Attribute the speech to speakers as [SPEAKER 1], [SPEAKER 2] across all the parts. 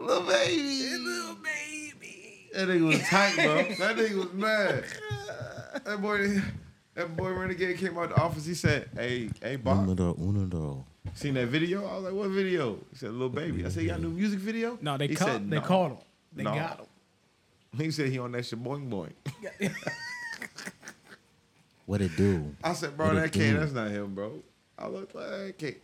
[SPEAKER 1] Little baby.
[SPEAKER 2] Little baby.
[SPEAKER 1] That nigga was tight, bro. That nigga was mad. That boy, that boy renegade came out the office. He said, "Hey, hey,
[SPEAKER 3] Uno
[SPEAKER 1] Bob,
[SPEAKER 3] do, uno do.
[SPEAKER 1] seen that video?" I was like, "What video?" He said, "Little baby." I said, "You got a new music video?"
[SPEAKER 2] No, they
[SPEAKER 1] He
[SPEAKER 2] caught.
[SPEAKER 1] said,
[SPEAKER 2] They
[SPEAKER 1] "No."
[SPEAKER 2] caught him. They
[SPEAKER 1] No.
[SPEAKER 2] got him.
[SPEAKER 1] He said he on that shit boing boing.
[SPEAKER 3] What it do?
[SPEAKER 1] I said, "Bro,
[SPEAKER 3] What it
[SPEAKER 1] that can't.
[SPEAKER 3] do?
[SPEAKER 1] That's not him, bro." I looked like that can't.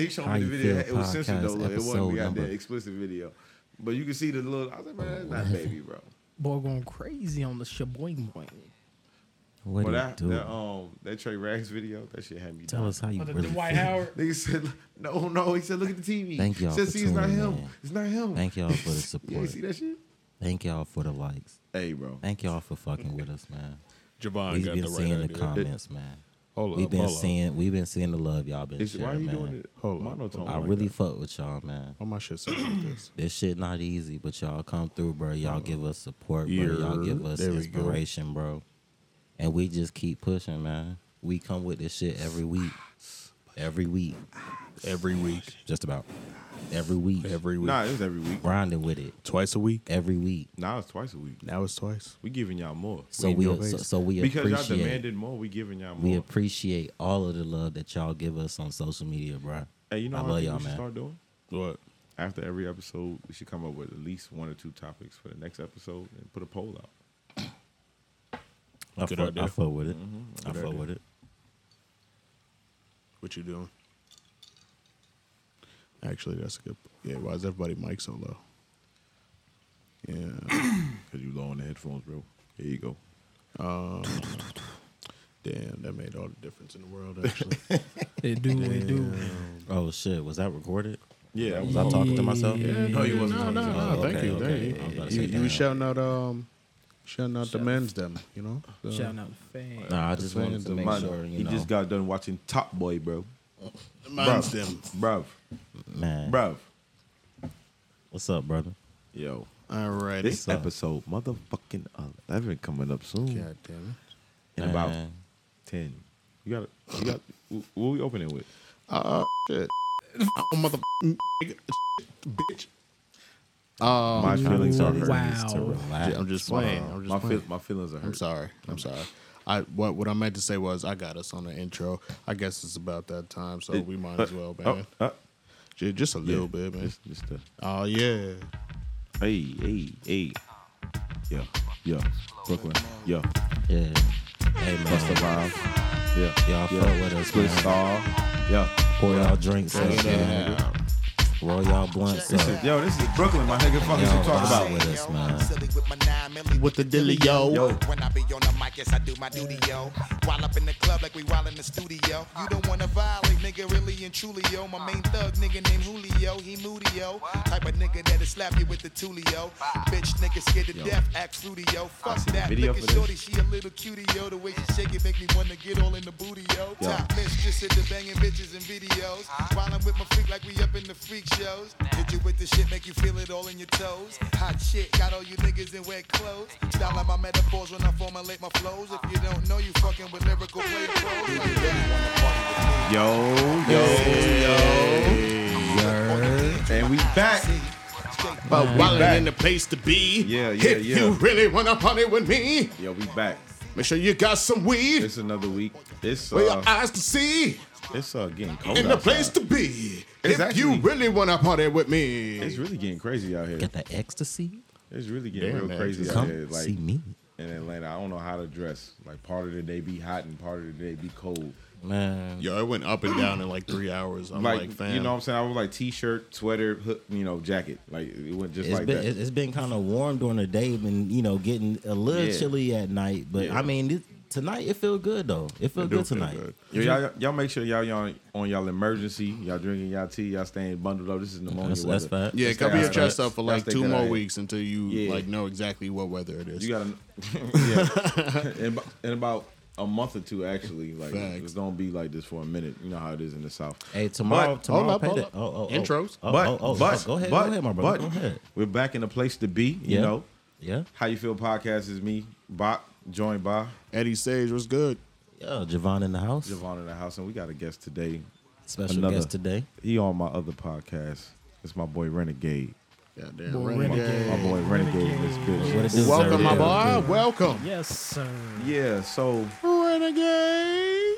[SPEAKER 1] He showed
[SPEAKER 3] How
[SPEAKER 1] me the
[SPEAKER 3] you
[SPEAKER 1] video.
[SPEAKER 3] feel
[SPEAKER 1] It was censored
[SPEAKER 3] podcast
[SPEAKER 1] though. Like, it wasn't
[SPEAKER 3] episode
[SPEAKER 1] the goddamn
[SPEAKER 3] number.
[SPEAKER 1] explicit video, but you can see the little. I was like, "Man, that's not baby, bro."
[SPEAKER 2] Boy, going crazy on the shaboing boing.
[SPEAKER 3] What
[SPEAKER 1] But
[SPEAKER 3] it
[SPEAKER 1] that,
[SPEAKER 3] do?
[SPEAKER 1] that um that Trey Rags video, that shit had me.
[SPEAKER 3] Tell
[SPEAKER 1] dying.
[SPEAKER 3] us how you
[SPEAKER 2] But the
[SPEAKER 3] really
[SPEAKER 2] Dwight
[SPEAKER 3] feel.
[SPEAKER 2] Howard.
[SPEAKER 1] Nigga said, no, no. He said, look at the TV.
[SPEAKER 3] Thank y'all
[SPEAKER 1] Said,
[SPEAKER 3] for
[SPEAKER 1] see, it's not
[SPEAKER 3] tuning
[SPEAKER 1] him.
[SPEAKER 3] in.
[SPEAKER 1] It's not him.
[SPEAKER 3] Thank y'all for the
[SPEAKER 1] Yeah, you
[SPEAKER 3] support.
[SPEAKER 1] see that shit?
[SPEAKER 3] Thank y'all for the likes.
[SPEAKER 1] Hey, bro.
[SPEAKER 3] Thank y'all for fucking with us, man.
[SPEAKER 4] Javon
[SPEAKER 3] We've
[SPEAKER 4] got
[SPEAKER 3] been
[SPEAKER 4] the right
[SPEAKER 3] seeing the
[SPEAKER 4] idea.
[SPEAKER 3] comments, man.
[SPEAKER 4] Hold
[SPEAKER 3] We've
[SPEAKER 4] up,
[SPEAKER 3] been
[SPEAKER 4] hold up.
[SPEAKER 3] seeing we've been seeing the love y'all been
[SPEAKER 1] It's,
[SPEAKER 3] sharing,
[SPEAKER 1] why are you
[SPEAKER 3] man.
[SPEAKER 1] doing it?
[SPEAKER 4] Hold on.
[SPEAKER 1] Monotone.
[SPEAKER 3] I
[SPEAKER 1] like
[SPEAKER 3] really
[SPEAKER 1] that?
[SPEAKER 3] fuck with y'all, man.
[SPEAKER 4] Why my shit sound like this?
[SPEAKER 3] This shit not easy, but y'all come through, bro. Y'all give us support, bro. Y'all
[SPEAKER 4] Yeah,
[SPEAKER 3] give us
[SPEAKER 4] there we go.
[SPEAKER 3] inspiration, bro. And we just keep pushing, man. We come with this shit every week. Every week.
[SPEAKER 4] Every week.
[SPEAKER 3] Just about. Every week.
[SPEAKER 4] Every week.
[SPEAKER 1] Nah, it was every week.
[SPEAKER 3] Grinding with it.
[SPEAKER 4] Twice a week.
[SPEAKER 3] Every week.
[SPEAKER 1] Nah, it's twice a week.
[SPEAKER 4] Now it's twice.
[SPEAKER 1] We giving y'all more.
[SPEAKER 3] So
[SPEAKER 4] In
[SPEAKER 3] we
[SPEAKER 4] your
[SPEAKER 3] so,
[SPEAKER 4] face.
[SPEAKER 3] so we
[SPEAKER 1] because y'all
[SPEAKER 3] appreciate
[SPEAKER 1] demanded more, we giving y'all
[SPEAKER 3] we
[SPEAKER 1] more.
[SPEAKER 3] appreciate all of the love that y'all give us on social media, bro.
[SPEAKER 1] hey, you know
[SPEAKER 3] I
[SPEAKER 1] what I
[SPEAKER 3] love
[SPEAKER 1] think
[SPEAKER 3] y'all,
[SPEAKER 1] we should
[SPEAKER 3] man.
[SPEAKER 1] start doing?
[SPEAKER 4] What?
[SPEAKER 1] After every episode, we should come up with at least one or two topics for the next episode and put a poll out.
[SPEAKER 3] I
[SPEAKER 4] Good
[SPEAKER 3] fuck,
[SPEAKER 4] idea.
[SPEAKER 3] I fuck with it. I
[SPEAKER 4] Good
[SPEAKER 3] fuck
[SPEAKER 4] idea.
[SPEAKER 3] with it.
[SPEAKER 4] What you doing? Actually, that's a good. Yeah. Why is everybody mic so low? Yeah.
[SPEAKER 1] Because you low on the headphones, bro. Here you go.
[SPEAKER 4] um, damn, that made all the difference in the world. Actually.
[SPEAKER 2] They do. They do.
[SPEAKER 4] Damn.
[SPEAKER 3] Oh shit, was that recorded?
[SPEAKER 1] Yeah, that
[SPEAKER 3] Was
[SPEAKER 1] was
[SPEAKER 3] I
[SPEAKER 1] all.
[SPEAKER 3] talking to myself?
[SPEAKER 4] Yeah,
[SPEAKER 1] No, you wasn't talking
[SPEAKER 4] No, no,
[SPEAKER 1] to
[SPEAKER 4] no.
[SPEAKER 3] me.
[SPEAKER 4] Oh, thank
[SPEAKER 3] Okay,
[SPEAKER 4] you.
[SPEAKER 3] okay.
[SPEAKER 4] thank
[SPEAKER 3] I was
[SPEAKER 4] you.
[SPEAKER 3] about to
[SPEAKER 4] You,
[SPEAKER 3] say,
[SPEAKER 4] you
[SPEAKER 3] damn.
[SPEAKER 4] was shouting out, um, shouting out the
[SPEAKER 2] Shout-
[SPEAKER 4] men's them. You know. So,
[SPEAKER 2] Shouting out the fan.
[SPEAKER 3] Nah, I just wanted
[SPEAKER 4] fans
[SPEAKER 3] to
[SPEAKER 4] of
[SPEAKER 3] make
[SPEAKER 1] Mine-
[SPEAKER 3] sure you
[SPEAKER 1] he
[SPEAKER 3] know,
[SPEAKER 1] just got done watching Top Boy, bro.
[SPEAKER 4] the men's them.
[SPEAKER 1] Bruv.
[SPEAKER 3] man.
[SPEAKER 1] Bruv.
[SPEAKER 3] What's up, brother?
[SPEAKER 1] Yo.
[SPEAKER 4] All right.
[SPEAKER 1] This
[SPEAKER 3] up?
[SPEAKER 1] episode, motherfucking 11, coming up soon.
[SPEAKER 4] God damn
[SPEAKER 1] In about
[SPEAKER 3] Man.
[SPEAKER 1] 10. You got you got wh- what we opening with?
[SPEAKER 4] it. Uh, shit. Oh, mother, nigga, bitch. Um,
[SPEAKER 1] My feelings are hurt.
[SPEAKER 2] wow.
[SPEAKER 3] Needs to relax.
[SPEAKER 4] I'm just playing. I'm
[SPEAKER 1] my, feel,
[SPEAKER 4] just playing.
[SPEAKER 1] my Mm. feelings are hurt.
[SPEAKER 4] I'm sorry. I'm sorry. I what what I meant to say was I got us on the intro. I guess it's about that time, so we might as well,
[SPEAKER 1] Oh,
[SPEAKER 4] man.
[SPEAKER 1] oh,
[SPEAKER 4] Ju- Just a little bit, man.
[SPEAKER 1] just, just the,
[SPEAKER 4] Oh yeah.
[SPEAKER 1] hey, hey, hey. Yeah, yeah. Brooklyn. Yeah.
[SPEAKER 3] Yeah. Hey man,
[SPEAKER 1] Survive. Yeah.
[SPEAKER 3] Y'all
[SPEAKER 1] yeah.
[SPEAKER 3] fuck with us,
[SPEAKER 1] Split
[SPEAKER 3] man.
[SPEAKER 1] star. Yeah.
[SPEAKER 3] pour y'all drinks
[SPEAKER 1] Oh,
[SPEAKER 3] up, man.
[SPEAKER 4] uh,
[SPEAKER 3] roll y'all blunts up.
[SPEAKER 1] Yo, this is Brooklyn, my nigga. Fuck is you
[SPEAKER 3] Y'all
[SPEAKER 1] talking
[SPEAKER 3] rock
[SPEAKER 1] about?
[SPEAKER 3] with us, man.
[SPEAKER 5] Silly with my nine milli.
[SPEAKER 4] With the dilly yo.
[SPEAKER 1] Yo.
[SPEAKER 5] When I be on the mic, yes, I do my duty, yo. While up in the club like we while in the studio. You don't wanna violate, nigga, really and truly, yo. My main thug, nigga named Julio, he moody, yo. Type of nigga that'll slap you with the tulio. Bitch, nigga scared to death, act fruity, yo. Fuck
[SPEAKER 1] seen a
[SPEAKER 5] that,
[SPEAKER 1] video
[SPEAKER 5] look
[SPEAKER 1] for
[SPEAKER 5] at
[SPEAKER 1] this.
[SPEAKER 5] shorty, she a little cutie, yo. The way she shake it make me wanna get all in the booty, yo.
[SPEAKER 1] Yo.
[SPEAKER 5] Top mistress at the banging bitches and videos. While I'm with my freak like we up in the freak shows. Hit you with the shit, make you feel it all in your toes. Hot shit, got all you niggas in wet clothes. Style out my metaphors when I formulate my flows. If you don't know, you fucking with lyrical play pros like that.
[SPEAKER 1] Yo, yo, yo. And we back.
[SPEAKER 4] But wildin' in the place to be.
[SPEAKER 1] Yeah, yeah,
[SPEAKER 4] If
[SPEAKER 1] yeah.
[SPEAKER 4] you really wanna party with me,
[SPEAKER 1] Yo, we back.
[SPEAKER 4] make sure you got some weed
[SPEAKER 1] It's another week. It's
[SPEAKER 4] for your
[SPEAKER 1] uh,
[SPEAKER 4] eyes to see.
[SPEAKER 1] it's uh, getting cold
[SPEAKER 4] and the
[SPEAKER 1] outside.
[SPEAKER 4] place to be.
[SPEAKER 1] It's
[SPEAKER 4] if you
[SPEAKER 1] actually-
[SPEAKER 4] really wanna party with me.
[SPEAKER 1] It's really getting crazy out here.
[SPEAKER 3] Got that ecstasy?
[SPEAKER 1] It's really getting
[SPEAKER 4] Damn,
[SPEAKER 1] real
[SPEAKER 4] man.
[SPEAKER 1] crazy out here.
[SPEAKER 3] Come
[SPEAKER 1] Like
[SPEAKER 3] see me.
[SPEAKER 1] in Atlanta, I don't know how to dress. Like part of the day be hot and part of the day be cold.
[SPEAKER 3] Man.
[SPEAKER 4] Yo, it went up and down in like three hours. I'm like,
[SPEAKER 1] Like,
[SPEAKER 4] fam.
[SPEAKER 1] you know what I'm saying? I was like t-shirt, sweater, hook, you know, jacket. Like it went just
[SPEAKER 3] It's
[SPEAKER 1] like
[SPEAKER 3] been
[SPEAKER 1] that.
[SPEAKER 3] it- it's been kind of warm during the day, and you know, getting a little
[SPEAKER 1] Yeah.
[SPEAKER 3] chilly at night. But
[SPEAKER 1] Yeah.
[SPEAKER 3] I mean, it, tonight it feel good though. It feel
[SPEAKER 4] do
[SPEAKER 3] good
[SPEAKER 4] feel
[SPEAKER 3] tonight.
[SPEAKER 4] good.
[SPEAKER 1] Yo, y'all, y'all make sure y'all, y'all on y'all emergency. Y'all drinking y'all tea. Y'all staying bundled up. This is pneumonia
[SPEAKER 3] That's, that's
[SPEAKER 1] weather.
[SPEAKER 3] fine.
[SPEAKER 4] yeah,
[SPEAKER 1] Just
[SPEAKER 4] cover
[SPEAKER 1] stay
[SPEAKER 4] your
[SPEAKER 1] out
[SPEAKER 4] chest
[SPEAKER 1] here.
[SPEAKER 4] up for
[SPEAKER 1] Y'all
[SPEAKER 4] like
[SPEAKER 1] stay
[SPEAKER 4] two
[SPEAKER 1] good out
[SPEAKER 4] more
[SPEAKER 1] here.
[SPEAKER 4] weeks until you
[SPEAKER 1] Yeah.
[SPEAKER 4] like know exactly what weather it is.
[SPEAKER 1] You gotta, yeah. in, about, in about a month or two, actually, like
[SPEAKER 4] Facts.
[SPEAKER 1] it's gonna be like this for a minute. You know how it is in the South.
[SPEAKER 3] Hey, tomorrow,
[SPEAKER 1] But-
[SPEAKER 3] tomorrow,
[SPEAKER 4] up,
[SPEAKER 3] pay
[SPEAKER 4] hold
[SPEAKER 3] that.
[SPEAKER 4] up.
[SPEAKER 3] Oh, oh, oh.
[SPEAKER 4] Intros.
[SPEAKER 3] Oh,
[SPEAKER 1] but,
[SPEAKER 3] oh, oh,
[SPEAKER 1] but,
[SPEAKER 3] oh, go ahead,
[SPEAKER 1] but,
[SPEAKER 3] go ahead, my brother.
[SPEAKER 1] But
[SPEAKER 3] go ahead.
[SPEAKER 1] We're back in the place to be. You
[SPEAKER 3] Yeah.
[SPEAKER 1] know,
[SPEAKER 3] Yeah,
[SPEAKER 1] how you feel? Podcast is me, Bach, joined by
[SPEAKER 4] Eddie Sage was good.
[SPEAKER 3] yeah. Oh, Javon in the house.
[SPEAKER 1] Javon in the house, and we got a guest today.
[SPEAKER 3] Special
[SPEAKER 1] Another.
[SPEAKER 3] guest today.
[SPEAKER 1] He on my other podcast. It's my boy Renegade.
[SPEAKER 4] Goddamn
[SPEAKER 2] Boy,
[SPEAKER 4] renegade.
[SPEAKER 2] Renegade.
[SPEAKER 1] My boy Renegade in this bitch.
[SPEAKER 3] What it do,
[SPEAKER 4] Welcome,
[SPEAKER 3] sir?
[SPEAKER 4] my
[SPEAKER 3] Yeah.
[SPEAKER 4] boy. Welcome.
[SPEAKER 2] Yes, sir.
[SPEAKER 1] Yeah, so
[SPEAKER 4] Renegade.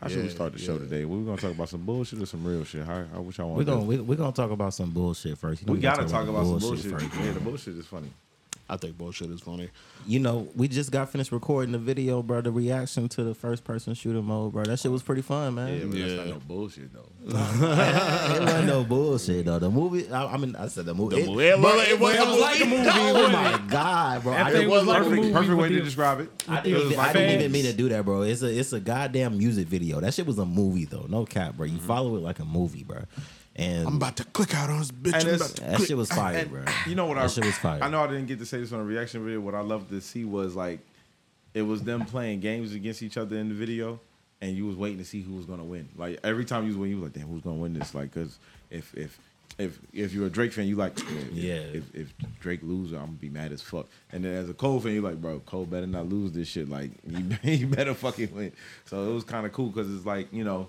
[SPEAKER 1] how should we
[SPEAKER 4] Yeah,
[SPEAKER 1] start the show
[SPEAKER 4] yeah.
[SPEAKER 1] today? We're gonna talk about some bullshit or some real shit. How, how which I want.
[SPEAKER 3] We're gonna we, we gonna talk about some bullshit first. You know
[SPEAKER 1] we gotta talk about some
[SPEAKER 3] bullshit
[SPEAKER 1] bullshit.
[SPEAKER 3] first,
[SPEAKER 1] Yeah,
[SPEAKER 3] man.
[SPEAKER 1] the bullshit is funny.
[SPEAKER 4] I think bullshit is funny.
[SPEAKER 3] You know, we just got finished recording the video, bro. The reaction to the first person shooter mode, bro. That shit was pretty fun,
[SPEAKER 1] Yeah,
[SPEAKER 3] man.
[SPEAKER 1] but that's not
[SPEAKER 4] Yeah.
[SPEAKER 1] no bullshit though.
[SPEAKER 3] it wasn't no bullshit though. The movie, I, I mean, I said the movie.
[SPEAKER 4] The
[SPEAKER 3] it,
[SPEAKER 4] movie- it
[SPEAKER 3] bro,
[SPEAKER 4] was- it was- it was
[SPEAKER 3] like the movie. Oh my god, bro! I
[SPEAKER 2] That thing
[SPEAKER 3] didn't,
[SPEAKER 2] was like a
[SPEAKER 1] perfect,
[SPEAKER 2] movie.
[SPEAKER 1] perfect
[SPEAKER 2] with
[SPEAKER 1] way to
[SPEAKER 2] the-
[SPEAKER 1] describe it.
[SPEAKER 3] I
[SPEAKER 2] it
[SPEAKER 3] didn't,
[SPEAKER 2] was
[SPEAKER 3] even- I didn't
[SPEAKER 2] fast.
[SPEAKER 3] even mean to do that, bro. It's a it's a goddamn music video. That shit was a movie though. No cap, bro. You
[SPEAKER 4] Mm-hmm.
[SPEAKER 3] follow it like a movie, bro. And
[SPEAKER 4] I'm about to click out on this bitch.
[SPEAKER 1] And
[SPEAKER 4] I'm
[SPEAKER 1] it's-
[SPEAKER 4] about to
[SPEAKER 3] that
[SPEAKER 4] click.
[SPEAKER 3] shit was fire,
[SPEAKER 1] And
[SPEAKER 3] bro.
[SPEAKER 1] You know what
[SPEAKER 3] That
[SPEAKER 1] I?
[SPEAKER 3] shit was fire.
[SPEAKER 1] I know I didn't get to say this on a reaction video. What I loved to see was like, it was them playing games against each other in the video, and you was waiting to see who was gonna win. Like every time you was winning, you was like, damn, who's gonna win this? Like, cause if if if if you're a Drake fan, you like,
[SPEAKER 3] Yeah.
[SPEAKER 1] If, if Drake loses, I'm gonna be mad as fuck. And then as a Cole fan, you're like, bro, Cole better not lose this shit. Like, you, you better fucking win. So it was kind of cool because it's like, you know,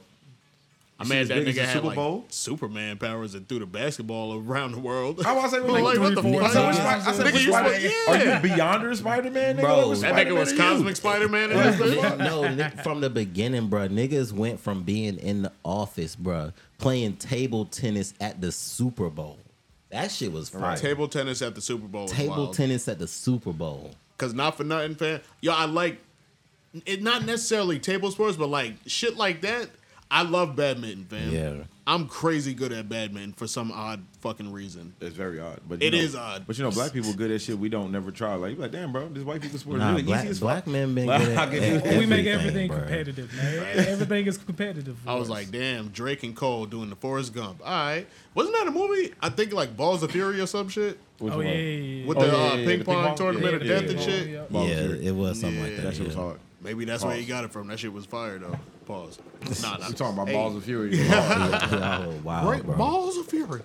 [SPEAKER 4] I
[SPEAKER 1] shit
[SPEAKER 4] mean,
[SPEAKER 1] as
[SPEAKER 4] that
[SPEAKER 1] big as
[SPEAKER 4] nigga
[SPEAKER 1] the
[SPEAKER 4] had
[SPEAKER 1] Super
[SPEAKER 4] like
[SPEAKER 1] Bowl?
[SPEAKER 4] Superman powers and threw the basketball around the world.
[SPEAKER 1] I was like,
[SPEAKER 4] Like,
[SPEAKER 1] like,
[SPEAKER 4] what
[SPEAKER 1] what
[SPEAKER 4] the
[SPEAKER 1] the
[SPEAKER 4] fuck?
[SPEAKER 1] I said, which Spider- I said,
[SPEAKER 4] Nigga,
[SPEAKER 1] which
[SPEAKER 4] you
[SPEAKER 1] Spider-
[SPEAKER 4] Spider-
[SPEAKER 1] Are you beyond her Spider-Man? Nigga?
[SPEAKER 3] Bro,
[SPEAKER 1] Like, which
[SPEAKER 4] that nigga
[SPEAKER 1] Spider-Man
[SPEAKER 4] was
[SPEAKER 1] are you?
[SPEAKER 4] cosmic Spider-Man. in this bitch.
[SPEAKER 3] Nigga, no, ni- from the beginning, bro. Niggas went from being in the office, bro, playing table tennis at the Super Bowl. That shit was fire.
[SPEAKER 4] Table tennis at the Super Bowl. is
[SPEAKER 3] Table
[SPEAKER 4] wild.
[SPEAKER 3] tennis at the Super Bowl.
[SPEAKER 4] Cause not for nothing, fan. Yo, I like it. Not necessarily table sports, but like shit like that. I love badminton, fam.
[SPEAKER 3] Yeah.
[SPEAKER 4] I'm crazy good at badminton for some odd fucking reason.
[SPEAKER 1] It's very odd, but
[SPEAKER 4] It
[SPEAKER 1] it is
[SPEAKER 4] is odd.
[SPEAKER 1] But you know, black people good at shit we don't never try. Like you like, damn, bro, this white people sport is
[SPEAKER 3] Nah,
[SPEAKER 1] really
[SPEAKER 3] black,
[SPEAKER 1] easy as
[SPEAKER 3] black
[SPEAKER 1] fuck.
[SPEAKER 3] men been
[SPEAKER 1] Black-
[SPEAKER 3] good at,
[SPEAKER 1] We
[SPEAKER 3] at
[SPEAKER 2] We make everything
[SPEAKER 3] bro.
[SPEAKER 2] competitive, man. Everything is competitive. for
[SPEAKER 4] I was
[SPEAKER 2] us.
[SPEAKER 4] like, damn, Drake and Cole doing the Forrest Gump. All right, wasn't that a movie? I think like Balls of Fury or some shit
[SPEAKER 1] Which
[SPEAKER 2] oh
[SPEAKER 1] one?
[SPEAKER 2] yeah, yeah,
[SPEAKER 4] with
[SPEAKER 1] Oh,
[SPEAKER 4] the
[SPEAKER 1] yeah,
[SPEAKER 4] uh,
[SPEAKER 1] yeah, yeah,
[SPEAKER 4] ping
[SPEAKER 1] the
[SPEAKER 4] pong
[SPEAKER 1] ping pong-
[SPEAKER 4] tournament
[SPEAKER 1] yeah,
[SPEAKER 4] of
[SPEAKER 1] yeah,
[SPEAKER 4] death and
[SPEAKER 1] yeah.
[SPEAKER 4] shit.
[SPEAKER 2] Yeah.
[SPEAKER 1] Ball
[SPEAKER 3] Yeah,
[SPEAKER 1] Fury.
[SPEAKER 3] it was something like
[SPEAKER 4] Yeah.
[SPEAKER 3] that.
[SPEAKER 1] That shit was
[SPEAKER 3] yeah.
[SPEAKER 1] hard.
[SPEAKER 4] Maybe that's where
[SPEAKER 1] Pause.
[SPEAKER 4] you got it from. That shit was fire though. Pause. Nah, nah.
[SPEAKER 1] I'm talking about
[SPEAKER 4] Hey,
[SPEAKER 1] balls of fury. Balls.
[SPEAKER 3] Yeah, oh, wow,
[SPEAKER 4] Great
[SPEAKER 3] bro.
[SPEAKER 4] balls of fury.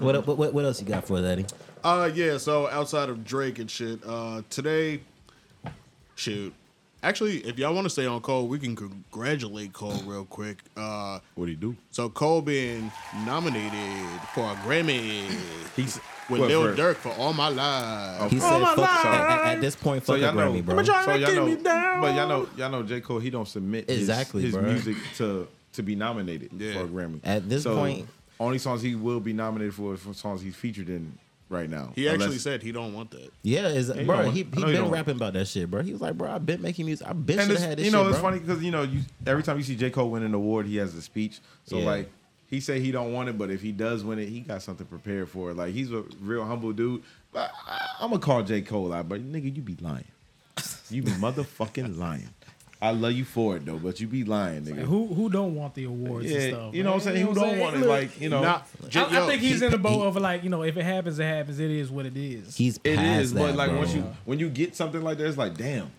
[SPEAKER 3] What, up- what, what, what else you got for us, Eddie?
[SPEAKER 4] Uh yeah, so outside of Drake and shit, uh today shoot. Actually, if y'all want to stay on Cole, we can congratulate Cole real quick. Uh
[SPEAKER 1] what do you do?
[SPEAKER 4] so Cole being nominated for a Grammy
[SPEAKER 1] He's
[SPEAKER 4] with
[SPEAKER 1] what,
[SPEAKER 4] Lil
[SPEAKER 1] for-
[SPEAKER 4] Durk for All My Life.
[SPEAKER 3] He
[SPEAKER 1] Oh,
[SPEAKER 3] said,
[SPEAKER 1] my
[SPEAKER 3] fuck, at, at- at this point,
[SPEAKER 1] So
[SPEAKER 3] fuck
[SPEAKER 1] y'all
[SPEAKER 3] a Grammy,
[SPEAKER 1] know,
[SPEAKER 3] bro.
[SPEAKER 1] so y'all know, but y'all know, y'all know, J Cole he don't submit his-
[SPEAKER 3] Exactly,
[SPEAKER 1] his,
[SPEAKER 3] bro.
[SPEAKER 1] music to to be nominated
[SPEAKER 4] Yeah.
[SPEAKER 1] for a Grammy.
[SPEAKER 3] At this
[SPEAKER 1] So,
[SPEAKER 3] point-
[SPEAKER 1] only songs he will be nominated for is for songs he's featured in right now.
[SPEAKER 4] He actually
[SPEAKER 1] Unless-
[SPEAKER 4] said he don't want that.
[SPEAKER 3] Yeah, is
[SPEAKER 1] you
[SPEAKER 3] bro.
[SPEAKER 1] don't want- I
[SPEAKER 3] He he
[SPEAKER 1] know you
[SPEAKER 3] been
[SPEAKER 1] don't.
[SPEAKER 3] rapping about that shit, bro. He was like, bro, I've been making music. I've been
[SPEAKER 1] and
[SPEAKER 3] should have
[SPEAKER 1] it's,
[SPEAKER 3] had this.
[SPEAKER 1] you know,
[SPEAKER 3] shit,
[SPEAKER 1] it's
[SPEAKER 3] bro.
[SPEAKER 1] funny because you know, you every time you see J Cole win an award, he has a speech. So
[SPEAKER 3] Yeah.
[SPEAKER 1] like, he say he don't want it, but if he does win it, he got something prepared for it. Like he's a real humble dude. But I, I'm gonna call J Cole out, but nigga, you be lying. You be motherfucking lying. I love you for it though, but you be lying, nigga.
[SPEAKER 2] who who don't want the awards
[SPEAKER 1] yeah,
[SPEAKER 2] and stuff?
[SPEAKER 1] you know what I'm
[SPEAKER 2] man?
[SPEAKER 1] saying? Who
[SPEAKER 2] what I'm
[SPEAKER 1] don't want it?
[SPEAKER 2] Look,
[SPEAKER 1] Like you know,
[SPEAKER 4] Nah, J-
[SPEAKER 2] I, I
[SPEAKER 4] yo,
[SPEAKER 2] think he's
[SPEAKER 4] he-
[SPEAKER 2] in the boat
[SPEAKER 3] he-
[SPEAKER 2] of like, you know, if it happens, it happens. It is what it is.
[SPEAKER 3] He's
[SPEAKER 1] it
[SPEAKER 3] past
[SPEAKER 1] is.
[SPEAKER 3] that,
[SPEAKER 1] But like
[SPEAKER 3] bro.
[SPEAKER 1] once you when you get something like that, it's like damn,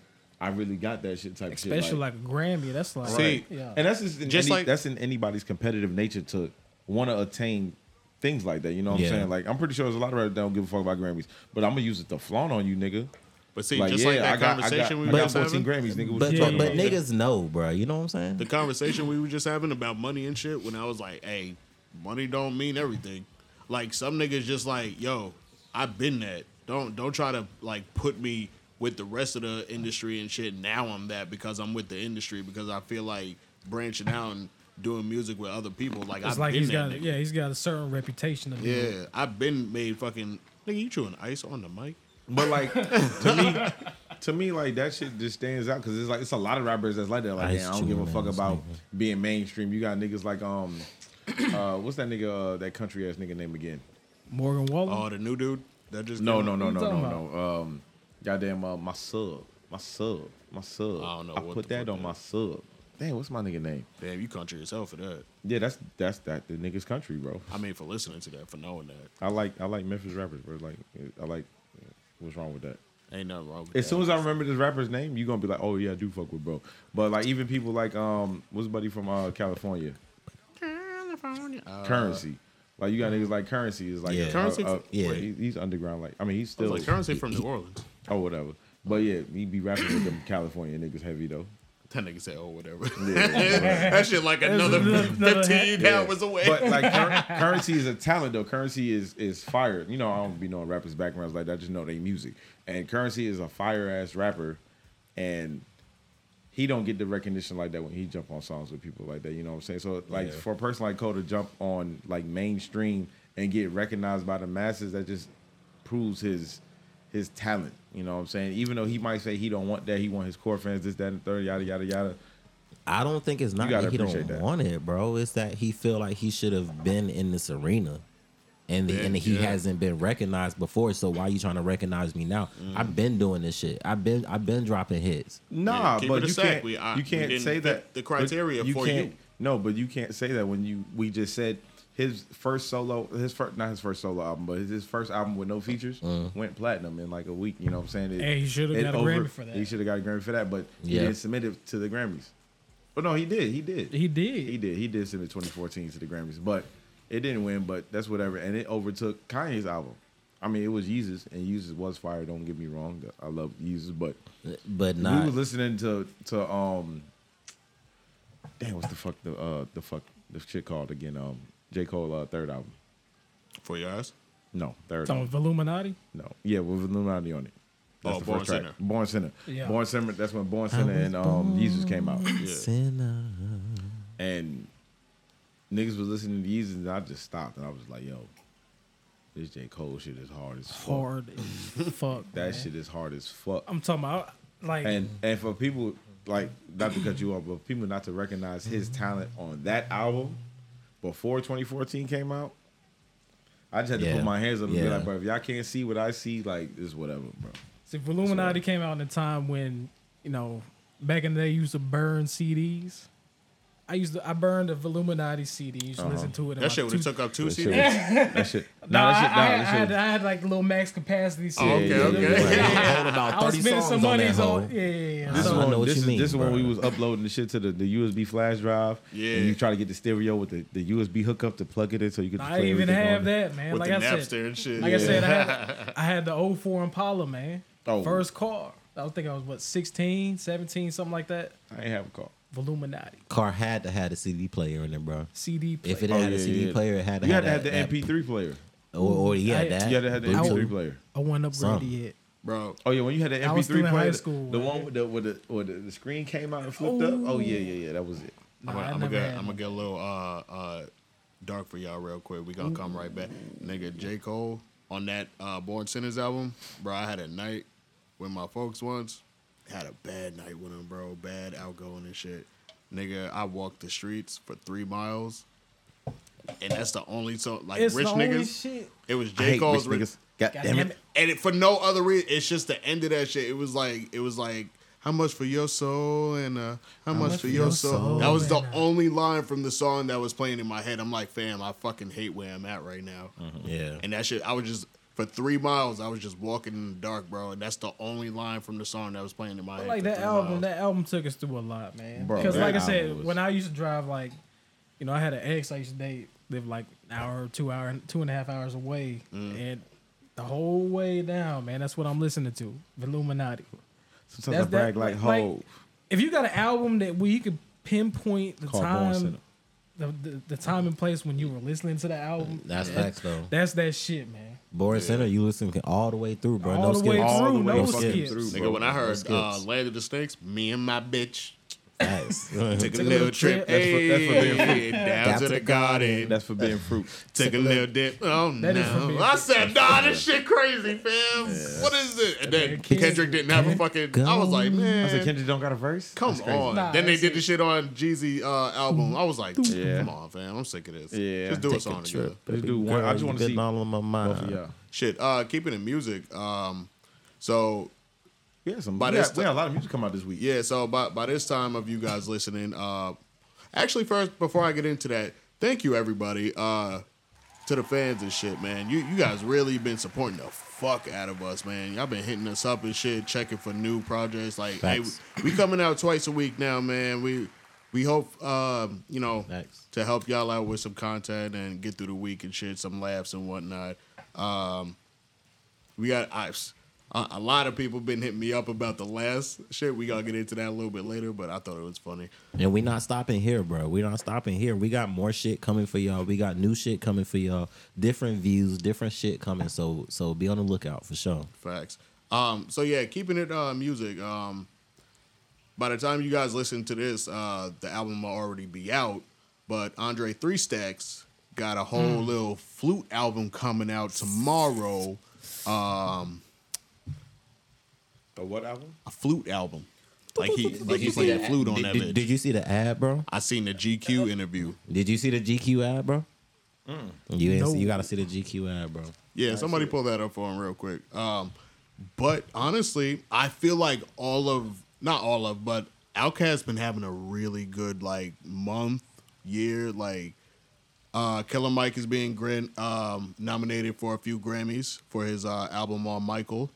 [SPEAKER 1] I really got that shit type shit.
[SPEAKER 2] especially like, a Grammy. That's like,
[SPEAKER 4] See,
[SPEAKER 2] yeah.
[SPEAKER 1] And that's just, in
[SPEAKER 4] Just
[SPEAKER 1] any-
[SPEAKER 4] like-
[SPEAKER 1] that's in anybody's competitive nature to want to attain things like that. You know what
[SPEAKER 3] Yeah.
[SPEAKER 1] I'm saying? Like I'm pretty sure there's a lot of rappers that don't give a fuck about Grammys, but I'm gonna use it to flaunt on you, nigga.
[SPEAKER 4] But see, just like that conversation
[SPEAKER 1] I
[SPEAKER 4] we
[SPEAKER 1] got,
[SPEAKER 4] were
[SPEAKER 1] I got
[SPEAKER 4] just
[SPEAKER 1] 14
[SPEAKER 4] having,
[SPEAKER 1] Grammys, nigga. What
[SPEAKER 3] but
[SPEAKER 1] you
[SPEAKER 3] but,
[SPEAKER 2] Yeah,
[SPEAKER 1] talking
[SPEAKER 3] but
[SPEAKER 1] about?
[SPEAKER 2] yeah.
[SPEAKER 3] niggas know, bro. You know what I'm saying?
[SPEAKER 4] the conversation we were just having about money and shit. When I was like, hey, money don't mean everything. Like some niggas just like, yo, I've been that. Don't don't try to like put me with the rest of the industry and shit. Now I'm that because I'm with the industry because I feel like branching out and doing music with other people. Like
[SPEAKER 2] it's
[SPEAKER 4] I've
[SPEAKER 2] like
[SPEAKER 4] been
[SPEAKER 2] he's
[SPEAKER 4] that.
[SPEAKER 2] got,
[SPEAKER 4] nigga.
[SPEAKER 2] yeah, he's got a certain reputation. Of
[SPEAKER 4] yeah, I've been made fucking nigga. You chewing ice on the mic?
[SPEAKER 1] But like to me, to me, like that shit just stands out because it's like it's a lot of rappers that's like that. Like,
[SPEAKER 3] Ice
[SPEAKER 1] damn, I don't give a
[SPEAKER 3] Cube,
[SPEAKER 1] fuck
[SPEAKER 3] man,
[SPEAKER 1] about
[SPEAKER 3] this
[SPEAKER 1] being mainstream. You got niggas like um, uh, what's that nigga? Uh, that country ass nigga name again?
[SPEAKER 2] Morgan Wallen.
[SPEAKER 4] Oh, the new dude that just
[SPEAKER 1] No,
[SPEAKER 4] came
[SPEAKER 1] no,
[SPEAKER 4] out?
[SPEAKER 1] no,
[SPEAKER 2] What
[SPEAKER 1] no,
[SPEAKER 2] you talking
[SPEAKER 1] no, no. Um, goddamn, uh, my sub, my sub, my sub.
[SPEAKER 4] I don't know
[SPEAKER 1] I
[SPEAKER 4] what
[SPEAKER 1] put
[SPEAKER 4] the
[SPEAKER 1] that
[SPEAKER 4] fuck
[SPEAKER 1] on
[SPEAKER 4] that
[SPEAKER 1] my
[SPEAKER 4] is.
[SPEAKER 1] sub. Damn, what's my nigga name?
[SPEAKER 4] Damn, you country yourself for that.
[SPEAKER 1] Yeah, that's that's that the niggas country, bro.
[SPEAKER 4] I mean, for listening to that, for knowing that,
[SPEAKER 1] I like I like Memphis rappers, bro. Like I like what's wrong with that?
[SPEAKER 4] ain't nothing wrong with that.
[SPEAKER 1] As soon as I remember this rapper's name, you're gonna be like, oh yeah, I do fuck with bro. But like even people like um, what's buddy from uh California,
[SPEAKER 4] California. Uh,
[SPEAKER 1] Currency. Like you got niggas like Currency is like
[SPEAKER 3] Yeah.
[SPEAKER 1] uh,
[SPEAKER 4] Currency Oh,
[SPEAKER 1] uh,
[SPEAKER 4] from-
[SPEAKER 1] yeah,
[SPEAKER 3] wait.
[SPEAKER 1] he- he's underground. Like I mean, he's
[SPEAKER 4] I
[SPEAKER 1] still
[SPEAKER 4] was like currency from New Orleans.
[SPEAKER 1] Oh, whatever. But yeah, he be rapping with them California niggas heavy though.
[SPEAKER 4] That nigga said, "Oh, whatever."
[SPEAKER 1] Yeah.
[SPEAKER 4] that shit like another
[SPEAKER 2] another- another
[SPEAKER 4] fifteen
[SPEAKER 1] Yeah.
[SPEAKER 4] hours away.
[SPEAKER 1] But like cur- currency is a talent though. Currency is is fire. You know, I don't be knowing rappers' backgrounds like that. I just know they music. And currency is a fire ass rapper, and he don't get the recognition like that when he jump on songs with people like that. You know what I'm saying? So like
[SPEAKER 3] Yeah.
[SPEAKER 1] for a person like Cole to jump on like mainstream and get recognized by the masses, that just proves his his talent. You know what I'm saying? Even though he might say he don't want that, he want his core fans, this, that, and the third, yada yada yada.
[SPEAKER 3] I don't think it's not
[SPEAKER 1] gotta
[SPEAKER 3] that he don't
[SPEAKER 1] appreciate that.
[SPEAKER 3] want it, bro. It's that he feel like he should have been in this arena, and the, and he
[SPEAKER 4] yeah.
[SPEAKER 3] hasn't been recognized before. So why you trying to recognize me now?
[SPEAKER 1] Mm.
[SPEAKER 3] I've been doing this shit. I've been I've been dropping hits.
[SPEAKER 1] Nah,
[SPEAKER 4] Yeah, keep
[SPEAKER 1] but
[SPEAKER 4] it a
[SPEAKER 1] you
[SPEAKER 4] stack.
[SPEAKER 1] can't,
[SPEAKER 4] We- I-
[SPEAKER 1] you
[SPEAKER 4] we
[SPEAKER 1] can't
[SPEAKER 4] didn't
[SPEAKER 1] say
[SPEAKER 4] fit
[SPEAKER 1] that.
[SPEAKER 4] the criteria
[SPEAKER 1] but you
[SPEAKER 4] for
[SPEAKER 1] can't,
[SPEAKER 4] you.
[SPEAKER 1] No, but you can't say that when you we just said his first solo, his first not his first solo album, but his, his first album with no features went platinum in like a week. You know what I'm saying? It-
[SPEAKER 2] And he should've
[SPEAKER 1] it
[SPEAKER 2] got a Grammy for that.
[SPEAKER 1] He should have got a Grammy for that, but he
[SPEAKER 3] Yeah.
[SPEAKER 1] didn't submit it to the Grammys. But no, he did. He did.
[SPEAKER 2] He did.
[SPEAKER 1] He did. He did submit 2014 to the Grammys, but it didn't win. But that's whatever. And it overtook Kanye's album. I mean, it was Yeezus, and Yeezus was fire. Don't get me wrong. I love Yeezus, but
[SPEAKER 3] But
[SPEAKER 1] we
[SPEAKER 3] not
[SPEAKER 1] was listening to to um damn what's the fuck the uh the fuck the shit called again um J Cole uh, third album
[SPEAKER 4] For your ass.
[SPEAKER 1] no third
[SPEAKER 2] Talking
[SPEAKER 1] album.
[SPEAKER 2] about Illuminati.
[SPEAKER 1] no yeah with Illuminati on it that's
[SPEAKER 4] Oh,
[SPEAKER 1] the
[SPEAKER 4] Born
[SPEAKER 1] first track
[SPEAKER 4] Sinner.
[SPEAKER 1] Born Center
[SPEAKER 2] Yeah.
[SPEAKER 1] Born Center that's when Born Center and um Jesus came out
[SPEAKER 3] Sinner.
[SPEAKER 1] and niggas was listening to Jesus and I just stopped and I was like yo this J Cole shit is hard as fuck
[SPEAKER 2] Hard as fuck.
[SPEAKER 1] that
[SPEAKER 2] man.
[SPEAKER 1] shit is hard as fuck
[SPEAKER 2] I'm talking about like
[SPEAKER 1] and and for people like not to cut you off, but people not to recognize his talent on that album before 2014 came out. I just had to
[SPEAKER 3] Yeah.
[SPEAKER 1] put my hands up and be
[SPEAKER 3] Yeah.
[SPEAKER 1] like, bro, if y'all can't see what I see, like this whatever, bro.
[SPEAKER 2] see, if Illuminati came out in a time when you know back in the day you used to burn CDs. I used to I burned a Illuminati CD. You used to
[SPEAKER 1] Uh-huh.
[SPEAKER 2] listen to it. in my
[SPEAKER 4] That shit would have
[SPEAKER 2] two-
[SPEAKER 4] took up two
[SPEAKER 1] That shit, was,
[SPEAKER 4] seats.
[SPEAKER 1] that shit,
[SPEAKER 2] No,
[SPEAKER 1] nah, that
[SPEAKER 2] I,
[SPEAKER 1] shit,
[SPEAKER 2] I,
[SPEAKER 1] nah,
[SPEAKER 2] had, I,
[SPEAKER 1] that shit
[SPEAKER 2] had,
[SPEAKER 1] was-
[SPEAKER 2] I had like little max capacity. CD.
[SPEAKER 4] Oh, okay,
[SPEAKER 1] Yeah, yeah,
[SPEAKER 4] okay.
[SPEAKER 1] yeah.
[SPEAKER 3] Hold about
[SPEAKER 2] I was
[SPEAKER 3] 30
[SPEAKER 2] spending some
[SPEAKER 3] songs on that
[SPEAKER 2] money
[SPEAKER 3] hoe.
[SPEAKER 2] on. Yeah, yeah, yeah.
[SPEAKER 1] This
[SPEAKER 3] I
[SPEAKER 1] is
[SPEAKER 2] So,
[SPEAKER 3] don't
[SPEAKER 1] when,
[SPEAKER 3] know what
[SPEAKER 1] this
[SPEAKER 3] you
[SPEAKER 1] is,
[SPEAKER 3] mean,
[SPEAKER 1] this is when
[SPEAKER 3] bro.
[SPEAKER 1] we was uploading the shit to the, the USB flash drive.
[SPEAKER 4] Yeah.
[SPEAKER 1] and you try to get the stereo with the, the USB hookup to plug it in, so you could. just
[SPEAKER 2] I
[SPEAKER 1] play
[SPEAKER 2] didn't even
[SPEAKER 1] everything on
[SPEAKER 2] have
[SPEAKER 1] it.
[SPEAKER 2] that, man.
[SPEAKER 4] With
[SPEAKER 2] Like
[SPEAKER 4] the
[SPEAKER 2] I
[SPEAKER 4] Napster
[SPEAKER 2] said,
[SPEAKER 4] and shit.
[SPEAKER 2] like I
[SPEAKER 4] Yeah.
[SPEAKER 2] said, I had, I had the 04 Impala, man.
[SPEAKER 1] Oh.
[SPEAKER 2] First car. I think I was what 16, 17, something like that.
[SPEAKER 1] I ain't have a call.
[SPEAKER 2] Voluminati
[SPEAKER 3] Car had to have a CD player in it, bro.
[SPEAKER 2] CD player.
[SPEAKER 3] If it
[SPEAKER 1] Oh,
[SPEAKER 3] had
[SPEAKER 1] yeah,
[SPEAKER 3] a CD
[SPEAKER 1] yeah.
[SPEAKER 3] player, it had to
[SPEAKER 1] You had
[SPEAKER 3] have
[SPEAKER 1] to have the
[SPEAKER 3] that- that-
[SPEAKER 1] MP3 player.
[SPEAKER 3] Or, or yeah,
[SPEAKER 2] I-
[SPEAKER 3] that.
[SPEAKER 1] You had to have the
[SPEAKER 3] Bluetooth.
[SPEAKER 1] MP3 player.
[SPEAKER 2] I wasn't
[SPEAKER 3] Some.
[SPEAKER 2] upgraded yet.
[SPEAKER 4] bro.
[SPEAKER 1] Oh yeah, when you had the MP3
[SPEAKER 2] I was still in
[SPEAKER 1] player,
[SPEAKER 2] high
[SPEAKER 1] the-
[SPEAKER 2] school,
[SPEAKER 1] the
[SPEAKER 2] man.
[SPEAKER 1] one with the with the, with the, the screen came out and flipped up. Oh yeah, yeah, yeah, that was it.
[SPEAKER 2] Nah,
[SPEAKER 4] I'm gonna,
[SPEAKER 2] I never
[SPEAKER 4] I'm gonna,
[SPEAKER 2] had
[SPEAKER 4] get, I'm gonna
[SPEAKER 2] one.
[SPEAKER 4] get a little uh, uh, dark for y'all real quick. We gonna come right back, nigga. J Cole on that uh, Born Sinners album, bro. I had a night with my folks once. Had a bad night with him, bro. Bad outgoing and shit, nigga. I walked the streets for three miles, and that's the only so like
[SPEAKER 2] It's
[SPEAKER 4] rich
[SPEAKER 2] the only
[SPEAKER 4] niggas.
[SPEAKER 2] shit.
[SPEAKER 4] It was
[SPEAKER 1] I
[SPEAKER 4] J
[SPEAKER 1] hate rich
[SPEAKER 4] Cole's rich
[SPEAKER 1] niggas. God
[SPEAKER 2] God
[SPEAKER 1] damn it.
[SPEAKER 4] and it, for no other reason. It's just the end of that shit. It was like it was like how much for your soul and uh, how, much, for your soul. That was the
[SPEAKER 2] and, uh,
[SPEAKER 4] only line from the song that was playing in my head. I'm like, fam, I fucking hate where I'm at right now.
[SPEAKER 3] Yeah.
[SPEAKER 4] And that shit, I was just for three miles, I was just walking in the dark, bro. And that's the only line from the song that was playing in my head.
[SPEAKER 2] like
[SPEAKER 4] for
[SPEAKER 2] that
[SPEAKER 4] three
[SPEAKER 2] album,
[SPEAKER 4] miles.
[SPEAKER 2] that album took us through a lot, man.
[SPEAKER 1] Bro,
[SPEAKER 2] Because
[SPEAKER 1] that
[SPEAKER 2] like I
[SPEAKER 1] album
[SPEAKER 2] said,
[SPEAKER 1] was-
[SPEAKER 2] when I used to drive, like, you know, I had an ex I used to date live like an hour, two hour, two and a half hours away,
[SPEAKER 1] Mm.
[SPEAKER 2] and the whole way down, man. That's what I'm listening to, Illuminati.
[SPEAKER 1] Sometimes I
[SPEAKER 2] That's that-
[SPEAKER 1] brag like,
[SPEAKER 2] like-
[SPEAKER 1] ho.
[SPEAKER 2] If you got an album that where you could pinpoint the
[SPEAKER 1] Called Born Sinner.
[SPEAKER 2] time, the, the the time and place when you were listening to the album,
[SPEAKER 3] That's facts, though.
[SPEAKER 2] that's that shit, man.
[SPEAKER 3] Boris Center, you listen all the way through, bro.
[SPEAKER 2] All
[SPEAKER 3] no
[SPEAKER 2] the way
[SPEAKER 3] skips.
[SPEAKER 1] All
[SPEAKER 2] through,
[SPEAKER 1] the way
[SPEAKER 2] no
[SPEAKER 1] fucking
[SPEAKER 2] skips.
[SPEAKER 1] through.
[SPEAKER 4] Nigga, when I heard
[SPEAKER 3] Those
[SPEAKER 4] uh,
[SPEAKER 3] kids.
[SPEAKER 4] Land of the Snakes, me and my bitch
[SPEAKER 3] Facts.
[SPEAKER 4] took a little trip.
[SPEAKER 1] That's for- that's for being
[SPEAKER 4] Hey, down to the garden.
[SPEAKER 1] That's forbidden fruit.
[SPEAKER 4] Take a little dip. Oh
[SPEAKER 2] That is
[SPEAKER 4] no!
[SPEAKER 2] forbidden.
[SPEAKER 4] I said, nah, this shit crazy, fam. What is it? And then
[SPEAKER 2] Kid-
[SPEAKER 4] Kendrick didn't have a fucking. I was like, man,
[SPEAKER 1] I said Kendrick don't got a verse.
[SPEAKER 4] come
[SPEAKER 1] That's crazy.
[SPEAKER 4] on.
[SPEAKER 2] Nah,
[SPEAKER 4] then they
[SPEAKER 2] that's
[SPEAKER 4] did
[SPEAKER 2] it.
[SPEAKER 4] the shit on Jeezy uh, album. I was like,
[SPEAKER 1] Yeah.
[SPEAKER 4] come on, fam. I'm sick of this.
[SPEAKER 1] Yeah.
[SPEAKER 4] just do a
[SPEAKER 3] Take
[SPEAKER 4] song
[SPEAKER 3] a
[SPEAKER 4] together.
[SPEAKER 3] trip.
[SPEAKER 1] Let's
[SPEAKER 3] baby
[SPEAKER 1] do one. I
[SPEAKER 3] girl,
[SPEAKER 1] just
[SPEAKER 3] you
[SPEAKER 1] wanna
[SPEAKER 3] been
[SPEAKER 1] see
[SPEAKER 3] all on my mind.
[SPEAKER 1] Both of y'all.
[SPEAKER 4] Shit. Uh, keeping in music. Um, so
[SPEAKER 1] Yeah, some.
[SPEAKER 4] By
[SPEAKER 1] we
[SPEAKER 4] this
[SPEAKER 1] had- we had a lot of music come out this week.
[SPEAKER 4] yeah. So by by this time of you guys listening, uh, actually, first before I get into that, thank you everybody. Uh, to the fans and shit, man. You you guys really been supporting the fuck out of us, man. Y'all been hitting us up and shit, checking for new projects. Like,
[SPEAKER 3] Facts.
[SPEAKER 4] hey, we coming out twice a week now, man. We we hope um, you know
[SPEAKER 3] Facts.
[SPEAKER 4] to help y'all out with some content and get through the week and shit, some laughs and whatnot. Um, we got I, A, a lot of people been hitting me up about the last shit. We gotta get into that a little bit later, but I thought it was funny.
[SPEAKER 3] And we not stopping here, bro. We not stopping here. We got more shit coming for y'all. We got new shit coming for y'all. Different views, different shit coming. So so be on the lookout for sure.
[SPEAKER 4] Facts. Um, so yeah, keeping it uh, music. Um, by the time you guys listen to this, uh, the album will already be out. But Andre Three Stacks got a whole little flute album coming out tomorrow.
[SPEAKER 1] A what album?
[SPEAKER 4] A flute album. Like he like he played flute on
[SPEAKER 3] Did,
[SPEAKER 4] that
[SPEAKER 3] did-
[SPEAKER 4] bitch.
[SPEAKER 3] did you see the ad, bro?
[SPEAKER 4] I seen the GQ interview.
[SPEAKER 3] Did you see the GQ ad, bro?
[SPEAKER 4] Mm.
[SPEAKER 3] You didn't
[SPEAKER 2] No.
[SPEAKER 3] see, you gotta see the GQ ad, bro.
[SPEAKER 4] Yeah, somebody pull that up for him real quick. Um, but honestly, I feel like all of not all of, but Outkast been having a really good like month, year. Like uh, Killer Mike is being gran- um, nominated for a few Grammys for his uh, album on Michael.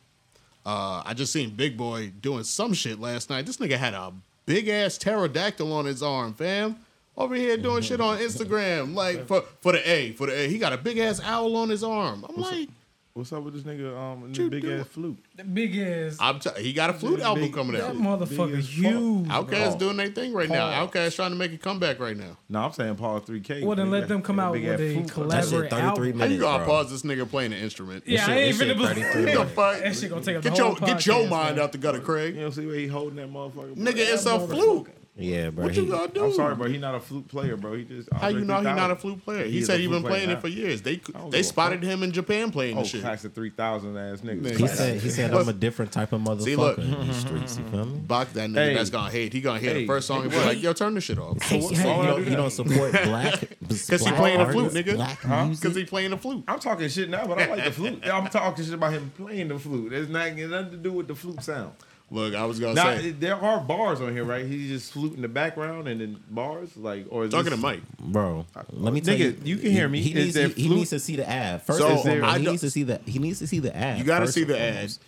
[SPEAKER 4] Uh, I just seen Big Boy doing some shit last night. This nigga had a big ass pterodactyl on his arm, fam. Over here doing shit on Instagram, like for, for the A, for the A. He got a big ass owl on his arm. I'm like,
[SPEAKER 1] What's up with this nigga? Um, and
[SPEAKER 4] You
[SPEAKER 1] the big
[SPEAKER 4] do
[SPEAKER 1] ass
[SPEAKER 4] it.
[SPEAKER 1] flute.
[SPEAKER 2] That big ass.
[SPEAKER 4] I'm t- he got a flute
[SPEAKER 1] Big-
[SPEAKER 4] album coming
[SPEAKER 2] That
[SPEAKER 4] out.
[SPEAKER 2] motherfucker
[SPEAKER 1] Big as
[SPEAKER 2] huge.
[SPEAKER 4] Outkast
[SPEAKER 1] Paul.
[SPEAKER 4] doing their thing right now.
[SPEAKER 2] Paul.
[SPEAKER 4] Outkast trying to make a comeback right now.
[SPEAKER 1] No, I'm saying Paul 3K.
[SPEAKER 2] Well, then
[SPEAKER 1] nigga.
[SPEAKER 2] let them come
[SPEAKER 1] That
[SPEAKER 2] out
[SPEAKER 1] big ass
[SPEAKER 2] with a
[SPEAKER 1] flute.
[SPEAKER 3] That
[SPEAKER 2] collab-
[SPEAKER 3] shit
[SPEAKER 2] Elaborate
[SPEAKER 3] 33
[SPEAKER 2] album.
[SPEAKER 4] How you
[SPEAKER 3] minutes,
[SPEAKER 4] gonna
[SPEAKER 3] bro.
[SPEAKER 4] pause this nigga playing an instrument?
[SPEAKER 2] Yeah, I ain't
[SPEAKER 3] That shit-
[SPEAKER 2] finna
[SPEAKER 3] that shit 33
[SPEAKER 2] believe
[SPEAKER 3] minutes.
[SPEAKER 4] What the fuck?
[SPEAKER 2] that shit gonna take up
[SPEAKER 4] Get
[SPEAKER 2] the
[SPEAKER 4] your
[SPEAKER 2] whole
[SPEAKER 4] get your
[SPEAKER 2] podcast,
[SPEAKER 4] mind
[SPEAKER 2] man.
[SPEAKER 4] out the gutter, Craig.
[SPEAKER 1] You don't see where he holding that motherfucker.
[SPEAKER 4] Nigga, it's a flute.
[SPEAKER 3] Yeah, bro.
[SPEAKER 4] What
[SPEAKER 3] he-
[SPEAKER 4] you gonna do?
[SPEAKER 1] I'm sorry, bro. He not a flute player, bro. He just
[SPEAKER 4] How you know he not a
[SPEAKER 1] 3000.
[SPEAKER 4] flute player? He,
[SPEAKER 1] is
[SPEAKER 4] said
[SPEAKER 1] a
[SPEAKER 4] he
[SPEAKER 1] flute
[SPEAKER 4] been playing
[SPEAKER 1] player
[SPEAKER 4] it
[SPEAKER 1] now.
[SPEAKER 4] for years. They
[SPEAKER 1] don't give
[SPEAKER 4] they
[SPEAKER 1] a
[SPEAKER 4] spotted
[SPEAKER 1] fuck.
[SPEAKER 4] him in Japan playing
[SPEAKER 1] Oh,
[SPEAKER 4] the shit.
[SPEAKER 1] class of three thousand ass nigga.
[SPEAKER 3] He said he said I'm a different type of motherfucker
[SPEAKER 4] See, look.
[SPEAKER 3] in these streets. You feel me?
[SPEAKER 4] Box that nigga
[SPEAKER 1] Hey.
[SPEAKER 4] that's gonna hate. He gonna hear the
[SPEAKER 1] Hey.
[SPEAKER 4] first song and be like, "Yo, turn this shit off."
[SPEAKER 3] So,
[SPEAKER 1] what's wrong
[SPEAKER 3] you,
[SPEAKER 1] with
[SPEAKER 3] don't,
[SPEAKER 1] that?
[SPEAKER 3] you don't support black because
[SPEAKER 4] he playing the flute, nigga.
[SPEAKER 3] Black music.
[SPEAKER 4] Because he playing the flute.
[SPEAKER 1] I'm talking shit now, but I like the flute. I'm talking shit about him playing the flute. It's not it got nothing to do with the flute sound.
[SPEAKER 4] Look, I was gonna
[SPEAKER 1] Now
[SPEAKER 4] say.
[SPEAKER 1] it- there are bars on here, right? He's just flute in the background and then bars, like or is
[SPEAKER 4] Talking to
[SPEAKER 1] this,
[SPEAKER 4] Mike.
[SPEAKER 3] bro. Let me
[SPEAKER 1] Nigga,
[SPEAKER 3] tell you,
[SPEAKER 1] you can hear me.
[SPEAKER 3] He,
[SPEAKER 1] Is
[SPEAKER 3] needs,
[SPEAKER 1] there
[SPEAKER 3] he- he
[SPEAKER 1] flute?
[SPEAKER 3] needs to see the ad first.
[SPEAKER 4] So,
[SPEAKER 3] and foremost,
[SPEAKER 4] I
[SPEAKER 3] he
[SPEAKER 4] don't-
[SPEAKER 3] needs to see the he needs to see the ad.
[SPEAKER 4] You gotta
[SPEAKER 3] first
[SPEAKER 4] see
[SPEAKER 3] and
[SPEAKER 4] the ad,
[SPEAKER 3] foremost.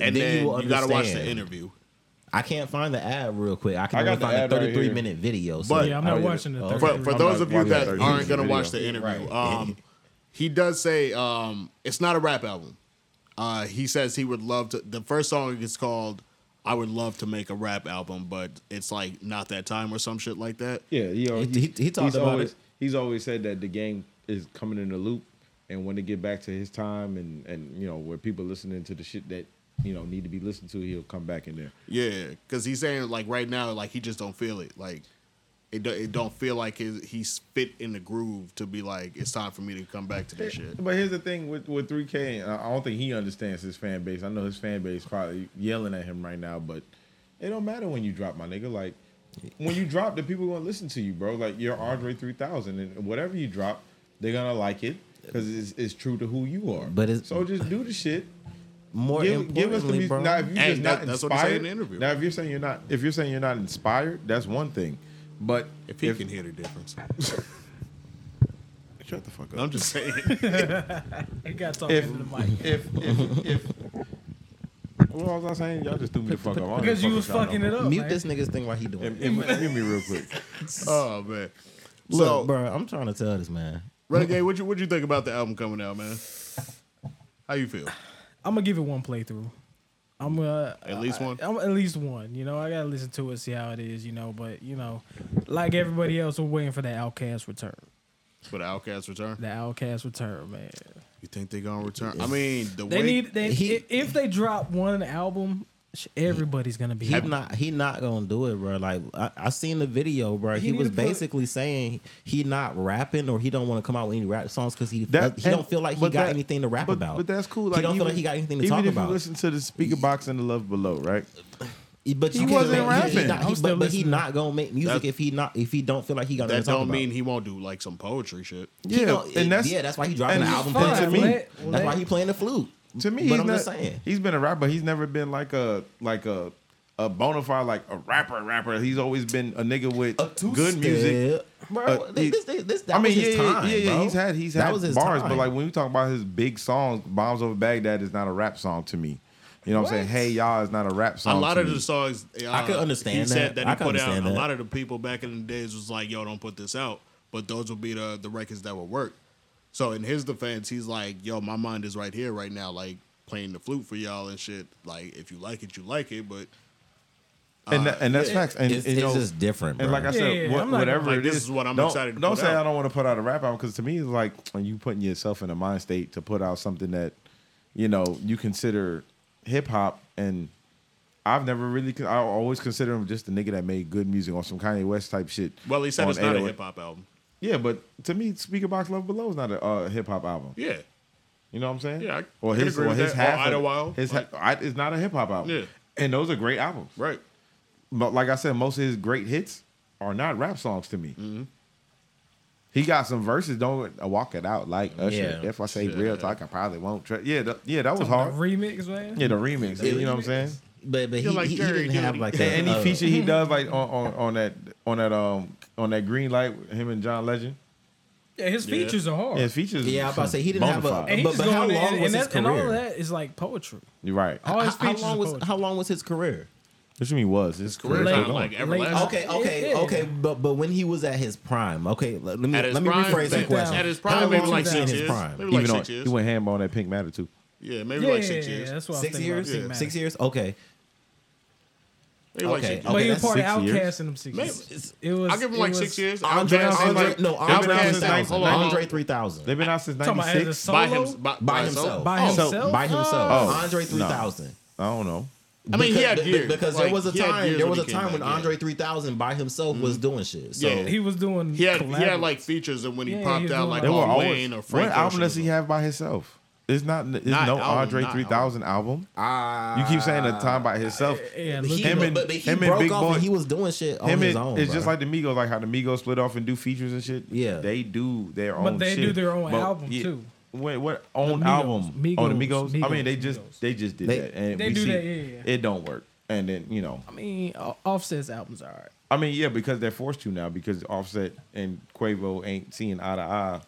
[SPEAKER 4] And then
[SPEAKER 3] will
[SPEAKER 4] you gotta watch the
[SPEAKER 3] understand.
[SPEAKER 4] interview.
[SPEAKER 3] I can't find the ad real quick. I can
[SPEAKER 1] I got
[SPEAKER 3] only
[SPEAKER 1] the
[SPEAKER 3] find the
[SPEAKER 1] ad right
[SPEAKER 3] 33
[SPEAKER 1] here.
[SPEAKER 3] minute video. So
[SPEAKER 4] But-
[SPEAKER 2] Yeah, I'm
[SPEAKER 1] Oh,
[SPEAKER 2] not
[SPEAKER 1] yeah.
[SPEAKER 2] watching the
[SPEAKER 3] Oh,
[SPEAKER 2] 33.
[SPEAKER 4] for, for
[SPEAKER 1] I'm
[SPEAKER 4] those
[SPEAKER 1] not
[SPEAKER 4] of you
[SPEAKER 1] watching
[SPEAKER 4] that
[SPEAKER 1] that
[SPEAKER 4] aren't
[SPEAKER 1] 30
[SPEAKER 4] gonna
[SPEAKER 1] video.
[SPEAKER 4] watch the interview,
[SPEAKER 3] Right.
[SPEAKER 4] um, he does say um, it's not a rap album. Uh, he says he would love to. The first song is called "I Would Love to Make a Rap Album," but it's like not that time or some shit like that.
[SPEAKER 1] Yeah, you know,
[SPEAKER 3] He- he- he talked
[SPEAKER 1] he's
[SPEAKER 3] about
[SPEAKER 1] always,
[SPEAKER 3] it.
[SPEAKER 1] He's always said that the game is coming in a loop, and when it get back to his time, and and you know where people listening to the shit that you know need to be listened to, he'll come back in there.
[SPEAKER 4] Yeah, because he's saying like right now, like he just don't feel it. Like it, do, it don't feel like his, he's fit in the groove to be like it's time for me to come back to this shit.
[SPEAKER 1] But here's the thing with with 3K, and I I don't think he understands his fan base. I know his fan base probably yelling at him right now, but it don't matter when you drop, my nigga. Like when you drop, the people gonna listen to you, bro. Like you're Andre 3000, and whatever you drop, they're gonna like it because it's, it's true to who you are.
[SPEAKER 3] But it's-
[SPEAKER 1] so just do the shit.
[SPEAKER 3] more
[SPEAKER 1] Give,
[SPEAKER 3] importantly,
[SPEAKER 1] give us the music.
[SPEAKER 3] bro.
[SPEAKER 1] Now, if you're
[SPEAKER 4] Hey,
[SPEAKER 1] just
[SPEAKER 4] that-
[SPEAKER 1] not
[SPEAKER 4] that's what he said
[SPEAKER 1] inspired,
[SPEAKER 4] in the interview.
[SPEAKER 1] now if you're saying you're not, if you're saying you're not inspired, that's one thing. But
[SPEAKER 4] If he can hear the difference,
[SPEAKER 1] shut the fuck up.
[SPEAKER 4] I'm just saying.
[SPEAKER 2] He got talking
[SPEAKER 1] if
[SPEAKER 2] to the mic.
[SPEAKER 1] if if if what was I saying? Y'all just threw me the fuck off.
[SPEAKER 2] Because you was fucking it up.
[SPEAKER 3] mute
[SPEAKER 2] man.
[SPEAKER 3] this nigga's thing while he doing. it.
[SPEAKER 1] Give me real quick.
[SPEAKER 4] oh man.
[SPEAKER 3] Look,
[SPEAKER 4] so,
[SPEAKER 3] bro, I'm trying to tell this man.
[SPEAKER 4] Renegade, what you what you think about the album coming out, man? How you feel?
[SPEAKER 2] I'm gonna give it one playthrough. I'm gonna
[SPEAKER 4] At least one?
[SPEAKER 2] I, am at least one. You know, I gotta listen to it, see how it is. You know, but you know, like everybody else, we're waiting for that Outcast return.
[SPEAKER 4] For the Outcast return,
[SPEAKER 2] The Outcast return, man.
[SPEAKER 4] you think they gonna return? I mean, the
[SPEAKER 2] They
[SPEAKER 4] way
[SPEAKER 2] need they
[SPEAKER 3] He-
[SPEAKER 2] i- if they drop one album, sh- everybody's gonna be.
[SPEAKER 3] He
[SPEAKER 2] out.
[SPEAKER 3] not he not gonna do it, bro. Like I, I seen the video, bro.
[SPEAKER 2] He
[SPEAKER 3] He,
[SPEAKER 2] need
[SPEAKER 3] was
[SPEAKER 2] to put-
[SPEAKER 3] basically saying he not rapping or he don't want to come out with any rap songs because he
[SPEAKER 1] That-
[SPEAKER 3] he
[SPEAKER 1] and-
[SPEAKER 3] don't feel like he
[SPEAKER 1] but
[SPEAKER 3] got
[SPEAKER 1] that-
[SPEAKER 3] anything to rap
[SPEAKER 1] but,
[SPEAKER 3] about.
[SPEAKER 1] But that's cool.
[SPEAKER 3] He
[SPEAKER 1] Like,
[SPEAKER 3] don't feel
[SPEAKER 1] even-
[SPEAKER 3] like he got anything to
[SPEAKER 1] even
[SPEAKER 3] talk
[SPEAKER 1] if
[SPEAKER 3] about.
[SPEAKER 1] You listen to the speaker box and the love below, right?
[SPEAKER 3] but you
[SPEAKER 1] He
[SPEAKER 3] can't
[SPEAKER 1] wasn't
[SPEAKER 3] make- He,
[SPEAKER 1] rapping.
[SPEAKER 3] not,
[SPEAKER 2] I'm
[SPEAKER 3] he,
[SPEAKER 2] still
[SPEAKER 3] but, but he
[SPEAKER 2] listening.
[SPEAKER 3] not gonna make music
[SPEAKER 4] That-
[SPEAKER 3] if he not if he don't feel like he got
[SPEAKER 4] that
[SPEAKER 3] anything to talk
[SPEAKER 4] don't
[SPEAKER 3] about.
[SPEAKER 4] mean he won't do like some poetry shit.
[SPEAKER 3] He
[SPEAKER 1] Yeah,
[SPEAKER 3] don't-
[SPEAKER 1] and
[SPEAKER 3] it-
[SPEAKER 1] that's-
[SPEAKER 3] yeah, that's why he
[SPEAKER 1] and
[SPEAKER 3] dropping the
[SPEAKER 1] it's
[SPEAKER 3] album.
[SPEAKER 1] fine.
[SPEAKER 3] playthrough.
[SPEAKER 1] Let-
[SPEAKER 3] that's
[SPEAKER 2] let-
[SPEAKER 3] why he playing the flute.
[SPEAKER 1] To me,
[SPEAKER 3] but
[SPEAKER 1] he's
[SPEAKER 3] I'm
[SPEAKER 1] not,
[SPEAKER 3] just saying.
[SPEAKER 1] he's been a rapper. He's never been like a like a a bona fide like a rapper rapper. He's always been a nigga with good music.
[SPEAKER 3] bro.
[SPEAKER 1] Uh,
[SPEAKER 3] this,
[SPEAKER 1] he-
[SPEAKER 3] this, this, this- that
[SPEAKER 1] I mean,
[SPEAKER 3] was
[SPEAKER 1] yeah,
[SPEAKER 3] his
[SPEAKER 1] yeah,
[SPEAKER 3] time,
[SPEAKER 1] yeah, yeah,
[SPEAKER 3] bro.
[SPEAKER 1] He's had he's
[SPEAKER 3] That
[SPEAKER 1] had
[SPEAKER 3] was his
[SPEAKER 1] bars, but
[SPEAKER 3] time.
[SPEAKER 1] like when we talk about his big songs, "Bombs Over Baghdad" is not a rap song to me. You know what, I'm saying? Hey, y'all is not a rap
[SPEAKER 4] A
[SPEAKER 1] song.
[SPEAKER 4] lot
[SPEAKER 1] to
[SPEAKER 4] of
[SPEAKER 1] me.
[SPEAKER 4] the songs, uh,
[SPEAKER 3] I could understand
[SPEAKER 4] He said
[SPEAKER 3] that.
[SPEAKER 4] that
[SPEAKER 3] I
[SPEAKER 4] he
[SPEAKER 3] could
[SPEAKER 4] put out.
[SPEAKER 3] understand
[SPEAKER 4] A
[SPEAKER 3] that.
[SPEAKER 4] lot of the people back in the days was like, "Yo, don't put this out." But those would be the the records that would work. So in his defense, he's like, "Yo, my mind is right here, right now. Like, playing the flute for y'all and shit. Like if you like it, you like it, but
[SPEAKER 1] and that, and that's facts. And
[SPEAKER 3] it's,
[SPEAKER 1] you
[SPEAKER 3] it's
[SPEAKER 1] know,
[SPEAKER 3] just different, bro.
[SPEAKER 1] And like I said,
[SPEAKER 2] Yeah,
[SPEAKER 1] what-
[SPEAKER 2] I'm not
[SPEAKER 1] whatever
[SPEAKER 4] gonna-
[SPEAKER 1] it
[SPEAKER 4] Like, this is what I'm
[SPEAKER 1] don't,
[SPEAKER 4] excited to
[SPEAKER 1] Don't
[SPEAKER 4] put
[SPEAKER 1] say
[SPEAKER 4] out.
[SPEAKER 1] I don't want to put out a rap album because to me it's like when you putting yourself in a mind state to put out something that you know you consider hip hop, and I've never really con- I always consider him just a nigga that made good music on some Kanye West type shit.
[SPEAKER 4] well, he said
[SPEAKER 1] on
[SPEAKER 4] it's not a
[SPEAKER 1] 808.
[SPEAKER 4] hip hop album.
[SPEAKER 1] Yeah, but to me, Speaker Box Love Below is not a uh, hip hop album.
[SPEAKER 4] Yeah,
[SPEAKER 1] You know what I'm saying?
[SPEAKER 4] Yeah, I
[SPEAKER 1] or
[SPEAKER 4] can
[SPEAKER 1] his
[SPEAKER 4] agree
[SPEAKER 1] or
[SPEAKER 4] with
[SPEAKER 1] his
[SPEAKER 4] that. Or
[SPEAKER 1] half of-
[SPEAKER 4] Idlewild.
[SPEAKER 1] His ha- I, it's not a hip hop album.
[SPEAKER 4] Yeah.
[SPEAKER 1] and those are great albums
[SPEAKER 4] right.
[SPEAKER 1] but like I said, most of his great hits are not rap songs to me.
[SPEAKER 4] Mm-hmm.
[SPEAKER 1] He got some verses. Don't walk it out like Usher.
[SPEAKER 3] Yeah.
[SPEAKER 1] If I say real talk, I probably won't. Tra- yeah, th- yeah, that was
[SPEAKER 2] Talking about
[SPEAKER 1] hard.
[SPEAKER 2] remix, man.
[SPEAKER 1] yeah, the remix. you know what I'm saying?
[SPEAKER 3] but but he,
[SPEAKER 4] You're like
[SPEAKER 3] he, he
[SPEAKER 4] Jerry
[SPEAKER 3] didn't have
[SPEAKER 4] Judy.
[SPEAKER 3] like a,
[SPEAKER 1] And any
[SPEAKER 3] uh,
[SPEAKER 1] feature he does, like on, on, on that on that um on that green light, with him and John Legend.
[SPEAKER 2] Yeah, his
[SPEAKER 4] Yeah.
[SPEAKER 2] features are hard.
[SPEAKER 1] Yeah, features.
[SPEAKER 3] Yeah, I was about to say, he didn't have a-
[SPEAKER 1] bonafide.
[SPEAKER 2] and he's
[SPEAKER 3] But-
[SPEAKER 2] just
[SPEAKER 3] but how
[SPEAKER 2] going
[SPEAKER 3] long
[SPEAKER 2] and,
[SPEAKER 3] was
[SPEAKER 2] and
[SPEAKER 3] his
[SPEAKER 2] that- and all
[SPEAKER 3] career?
[SPEAKER 2] that is like poetry.
[SPEAKER 1] You're right.
[SPEAKER 2] All his
[SPEAKER 3] How, how
[SPEAKER 2] features
[SPEAKER 3] long
[SPEAKER 2] are
[SPEAKER 3] was
[SPEAKER 2] poetry.
[SPEAKER 3] how long was his career?
[SPEAKER 1] What you mean was his career?
[SPEAKER 4] Career
[SPEAKER 2] Late-
[SPEAKER 1] so
[SPEAKER 4] time,
[SPEAKER 1] long.
[SPEAKER 4] like
[SPEAKER 2] late-
[SPEAKER 4] everlasting.
[SPEAKER 3] Okay, okay,
[SPEAKER 2] Yeah.
[SPEAKER 3] okay, but but when he was at his prime, okay, let me
[SPEAKER 4] At his
[SPEAKER 3] let me
[SPEAKER 4] prime,
[SPEAKER 3] rephrase that
[SPEAKER 4] yeah,
[SPEAKER 3] question.
[SPEAKER 4] At his
[SPEAKER 3] How
[SPEAKER 4] prime,
[SPEAKER 3] long
[SPEAKER 4] maybe
[SPEAKER 3] was
[SPEAKER 4] like
[SPEAKER 3] he in
[SPEAKER 4] six
[SPEAKER 3] his
[SPEAKER 4] years.
[SPEAKER 3] prime?
[SPEAKER 4] Maybe like
[SPEAKER 1] Even
[SPEAKER 4] six
[SPEAKER 1] on, he
[SPEAKER 4] years.
[SPEAKER 1] went ham on that Pink Matter too.
[SPEAKER 4] Yeah, maybe
[SPEAKER 2] Yeah,
[SPEAKER 4] like six
[SPEAKER 2] yeah,
[SPEAKER 4] years.
[SPEAKER 2] that's what I was
[SPEAKER 3] Six
[SPEAKER 2] thinking about
[SPEAKER 3] years,
[SPEAKER 2] Pink Matter.
[SPEAKER 3] six years. Okay,
[SPEAKER 4] Maybe like
[SPEAKER 3] Okay,
[SPEAKER 4] six
[SPEAKER 2] But
[SPEAKER 4] years.
[SPEAKER 2] he was
[SPEAKER 3] that's
[SPEAKER 2] part of
[SPEAKER 1] six years.
[SPEAKER 2] Outcast in them six
[SPEAKER 4] Maybe.
[SPEAKER 2] years. It was.
[SPEAKER 4] I'll give him
[SPEAKER 2] it
[SPEAKER 4] like
[SPEAKER 2] was-
[SPEAKER 4] six years.
[SPEAKER 3] Andre,
[SPEAKER 4] Outkast is
[SPEAKER 3] Andre,
[SPEAKER 4] like-
[SPEAKER 3] no,
[SPEAKER 1] They've been
[SPEAKER 3] Andre,
[SPEAKER 1] out
[SPEAKER 4] Outkast
[SPEAKER 1] since
[SPEAKER 4] is
[SPEAKER 3] three
[SPEAKER 4] like-
[SPEAKER 1] nine-
[SPEAKER 4] hold
[SPEAKER 3] thousand.
[SPEAKER 4] on, hold on.
[SPEAKER 3] Andre three thousand.
[SPEAKER 1] They've been out since
[SPEAKER 2] Talking about as a
[SPEAKER 1] '96.
[SPEAKER 4] by,
[SPEAKER 2] solo?
[SPEAKER 4] him, by,
[SPEAKER 3] by
[SPEAKER 4] himself.
[SPEAKER 3] himself.
[SPEAKER 2] By
[SPEAKER 4] Oh,
[SPEAKER 2] himself?
[SPEAKER 3] By himself,
[SPEAKER 1] Oh,
[SPEAKER 3] Andre
[SPEAKER 1] no.
[SPEAKER 3] three thousand.
[SPEAKER 1] I don't know.
[SPEAKER 4] I mean, he
[SPEAKER 3] Because-
[SPEAKER 4] had
[SPEAKER 3] be-
[SPEAKER 4] years.
[SPEAKER 3] because
[SPEAKER 4] Like,
[SPEAKER 3] there was a
[SPEAKER 4] he had
[SPEAKER 3] time
[SPEAKER 4] years
[SPEAKER 3] there
[SPEAKER 4] when
[SPEAKER 3] was a
[SPEAKER 4] he came
[SPEAKER 3] time when
[SPEAKER 4] back, yeah.
[SPEAKER 3] Andre three thousand by himself was doing shit. So
[SPEAKER 4] Yeah.
[SPEAKER 2] He was doing.
[SPEAKER 4] He had he had like
[SPEAKER 2] collaborative.
[SPEAKER 4] features, and when he
[SPEAKER 2] Yeah,
[SPEAKER 4] popped
[SPEAKER 2] he was
[SPEAKER 4] out,
[SPEAKER 2] doing
[SPEAKER 4] like
[SPEAKER 2] that.
[SPEAKER 1] They were
[SPEAKER 4] Paul
[SPEAKER 1] always.
[SPEAKER 4] Wayne or
[SPEAKER 1] what
[SPEAKER 4] Frank.
[SPEAKER 1] album
[SPEAKER 4] Ocean
[SPEAKER 1] does he
[SPEAKER 4] was-
[SPEAKER 1] have by himself? It's not. It's
[SPEAKER 4] Not
[SPEAKER 1] no
[SPEAKER 4] album,
[SPEAKER 1] Andre
[SPEAKER 4] not
[SPEAKER 1] three thousand album.
[SPEAKER 3] I,
[SPEAKER 1] You keep saying the time by himself.
[SPEAKER 2] Yeah,
[SPEAKER 3] He,
[SPEAKER 2] look
[SPEAKER 1] him
[SPEAKER 3] but-
[SPEAKER 1] and-
[SPEAKER 3] but, but he
[SPEAKER 1] him and
[SPEAKER 3] broke
[SPEAKER 1] Big
[SPEAKER 3] off
[SPEAKER 1] Boy-
[SPEAKER 3] and he was doing shit on
[SPEAKER 1] Him
[SPEAKER 3] his
[SPEAKER 1] and-
[SPEAKER 3] own.
[SPEAKER 1] it's
[SPEAKER 3] bro.
[SPEAKER 1] just like the Migos, like how the Migos split off and do features and shit.
[SPEAKER 3] Yeah.
[SPEAKER 1] they do their own.
[SPEAKER 2] they do
[SPEAKER 1] shit.
[SPEAKER 2] their own album, too.
[SPEAKER 1] Wait, what own
[SPEAKER 2] Migos,
[SPEAKER 1] album? oh, the
[SPEAKER 2] Migos,
[SPEAKER 1] Migos. I mean, they
[SPEAKER 2] Migos,
[SPEAKER 1] just
[SPEAKER 2] Migos.
[SPEAKER 1] they just did
[SPEAKER 3] They-
[SPEAKER 1] that, and
[SPEAKER 2] They
[SPEAKER 1] we
[SPEAKER 2] do
[SPEAKER 1] see
[SPEAKER 2] that, yeah, yeah.
[SPEAKER 1] it don't work. And then you know,
[SPEAKER 2] I mean, O- Offset's albums are alright.
[SPEAKER 1] I mean, yeah, because they're forced to now because Offset and Quavo ain't seeing eye to eye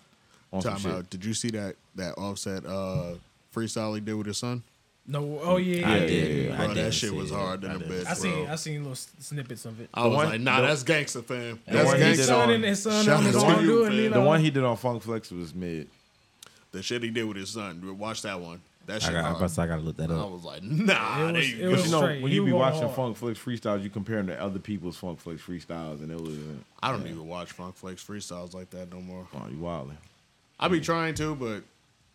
[SPEAKER 1] on some
[SPEAKER 4] Time
[SPEAKER 1] shit.
[SPEAKER 4] out. Did you see that that Offset uh, freestyle he did with his son?
[SPEAKER 2] No, oh yeah,
[SPEAKER 3] I
[SPEAKER 2] yeah, yeah.
[SPEAKER 3] did.
[SPEAKER 4] Bro,
[SPEAKER 3] I
[SPEAKER 4] that
[SPEAKER 3] did
[SPEAKER 4] shit
[SPEAKER 3] see
[SPEAKER 4] was
[SPEAKER 3] it.
[SPEAKER 4] hard in
[SPEAKER 3] I
[SPEAKER 4] the
[SPEAKER 3] did see
[SPEAKER 4] bit.
[SPEAKER 2] I
[SPEAKER 3] it.
[SPEAKER 2] seen
[SPEAKER 4] Bro.
[SPEAKER 2] I seen little s- snippets of it.
[SPEAKER 4] I was
[SPEAKER 1] one-
[SPEAKER 4] like, nah,
[SPEAKER 1] the-
[SPEAKER 4] that's gangster fam.
[SPEAKER 1] the
[SPEAKER 4] Uh, That's
[SPEAKER 1] one he did
[SPEAKER 4] gangster.
[SPEAKER 1] on-
[SPEAKER 2] son and his son
[SPEAKER 4] Shout
[SPEAKER 2] on
[SPEAKER 4] out
[SPEAKER 2] his
[SPEAKER 4] to
[SPEAKER 2] own
[SPEAKER 4] you,
[SPEAKER 2] doing
[SPEAKER 4] fam.
[SPEAKER 2] it.
[SPEAKER 1] The one he did on Funk Flex was mid.
[SPEAKER 4] The shit he did with his son. Watch that one. That
[SPEAKER 3] I
[SPEAKER 4] shit.
[SPEAKER 3] got. I
[SPEAKER 4] hard.
[SPEAKER 3] was, I gotta look that
[SPEAKER 4] I
[SPEAKER 3] up.
[SPEAKER 4] was like, nah,
[SPEAKER 2] It
[SPEAKER 4] there
[SPEAKER 2] was-
[SPEAKER 4] you
[SPEAKER 2] it
[SPEAKER 4] go.
[SPEAKER 2] was
[SPEAKER 1] But you know,
[SPEAKER 2] straight.
[SPEAKER 1] when
[SPEAKER 2] He
[SPEAKER 1] you be
[SPEAKER 2] was
[SPEAKER 1] watching
[SPEAKER 2] hard.
[SPEAKER 1] Funk Flex freestyles, you compare them to other people's Funk Flex freestyles, and it was uh,
[SPEAKER 4] I don't even watch Funk Flex freestyles like that no more.
[SPEAKER 1] oh, you wildin'.
[SPEAKER 4] I be trying to, but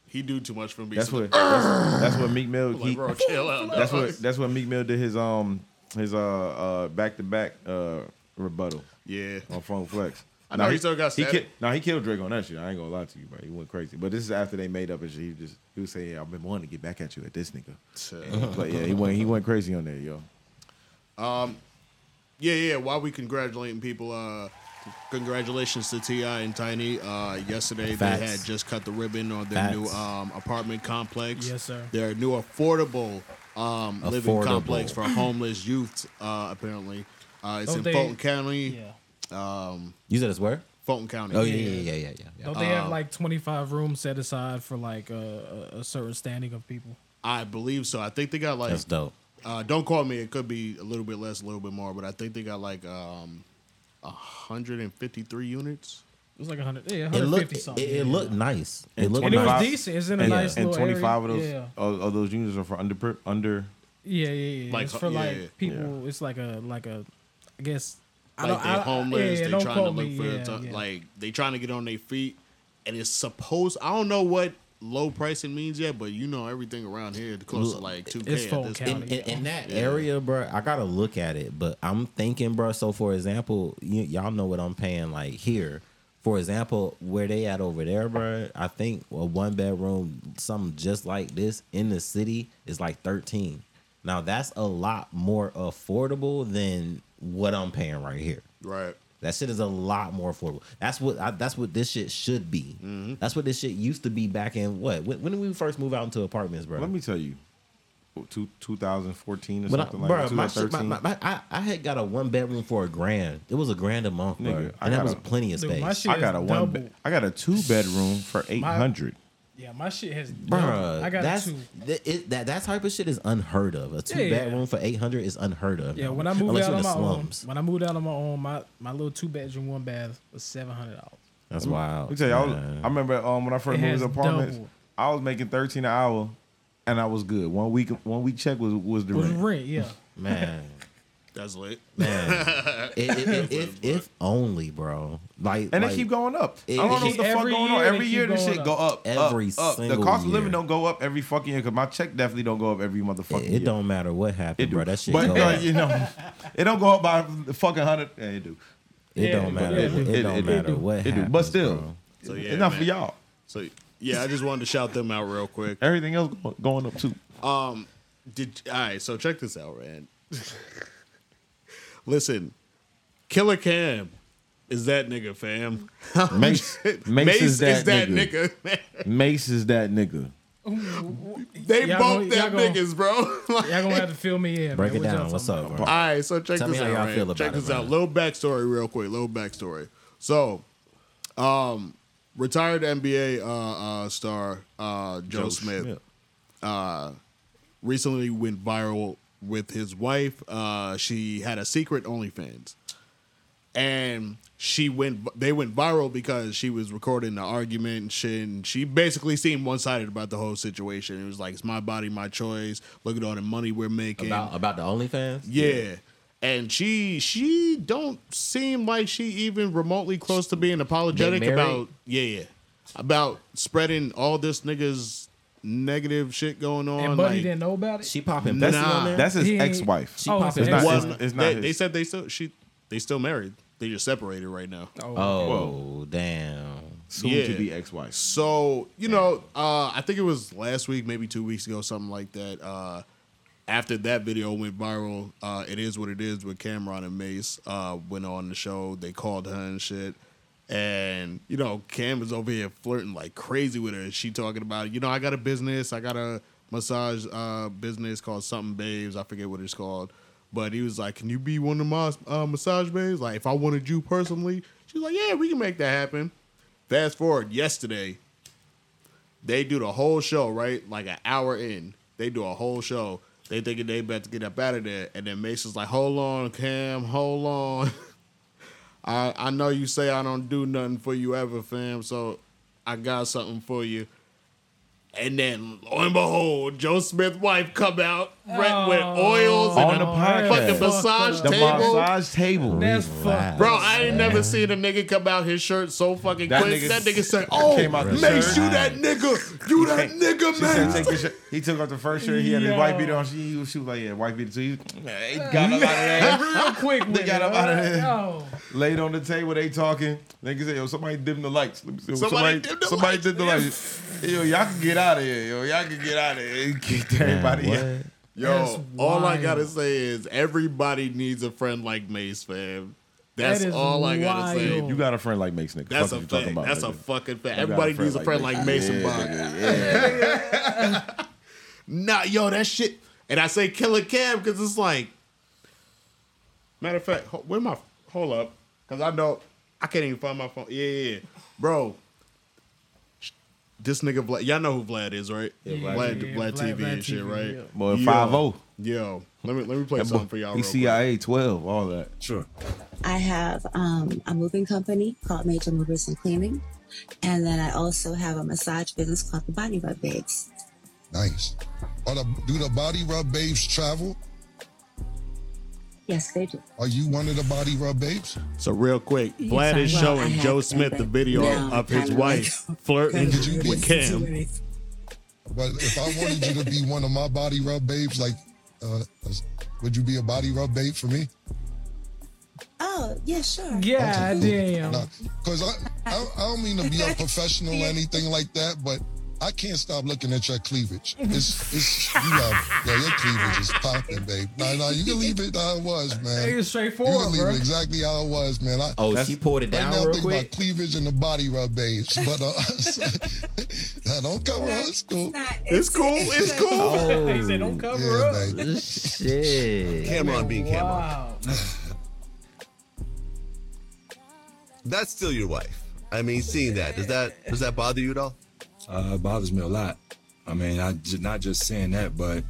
[SPEAKER 4] he do too much for me.
[SPEAKER 1] That's
[SPEAKER 4] So-
[SPEAKER 1] what that's, that's what Meek Mill.
[SPEAKER 4] Like,
[SPEAKER 1] He,
[SPEAKER 4] bro, chill out.
[SPEAKER 1] that's what that's what Meek Mill did his um his uh uh back to back uh rebuttal
[SPEAKER 4] Yeah.
[SPEAKER 1] on Funk Flex.
[SPEAKER 4] I know he still got
[SPEAKER 1] he
[SPEAKER 4] stabbed.
[SPEAKER 1] ki- Now he killed Drake on that shit. I ain't gonna lie to you, bro. He went crazy. But this is after they made up and shit. He just he was saying, "I've been wanting to get back at you at this nigga." But yeah, he went he went crazy on that, yo.
[SPEAKER 4] Yeah, yeah. While we congratulating people, uh, congratulations to Ti and Tiny. Uh, yesterday they
[SPEAKER 3] Facts.
[SPEAKER 4] had just cut the ribbon on their new
[SPEAKER 3] Facts.
[SPEAKER 4] um, apartment complex.
[SPEAKER 2] Yes, sir.
[SPEAKER 4] Their new affordable, um, living
[SPEAKER 3] Affordable.
[SPEAKER 4] complex for homeless youth. Uh, apparently, uh, it's
[SPEAKER 2] Don't
[SPEAKER 4] in
[SPEAKER 2] they-
[SPEAKER 4] Fulton County.
[SPEAKER 2] yeah.
[SPEAKER 3] You said it's where?
[SPEAKER 4] Fulton County.
[SPEAKER 3] Oh yeah, yeah, yeah, yeah, yeah. yeah.
[SPEAKER 2] Don't they
[SPEAKER 4] Uh,
[SPEAKER 2] have like 25 rooms set aside for like a, a- a certain standing of people?
[SPEAKER 4] I believe so. I think they got like
[SPEAKER 3] That's dope.
[SPEAKER 4] Uh, don't call me. It could be a little bit less, a little bit more, but I think they got like um, 153 units.
[SPEAKER 2] It was like 100, yeah,
[SPEAKER 3] It
[SPEAKER 2] 150
[SPEAKER 3] looked. It,
[SPEAKER 2] something.
[SPEAKER 3] it
[SPEAKER 2] yeah.
[SPEAKER 3] looked nice. It
[SPEAKER 1] And
[SPEAKER 3] looked.
[SPEAKER 2] And it was
[SPEAKER 1] 25
[SPEAKER 2] decent. It's in a
[SPEAKER 1] and,
[SPEAKER 2] nice
[SPEAKER 1] and
[SPEAKER 2] little
[SPEAKER 1] 25
[SPEAKER 2] area.
[SPEAKER 1] of those
[SPEAKER 2] Yeah.
[SPEAKER 1] of, of those units are for under under
[SPEAKER 2] Yeah, yeah, yeah.
[SPEAKER 4] Like,
[SPEAKER 2] it's for
[SPEAKER 4] yeah,
[SPEAKER 2] like
[SPEAKER 4] yeah.
[SPEAKER 2] people. It's like a like a. I guess. I
[SPEAKER 4] Like
[SPEAKER 2] don't,
[SPEAKER 4] they're
[SPEAKER 2] I,
[SPEAKER 4] homeless.
[SPEAKER 2] Yeah,
[SPEAKER 4] they're
[SPEAKER 2] don't
[SPEAKER 4] trying
[SPEAKER 2] call
[SPEAKER 4] to look
[SPEAKER 2] me.
[SPEAKER 4] for
[SPEAKER 2] yeah,
[SPEAKER 4] a t-
[SPEAKER 2] yeah.
[SPEAKER 4] like they trying to get on their feet, and it's supposed. I don't know what low pricing means yet, but you know everything around here close to like 2k.
[SPEAKER 2] It's
[SPEAKER 4] at
[SPEAKER 2] Fulton
[SPEAKER 4] this
[SPEAKER 2] County.
[SPEAKER 4] point.
[SPEAKER 3] in, in, in that
[SPEAKER 4] Yeah.
[SPEAKER 3] area, bro, I gotta look at it. But I'm thinking, bro. So for example, you, y'all know what I'm paying like here. For example, where they at over there, bro? I think a one bedroom, something just like this in the city is like 13. Now that's a lot more affordable than what I'm paying right here.
[SPEAKER 4] Right.
[SPEAKER 3] That shit is a lot more affordable. That's what I, that's what this shit should be. That's what this shit used to be back in what? When, when did we first move out into apartments, bro?
[SPEAKER 1] let me tell you two, 2014 or
[SPEAKER 3] But I,
[SPEAKER 1] something like
[SPEAKER 3] bruh,
[SPEAKER 1] that
[SPEAKER 3] my shit, my,
[SPEAKER 1] 2013.
[SPEAKER 3] my, my, I, I had got a one bedroom for a grand. It was a grand a month,
[SPEAKER 1] Nigga,
[SPEAKER 3] bruh.
[SPEAKER 1] I
[SPEAKER 3] and that
[SPEAKER 1] got
[SPEAKER 3] was
[SPEAKER 1] a-
[SPEAKER 3] plenty of
[SPEAKER 2] Dude,
[SPEAKER 3] space.
[SPEAKER 2] my shit-
[SPEAKER 1] I got a
[SPEAKER 2] is
[SPEAKER 1] one.
[SPEAKER 2] double.
[SPEAKER 1] Be- I got a two bedroom for eight hundred.
[SPEAKER 2] yeah, my shit has.
[SPEAKER 3] Bruh,
[SPEAKER 2] I got
[SPEAKER 3] that's,
[SPEAKER 2] two.
[SPEAKER 3] th- it- that that type of shit is unheard of. A two
[SPEAKER 2] Yeah.
[SPEAKER 3] bedroom for eight hundred is unheard of.
[SPEAKER 2] Yeah,
[SPEAKER 3] now,
[SPEAKER 2] when I moved
[SPEAKER 3] unless
[SPEAKER 2] out
[SPEAKER 3] you're
[SPEAKER 2] on
[SPEAKER 3] in
[SPEAKER 2] my
[SPEAKER 3] the slums,
[SPEAKER 2] own, when I moved out on my own, my my little two bedroom, one bath was seven hundred dollars.
[SPEAKER 3] that's wild.
[SPEAKER 1] Let me tell Mm-hmm. you, I, was,
[SPEAKER 3] Nah.
[SPEAKER 1] I remember um, when I first
[SPEAKER 2] It
[SPEAKER 1] moved
[SPEAKER 2] has
[SPEAKER 1] to apartments,
[SPEAKER 2] doubled.
[SPEAKER 1] I was making thirteen an hour, and I was good. One week, one week check was was the
[SPEAKER 2] It was
[SPEAKER 1] rent.
[SPEAKER 2] rent, yeah.
[SPEAKER 3] man.
[SPEAKER 4] That's lit.
[SPEAKER 3] Man, It- it- it- if, if only, bro. Like,
[SPEAKER 1] And
[SPEAKER 3] like,
[SPEAKER 1] they keep going up.
[SPEAKER 3] it-
[SPEAKER 1] I don't know
[SPEAKER 3] it
[SPEAKER 1] what the
[SPEAKER 2] keep-
[SPEAKER 1] fuck
[SPEAKER 2] every
[SPEAKER 1] going
[SPEAKER 2] year
[SPEAKER 1] on.
[SPEAKER 2] they
[SPEAKER 1] Every
[SPEAKER 2] keep
[SPEAKER 1] year this
[SPEAKER 2] going
[SPEAKER 1] shit
[SPEAKER 2] up.
[SPEAKER 1] go up.
[SPEAKER 3] Every
[SPEAKER 1] up, up. the
[SPEAKER 3] single
[SPEAKER 1] cost of
[SPEAKER 3] year.
[SPEAKER 1] living don't go up every fucking year because my check definitely don't go up every motherfucking
[SPEAKER 3] It,
[SPEAKER 1] year.
[SPEAKER 3] it don't matter what happened,
[SPEAKER 1] It do.
[SPEAKER 3] bro. That shit
[SPEAKER 1] but
[SPEAKER 3] go
[SPEAKER 1] uh,
[SPEAKER 3] up.
[SPEAKER 1] you know, it don't go up by the fucking hundred. Yeah, it do.
[SPEAKER 3] It
[SPEAKER 2] Yeah,
[SPEAKER 3] don't
[SPEAKER 2] it
[SPEAKER 3] matter.
[SPEAKER 2] do.
[SPEAKER 3] It,
[SPEAKER 1] It-
[SPEAKER 3] don't
[SPEAKER 1] it- it
[SPEAKER 3] matter
[SPEAKER 1] do.
[SPEAKER 3] what
[SPEAKER 1] It do.
[SPEAKER 3] happens.
[SPEAKER 1] But still,
[SPEAKER 3] bro.
[SPEAKER 4] So, yeah,
[SPEAKER 1] enough for
[SPEAKER 4] man.
[SPEAKER 1] y'all.
[SPEAKER 4] So yeah, I just wanted to shout them out real quick.
[SPEAKER 1] Everything else go- going up too.
[SPEAKER 4] Did all right. So check this out, man. Listen, Killer Cam is that nigga, fam.
[SPEAKER 1] Mace, Mace, is that, nigga. Mace is that nigga.
[SPEAKER 4] they
[SPEAKER 2] Y'all
[SPEAKER 4] both
[SPEAKER 2] gonna-
[SPEAKER 4] that
[SPEAKER 2] y'all gonna-
[SPEAKER 4] niggas, bro. Like-
[SPEAKER 2] Y'all gonna have to fill me in.
[SPEAKER 3] break
[SPEAKER 2] man.
[SPEAKER 3] it
[SPEAKER 2] What y'all
[SPEAKER 3] down. What's up,
[SPEAKER 2] talking about?
[SPEAKER 3] bro?
[SPEAKER 4] All right, so check
[SPEAKER 3] Tell
[SPEAKER 4] this
[SPEAKER 3] me how
[SPEAKER 4] out.
[SPEAKER 3] y'all
[SPEAKER 4] right?
[SPEAKER 3] feel about
[SPEAKER 4] check
[SPEAKER 3] it,
[SPEAKER 4] this
[SPEAKER 3] bro.
[SPEAKER 4] out. Little backstory, real quick. Little backstory. So, um, retired NBA uh, uh, star uh, Joe, Smith, uh, recently went viral with his wife. Uh, she had a secret OnlyFans, and she went. They went viral because she was recording the argument and shit. And she basically seemed one sided about the whole situation. It was like it's my body, my choice. Look at all the money we're making.
[SPEAKER 3] About about the OnlyFans?
[SPEAKER 4] Yeah. And she she don't seem like she even remotely close to being apologetic
[SPEAKER 3] They married?
[SPEAKER 4] about yeah, yeah. About spreading all this niggas negative shit going on.
[SPEAKER 2] And Buddy
[SPEAKER 4] like,
[SPEAKER 2] didn't know about it.
[SPEAKER 3] She popping pussy
[SPEAKER 4] Nah.
[SPEAKER 3] on there.
[SPEAKER 1] That's his
[SPEAKER 2] He ain't-
[SPEAKER 1] ex-wife.
[SPEAKER 3] She
[SPEAKER 2] Oh,
[SPEAKER 3] popping pussy.
[SPEAKER 2] it's
[SPEAKER 1] not-
[SPEAKER 3] on
[SPEAKER 4] One-
[SPEAKER 3] there?
[SPEAKER 1] it's- not
[SPEAKER 4] they,
[SPEAKER 1] his.
[SPEAKER 4] they said they still she they still married. They just separated right now.
[SPEAKER 3] Oh
[SPEAKER 1] Whoa.
[SPEAKER 3] damn.
[SPEAKER 1] Soon
[SPEAKER 4] Yeah.
[SPEAKER 1] to be ex-wife.
[SPEAKER 4] So, you know, uh, I think it was last week, maybe two weeks ago, something like that. Uh, after that video went viral, uh, it is what it is with Cameron and Mace. Uh, went on the show, they called her and shit. And, you know, Cam was over here flirting like crazy with her. She talking about, you know, I got a business, I got a massage uh, business called Something Babes. I forget what it's called. But he was like, Can you be one of my uh, massage babes? Like, if I wanted you personally, she was like, Yeah, we can make that happen. Fast forward yesterday, they do the whole show, right? Like an hour in, they do a whole show. They thinking they about to get up out of there, and then Mason's like, "Hold on, Cam, hold on. I I know you say I don't do nothing for you ever, fam. So I got something for you." And then, lo and behold, Joe Smith's wife come out red with oils
[SPEAKER 1] On
[SPEAKER 4] and
[SPEAKER 1] the
[SPEAKER 4] a
[SPEAKER 1] podcast.
[SPEAKER 4] fucking
[SPEAKER 1] Fuck
[SPEAKER 4] massage
[SPEAKER 1] The
[SPEAKER 4] table.
[SPEAKER 1] massage table.
[SPEAKER 2] That's
[SPEAKER 3] Relax.
[SPEAKER 2] fucked.
[SPEAKER 4] Bro, I ain't never seen a nigga come out his shirt so fucking
[SPEAKER 1] That
[SPEAKER 4] quick.
[SPEAKER 1] nigga-
[SPEAKER 4] that nigga said, "Oh,
[SPEAKER 1] came out the shirt.
[SPEAKER 4] Mace, you that nigga, you that nigga,
[SPEAKER 1] She said,
[SPEAKER 4] man."
[SPEAKER 1] take your shirt. He took off the first shirt. He had his
[SPEAKER 2] Yo.
[SPEAKER 1] white beater on. She, she was like, yeah, white beater. So he they got him out of there.
[SPEAKER 2] Real quick, with
[SPEAKER 1] got
[SPEAKER 2] it,
[SPEAKER 1] up outta there.
[SPEAKER 2] yo.
[SPEAKER 1] Laid on the table. They talking. Niggas say, yo, somebody dim the lights. Let me see.
[SPEAKER 4] Somebody dim the
[SPEAKER 1] somebody
[SPEAKER 4] lights,
[SPEAKER 1] dim the
[SPEAKER 4] nigga.
[SPEAKER 1] lights. Yo, y'all can get out of here. Yo, y'all can get out of here. He kicked everybody
[SPEAKER 3] What?
[SPEAKER 1] out.
[SPEAKER 2] That's
[SPEAKER 4] Yo, all I
[SPEAKER 2] wild.
[SPEAKER 4] gotta say is everybody needs a friend like Mace, fam. That's
[SPEAKER 2] That is
[SPEAKER 4] all I gotta say.
[SPEAKER 2] wild.
[SPEAKER 1] You got a friend like Mace, nigga.
[SPEAKER 4] That's
[SPEAKER 1] Fuck
[SPEAKER 4] a
[SPEAKER 1] you talking
[SPEAKER 4] fact.
[SPEAKER 1] about,
[SPEAKER 4] That's a
[SPEAKER 1] nigga.
[SPEAKER 4] fucking fact.
[SPEAKER 1] You got
[SPEAKER 4] Everybody needs a friend like Mace and
[SPEAKER 1] Yeah,
[SPEAKER 4] Bond.
[SPEAKER 1] nigga, yeah.
[SPEAKER 4] Nah, yo, that shit. And I say Killer Cam because it's like, matter of fact, ho- where my hold up? Because I know I can't even find my phone. Yeah, yeah, yeah. bro. sh- This nigga Vlad, y'all know who Vlad is, right? Yeah,
[SPEAKER 2] Vlad.
[SPEAKER 4] Vlad,
[SPEAKER 2] Yeah,
[SPEAKER 4] Vlad,
[SPEAKER 2] Vlad-
[SPEAKER 4] TV
[SPEAKER 2] Vlad
[SPEAKER 4] and shit,
[SPEAKER 2] TV,
[SPEAKER 4] right?
[SPEAKER 2] yeah.
[SPEAKER 1] Boy, 5-0.
[SPEAKER 4] Yo, Yo, let me let me play
[SPEAKER 1] That
[SPEAKER 4] something
[SPEAKER 1] boy-
[SPEAKER 4] for y'all.
[SPEAKER 1] He
[SPEAKER 4] real quick.
[SPEAKER 1] CIA 12, all that.
[SPEAKER 6] Sure.
[SPEAKER 7] I have um, a moving company called Major Movers and Cleaning. And then I also have a massage business called the Body Rub Babes.
[SPEAKER 8] Nice. Are the, do the body rub babes travel?
[SPEAKER 7] Yes, they do.
[SPEAKER 8] Are you one of the body rub babes?
[SPEAKER 4] So real quick, Vlad is
[SPEAKER 7] Well, I
[SPEAKER 4] showing
[SPEAKER 7] have
[SPEAKER 4] Joe
[SPEAKER 7] been,
[SPEAKER 4] Smith
[SPEAKER 7] but
[SPEAKER 4] the video
[SPEAKER 7] now
[SPEAKER 4] of his
[SPEAKER 7] I'm
[SPEAKER 4] wife
[SPEAKER 7] like-
[SPEAKER 4] flirting
[SPEAKER 7] Did you
[SPEAKER 4] with
[SPEAKER 7] listen to
[SPEAKER 4] Cam.
[SPEAKER 7] it?
[SPEAKER 8] But if I wanted you to be one of my body rub babes, like, uh, would you be a body rub babe for me?
[SPEAKER 7] Oh, yeah, sure.
[SPEAKER 2] Yeah, Ah, damn.
[SPEAKER 8] Because I, I, I don't mean to be unprofessional or anything like that, but I can't stop looking at your cleavage. It's, it's, you have, yeah, your cleavage is popping, babe. Nah, nah, you can leave it how it was, man.
[SPEAKER 2] Nigga
[SPEAKER 8] you
[SPEAKER 2] straightforward,
[SPEAKER 8] can leave
[SPEAKER 2] bro.
[SPEAKER 8] it exactly how it was, man. I,
[SPEAKER 3] Oh, she pulled it
[SPEAKER 8] Right
[SPEAKER 3] down
[SPEAKER 8] now, I'm
[SPEAKER 3] real
[SPEAKER 8] thinking
[SPEAKER 3] quick.
[SPEAKER 8] about cleavage and the body rub babes, but uh, nah, don't cover us, school.
[SPEAKER 7] not-
[SPEAKER 4] It's cool. It's cool.
[SPEAKER 2] he said, "Don't cover up."
[SPEAKER 8] Yeah, babe.
[SPEAKER 3] Shit.
[SPEAKER 6] Cameron being Cameron.
[SPEAKER 2] Wow.
[SPEAKER 6] That's still your wife. I mean, seeing that does that does that bother you at all?
[SPEAKER 9] Uh, it bothers me a lot. I mean, I j- not just saying that, but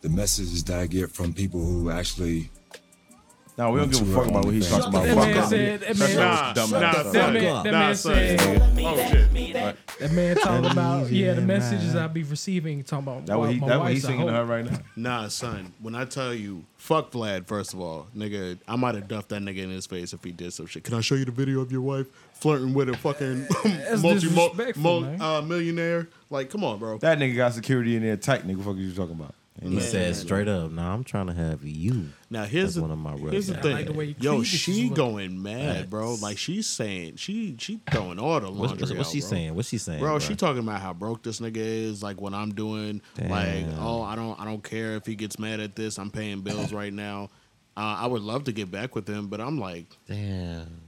[SPEAKER 9] the messages that I get from people who actually
[SPEAKER 1] No, we don't give a fuck about what he's talking about.
[SPEAKER 2] That man
[SPEAKER 1] Fuck
[SPEAKER 2] said-
[SPEAKER 1] up.
[SPEAKER 2] that
[SPEAKER 1] Shut
[SPEAKER 2] man-
[SPEAKER 1] your dumb
[SPEAKER 4] Nah,
[SPEAKER 1] ass
[SPEAKER 4] nah,
[SPEAKER 1] up.
[SPEAKER 2] That
[SPEAKER 4] son.
[SPEAKER 2] man, that
[SPEAKER 4] Nah,
[SPEAKER 2] man
[SPEAKER 4] son.
[SPEAKER 2] said
[SPEAKER 4] Oh shit!
[SPEAKER 2] that man talking about
[SPEAKER 3] Easy,
[SPEAKER 2] yeah the
[SPEAKER 3] man.
[SPEAKER 2] messages I be receiving talking about
[SPEAKER 1] That
[SPEAKER 2] why
[SPEAKER 1] what he
[SPEAKER 2] my
[SPEAKER 1] that what
[SPEAKER 2] wife's
[SPEAKER 1] he's
[SPEAKER 2] a
[SPEAKER 1] singing to
[SPEAKER 2] hoe.
[SPEAKER 1] her right now.
[SPEAKER 4] Nah, son. When I tell you, fuck Vlad. First of all, nigga, I might have duffed that nigga in his face if he did some shit. Can I show you the video of your wife flirting with a fucking multi
[SPEAKER 2] disrespectful, man.
[SPEAKER 4] uh, millionaire? Like, come on, bro.
[SPEAKER 1] That nigga got security in there tight. Nigga, fuck is you talking about?
[SPEAKER 3] And he said straight up, "Nah, I'm trying to have you."
[SPEAKER 4] Now here's
[SPEAKER 3] That's
[SPEAKER 4] the,
[SPEAKER 3] one of my rough
[SPEAKER 4] here's the
[SPEAKER 3] guys.
[SPEAKER 4] thing.
[SPEAKER 2] I like the way you
[SPEAKER 4] Yo,
[SPEAKER 2] treated
[SPEAKER 4] she
[SPEAKER 2] you.
[SPEAKER 4] going mad, bro. Like she's saying she she throwing all the
[SPEAKER 3] What's,
[SPEAKER 4] laundry
[SPEAKER 3] what's, what's
[SPEAKER 4] out,
[SPEAKER 3] she
[SPEAKER 4] bro.
[SPEAKER 3] saying? What's she saying,
[SPEAKER 4] Bro, she talking about how broke this nigga is, like what I'm doing. Like,
[SPEAKER 3] Damn.
[SPEAKER 4] oh, I don't I don't care if he gets mad at this. I'm paying bills right now. Uh, I would love to get back with him, but I'm like,
[SPEAKER 3] Damn.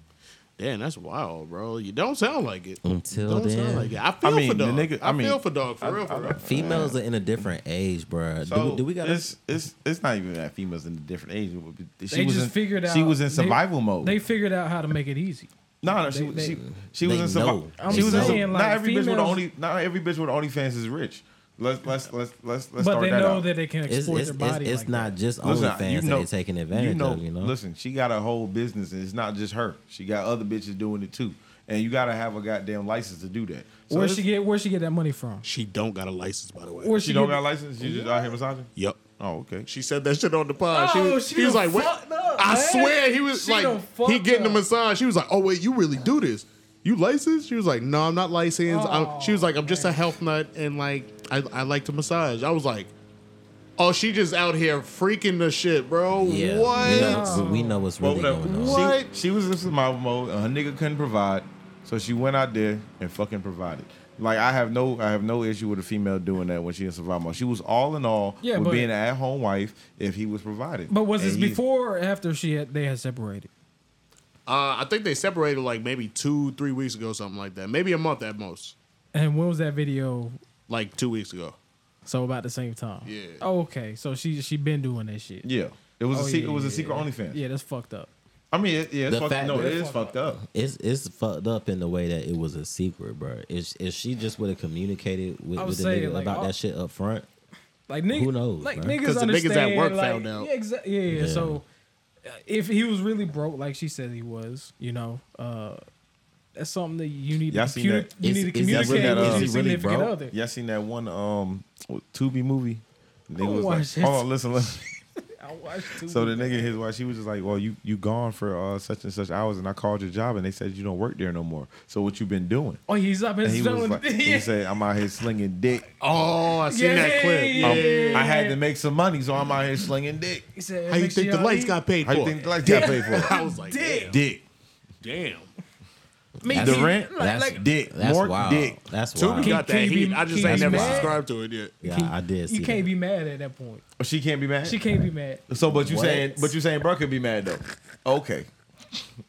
[SPEAKER 4] damn, that's wild, bro. You don't sound like it.
[SPEAKER 3] Until
[SPEAKER 4] don't
[SPEAKER 3] then.
[SPEAKER 4] sound like it. I feel
[SPEAKER 1] mean,
[SPEAKER 4] for
[SPEAKER 1] the
[SPEAKER 4] dog.
[SPEAKER 1] nigga-
[SPEAKER 4] I,
[SPEAKER 1] I mean,
[SPEAKER 4] feel for dog for real, for real.
[SPEAKER 3] Females are in a different age, bro.
[SPEAKER 1] So
[SPEAKER 3] do, do we got to
[SPEAKER 1] it's it's it's not even that females in a different age. She
[SPEAKER 2] They
[SPEAKER 1] was
[SPEAKER 2] just
[SPEAKER 1] in,
[SPEAKER 2] figured out
[SPEAKER 1] she was in
[SPEAKER 2] they-
[SPEAKER 1] survival mode.
[SPEAKER 2] They figured out how to make it easy.
[SPEAKER 1] no, no, she
[SPEAKER 2] they-
[SPEAKER 1] she,
[SPEAKER 2] they-
[SPEAKER 1] she was
[SPEAKER 3] they
[SPEAKER 1] in survival.
[SPEAKER 3] know. I'm
[SPEAKER 1] She was in
[SPEAKER 2] saying,
[SPEAKER 1] sur-
[SPEAKER 2] like,
[SPEAKER 1] not every bitch with
[SPEAKER 2] females-
[SPEAKER 1] only not every bitch with OnlyFans is rich. Let's let's let's let's let's
[SPEAKER 2] but
[SPEAKER 1] start
[SPEAKER 2] they
[SPEAKER 1] that
[SPEAKER 2] know
[SPEAKER 1] out.
[SPEAKER 2] that they can
[SPEAKER 3] It's,
[SPEAKER 2] exploit
[SPEAKER 3] it's,
[SPEAKER 2] their body.
[SPEAKER 3] it's, it's
[SPEAKER 2] like
[SPEAKER 3] not
[SPEAKER 2] that.
[SPEAKER 3] just
[SPEAKER 1] Listen,
[SPEAKER 3] OnlyFans
[SPEAKER 1] you
[SPEAKER 3] fans that
[SPEAKER 1] know-
[SPEAKER 3] they taking advantage
[SPEAKER 1] you know,
[SPEAKER 3] of. You know,
[SPEAKER 1] Listen, she got a whole business, and it's not just her. She got other bitches doing it too, and you gotta have a goddamn license to do that. So
[SPEAKER 2] where
[SPEAKER 1] it's-
[SPEAKER 2] she get where she get that money from?
[SPEAKER 4] She don't got a license, by the way.
[SPEAKER 2] Where
[SPEAKER 1] She
[SPEAKER 2] she
[SPEAKER 1] don't
[SPEAKER 2] get-
[SPEAKER 1] got a license. She just out here massaging.
[SPEAKER 4] Yep.
[SPEAKER 1] Oh, okay.
[SPEAKER 4] She said that shit on the pod.
[SPEAKER 2] Oh,
[SPEAKER 4] she,
[SPEAKER 2] she
[SPEAKER 4] he was
[SPEAKER 2] done
[SPEAKER 4] like, "What?"
[SPEAKER 2] fucked up,
[SPEAKER 4] I
[SPEAKER 2] man.
[SPEAKER 4] swear, he was
[SPEAKER 2] She done
[SPEAKER 4] like,
[SPEAKER 2] fucked
[SPEAKER 4] he getting a
[SPEAKER 2] up.
[SPEAKER 4] massage. She was like, "Oh wait, you really do this? You licensed?" She was like, "No, I'm not licensed."
[SPEAKER 2] Oh,
[SPEAKER 4] I'm, she was like, "I'm just a health nut and like I, I like to massage." I was like, "Oh, she just out here freaking the shit, bro.
[SPEAKER 3] yeah,
[SPEAKER 4] What?"
[SPEAKER 3] We know, we know what's really
[SPEAKER 1] But whatever.
[SPEAKER 3] going on.
[SPEAKER 4] What?
[SPEAKER 1] She, she was in survival mode. and Her nigga couldn't provide, so she went out there and fucking provided. Like I have no, I have no issue with a female doing that when she in survival mode. She was all in all
[SPEAKER 2] Yeah,
[SPEAKER 1] with
[SPEAKER 2] but-
[SPEAKER 1] being an at home wife if he was provided.
[SPEAKER 2] But was
[SPEAKER 1] And
[SPEAKER 2] this
[SPEAKER 1] he-
[SPEAKER 2] before or after she had they had separated?
[SPEAKER 4] Uh, I think they separated like maybe two, three weeks ago, something like that. Maybe a month at most.
[SPEAKER 2] And when was that video?
[SPEAKER 4] Like two weeks ago.
[SPEAKER 2] So about the same time.
[SPEAKER 4] Yeah.
[SPEAKER 2] Oh, okay, so she she been doing that shit.
[SPEAKER 1] Yeah, it was a
[SPEAKER 2] Oh,
[SPEAKER 1] se-
[SPEAKER 2] yeah,
[SPEAKER 1] it was a
[SPEAKER 2] yeah,
[SPEAKER 1] secret
[SPEAKER 2] yeah.
[SPEAKER 1] OnlyFans.
[SPEAKER 2] Yeah, that's fucked up.
[SPEAKER 1] I mean, it, yeah, it's
[SPEAKER 3] The
[SPEAKER 1] fucked,
[SPEAKER 3] fact
[SPEAKER 1] no,
[SPEAKER 3] that-
[SPEAKER 1] it is fucked up.
[SPEAKER 3] It's it's fucked up in the way that it was a secret, bro. If if she just would have communicated with,
[SPEAKER 2] I was
[SPEAKER 3] with the
[SPEAKER 2] saying,
[SPEAKER 3] nigga
[SPEAKER 2] like,
[SPEAKER 3] about
[SPEAKER 2] all-
[SPEAKER 3] that shit up front,
[SPEAKER 2] Like niggas,
[SPEAKER 3] Who knows,
[SPEAKER 2] Like
[SPEAKER 3] man?
[SPEAKER 2] niggas
[SPEAKER 4] 'Cause the niggas at
[SPEAKER 2] understand.
[SPEAKER 4] work
[SPEAKER 2] like,
[SPEAKER 4] found out.
[SPEAKER 2] Yeah, exa- yeah, yeah.
[SPEAKER 3] Yeah.
[SPEAKER 2] So uh, if he was really broke, like she said he was, you know, uh, that's something that you need.
[SPEAKER 1] Y'all
[SPEAKER 2] to
[SPEAKER 1] seen
[SPEAKER 2] communi-
[SPEAKER 1] that-
[SPEAKER 2] You
[SPEAKER 3] Is-
[SPEAKER 2] need to
[SPEAKER 3] is he
[SPEAKER 2] communicate
[SPEAKER 1] really that,
[SPEAKER 2] with
[SPEAKER 1] uh, is
[SPEAKER 2] your
[SPEAKER 1] he really
[SPEAKER 2] significant
[SPEAKER 3] broke?
[SPEAKER 2] other.
[SPEAKER 1] Y'all seen that one um Tubi movie? Nigga
[SPEAKER 2] don't
[SPEAKER 1] was
[SPEAKER 2] watch
[SPEAKER 1] like,
[SPEAKER 2] this.
[SPEAKER 1] hold on, listen, listen.
[SPEAKER 2] I watched too
[SPEAKER 1] So the
[SPEAKER 2] much.
[SPEAKER 1] nigga, and his wife, she was just like, "Well, you you gone for uh, such and such hours, and I called your job, and they said you don't work there no more. So what you been doing?"
[SPEAKER 2] Oh, he's up and
[SPEAKER 1] And he was
[SPEAKER 2] selling.
[SPEAKER 1] like,
[SPEAKER 2] yeah.
[SPEAKER 1] he said, "I'm out here slinging dick.
[SPEAKER 4] Oh, I seen that
[SPEAKER 2] Yeah,
[SPEAKER 4] clip.
[SPEAKER 2] yeah,
[SPEAKER 4] Um,
[SPEAKER 1] Um, I had to make some money, so I'm out here slinging dick.
[SPEAKER 2] He said,
[SPEAKER 4] How you
[SPEAKER 2] "Make
[SPEAKER 4] think
[SPEAKER 2] sure
[SPEAKER 4] the
[SPEAKER 2] y'all
[SPEAKER 4] lights
[SPEAKER 2] eat."
[SPEAKER 4] got paid
[SPEAKER 1] How
[SPEAKER 4] for?
[SPEAKER 1] you think the lights got paid for?
[SPEAKER 4] I was like, damn.
[SPEAKER 1] Dick,
[SPEAKER 4] damn.
[SPEAKER 1] the rent,
[SPEAKER 3] that's
[SPEAKER 1] dick,
[SPEAKER 3] That's
[SPEAKER 1] more
[SPEAKER 3] wild.
[SPEAKER 1] dick.
[SPEAKER 3] That's
[SPEAKER 4] Tubi
[SPEAKER 3] wild.
[SPEAKER 2] Can-
[SPEAKER 4] got
[SPEAKER 2] can
[SPEAKER 4] that
[SPEAKER 2] you be-
[SPEAKER 4] heat. I just
[SPEAKER 2] can
[SPEAKER 4] ain't
[SPEAKER 2] you
[SPEAKER 4] never
[SPEAKER 2] be mad?
[SPEAKER 4] subscribed to it yet.
[SPEAKER 3] yeah, I did. See
[SPEAKER 2] You can't
[SPEAKER 3] that.
[SPEAKER 2] be mad at that point.
[SPEAKER 1] She can't be mad.
[SPEAKER 2] She can't be mad.
[SPEAKER 1] so, but you
[SPEAKER 3] What?
[SPEAKER 1] saying, but you saying, bro could be mad though. Okay,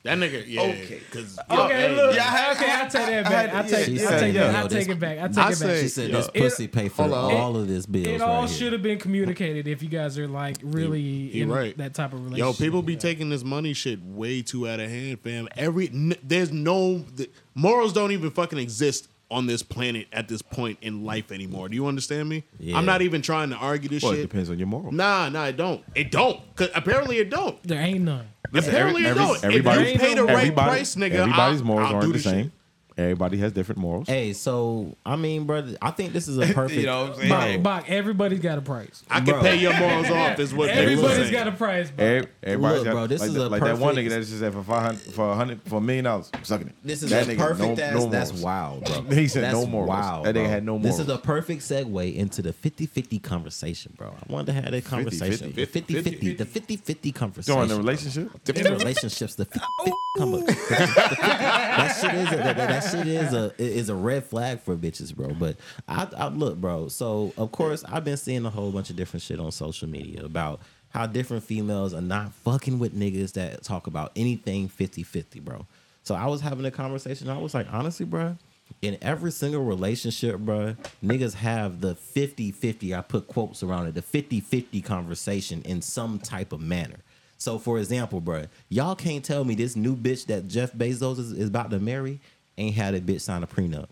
[SPEAKER 4] That nigga, yeah.
[SPEAKER 1] Okay.
[SPEAKER 4] Cause,
[SPEAKER 2] Okay, look.
[SPEAKER 1] yeah, I had-
[SPEAKER 2] okay, I take that
[SPEAKER 1] I
[SPEAKER 2] back. I
[SPEAKER 1] had-
[SPEAKER 2] take.
[SPEAKER 1] yeah,
[SPEAKER 2] I
[SPEAKER 1] yeah,
[SPEAKER 2] take
[SPEAKER 1] yeah.
[SPEAKER 2] that. I
[SPEAKER 3] No,
[SPEAKER 2] take
[SPEAKER 3] this-
[SPEAKER 2] it back. I take
[SPEAKER 4] I
[SPEAKER 2] it back.
[SPEAKER 4] say-
[SPEAKER 3] She said this
[SPEAKER 2] It-
[SPEAKER 3] pussy pay for
[SPEAKER 4] Hold on.
[SPEAKER 3] all of this bills.
[SPEAKER 2] It all
[SPEAKER 3] right here.
[SPEAKER 2] should have been communicated if you guys are like really
[SPEAKER 4] he
[SPEAKER 2] in
[SPEAKER 4] right.
[SPEAKER 2] that type of
[SPEAKER 4] Yo,
[SPEAKER 2] relationship.
[SPEAKER 4] people be taking this money shit way too out of hand, fam. Every n- there's no the, morals don't even fucking exist on this planet at this point in life anymore. Do you understand me?
[SPEAKER 3] Yeah.
[SPEAKER 4] I'm not even trying to argue this
[SPEAKER 1] well, it
[SPEAKER 4] shit.
[SPEAKER 1] depends on your moral.
[SPEAKER 4] Nah, nah, it don't. It don't. 'Cause apparently it don't.
[SPEAKER 2] There ain't none.
[SPEAKER 4] apparently
[SPEAKER 1] Every-
[SPEAKER 4] it don't.
[SPEAKER 1] everybody-
[SPEAKER 4] if you pay the right
[SPEAKER 1] everybody-
[SPEAKER 4] price, nigga,
[SPEAKER 1] Everybody's
[SPEAKER 4] I'll,
[SPEAKER 1] morals
[SPEAKER 4] I'll do
[SPEAKER 1] aren't the
[SPEAKER 4] this shit.
[SPEAKER 1] same. Everybody has different morals.
[SPEAKER 3] Hey, so I mean, brother, I think this is a perfect.
[SPEAKER 1] know what I'm saying?
[SPEAKER 3] Bro,
[SPEAKER 2] Bach, Bach, everybody's got a price.
[SPEAKER 4] I can
[SPEAKER 3] Bro.
[SPEAKER 4] pay your morals off. Is what
[SPEAKER 2] Everybody's
[SPEAKER 4] everybody's
[SPEAKER 2] got a price. Bro.
[SPEAKER 1] Every- Everybody's
[SPEAKER 3] Look,
[SPEAKER 1] got,
[SPEAKER 3] bro, this
[SPEAKER 1] like,
[SPEAKER 3] is
[SPEAKER 1] that-
[SPEAKER 3] a
[SPEAKER 1] like that one nigga
[SPEAKER 3] perfect-
[SPEAKER 1] that just said for five hundred, for a hundred, for a million dollars, sucking it.
[SPEAKER 3] This is
[SPEAKER 1] that
[SPEAKER 3] a
[SPEAKER 1] nigga,
[SPEAKER 3] perfect
[SPEAKER 1] no,
[SPEAKER 3] ass.
[SPEAKER 1] no
[SPEAKER 3] that's
[SPEAKER 1] morals.
[SPEAKER 3] wild, bro.
[SPEAKER 1] He said
[SPEAKER 3] that's
[SPEAKER 1] no morals.
[SPEAKER 3] Wild,
[SPEAKER 1] That nigga
[SPEAKER 3] bro.
[SPEAKER 1] had no
[SPEAKER 3] This is
[SPEAKER 1] morals.
[SPEAKER 3] a perfect segue into the 50-50 conversation, bro. I wanted to have that conversation. 50-50,
[SPEAKER 4] 50-50.
[SPEAKER 3] the 50-50 conversation.
[SPEAKER 1] During the
[SPEAKER 3] bro.
[SPEAKER 1] relationship,
[SPEAKER 3] In relationships, the 50-50 conversation. that shit is a, that, that- that shit is a is a red flag for bitches, bro. But I, I look, bro. So of course I've been seeing a whole bunch of different shit on social media about how different females are not fucking with niggas that talk about anything 50-50, bro. So I was having a conversation. I was like, honestly, bro, in every single relationship, bro, niggas have the 50-50. I put quotes around it, the 50-50 conversation in some type of manner. So, for example, bro, y'all can't tell me this new bitch that Jeff Bezos is, is about to marry ain't had a bitch sign a prenup.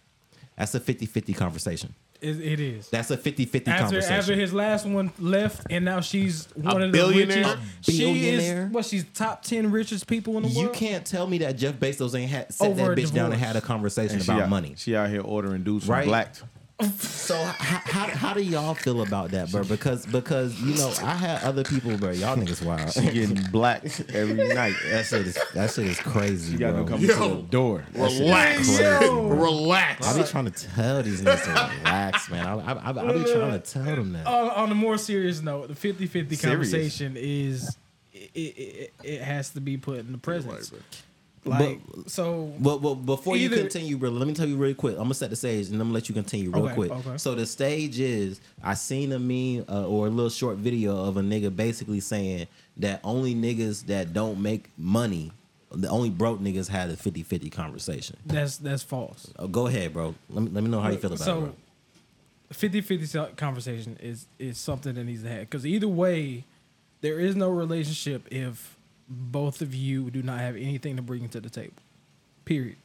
[SPEAKER 3] That's a 50 50 conversation.
[SPEAKER 2] It, it is.
[SPEAKER 3] That's a 50-50
[SPEAKER 2] After,
[SPEAKER 3] conversation.
[SPEAKER 2] after his last one left, and now she's one of the
[SPEAKER 4] billionaire?
[SPEAKER 2] richest.
[SPEAKER 3] A
[SPEAKER 2] She
[SPEAKER 3] billionaire?
[SPEAKER 2] is what? She's top ten richest people in the
[SPEAKER 3] you
[SPEAKER 2] world.
[SPEAKER 3] can't tell me that Jeff Bezos ain't had set
[SPEAKER 2] Over
[SPEAKER 3] that
[SPEAKER 2] a
[SPEAKER 3] bitch down and
[SPEAKER 2] divorce.
[SPEAKER 3] had a conversation
[SPEAKER 1] And she
[SPEAKER 3] about
[SPEAKER 1] out,
[SPEAKER 3] money.
[SPEAKER 1] She out here ordering dudes
[SPEAKER 3] Right.
[SPEAKER 1] from Blacked.
[SPEAKER 3] So h- how, how do y'all feel about that, bro? Because because you know I had other people, bro. Y'all niggas wild.
[SPEAKER 1] Getting blacked every night.
[SPEAKER 3] That shit is that shit is crazy,
[SPEAKER 1] You got
[SPEAKER 3] bro.
[SPEAKER 1] them coming
[SPEAKER 4] Yo.
[SPEAKER 1] to the door.
[SPEAKER 4] Relax.
[SPEAKER 2] Yo.
[SPEAKER 4] Relax.
[SPEAKER 3] I be trying to tell these niggas to relax, man. I, I, I, I be trying to tell them that.
[SPEAKER 2] on, on a more serious note, the 50 50
[SPEAKER 1] Serious.
[SPEAKER 2] conversation is it, it, it, it has to be put in the presence. like, so
[SPEAKER 3] But, but before
[SPEAKER 2] Either-
[SPEAKER 3] you continue, bro, let me tell you real quick. I'm gonna set the stage and I'm gonna let you continue real
[SPEAKER 2] Okay,
[SPEAKER 3] quick.
[SPEAKER 2] okay.
[SPEAKER 3] So the stage is I seen a meme uh, or a little short video of a nigga basically saying that only niggas that don't make money, the only broke niggas had a 50-50 conversation.
[SPEAKER 2] that's that's false.
[SPEAKER 3] Oh, go ahead, bro. Let me let me know how you feel about it.
[SPEAKER 2] so
[SPEAKER 3] Bro.
[SPEAKER 2] 50 50 conversation is is something that needs to happen because either way, there is no relationship if both of you do not have anything to bring to the table. Period.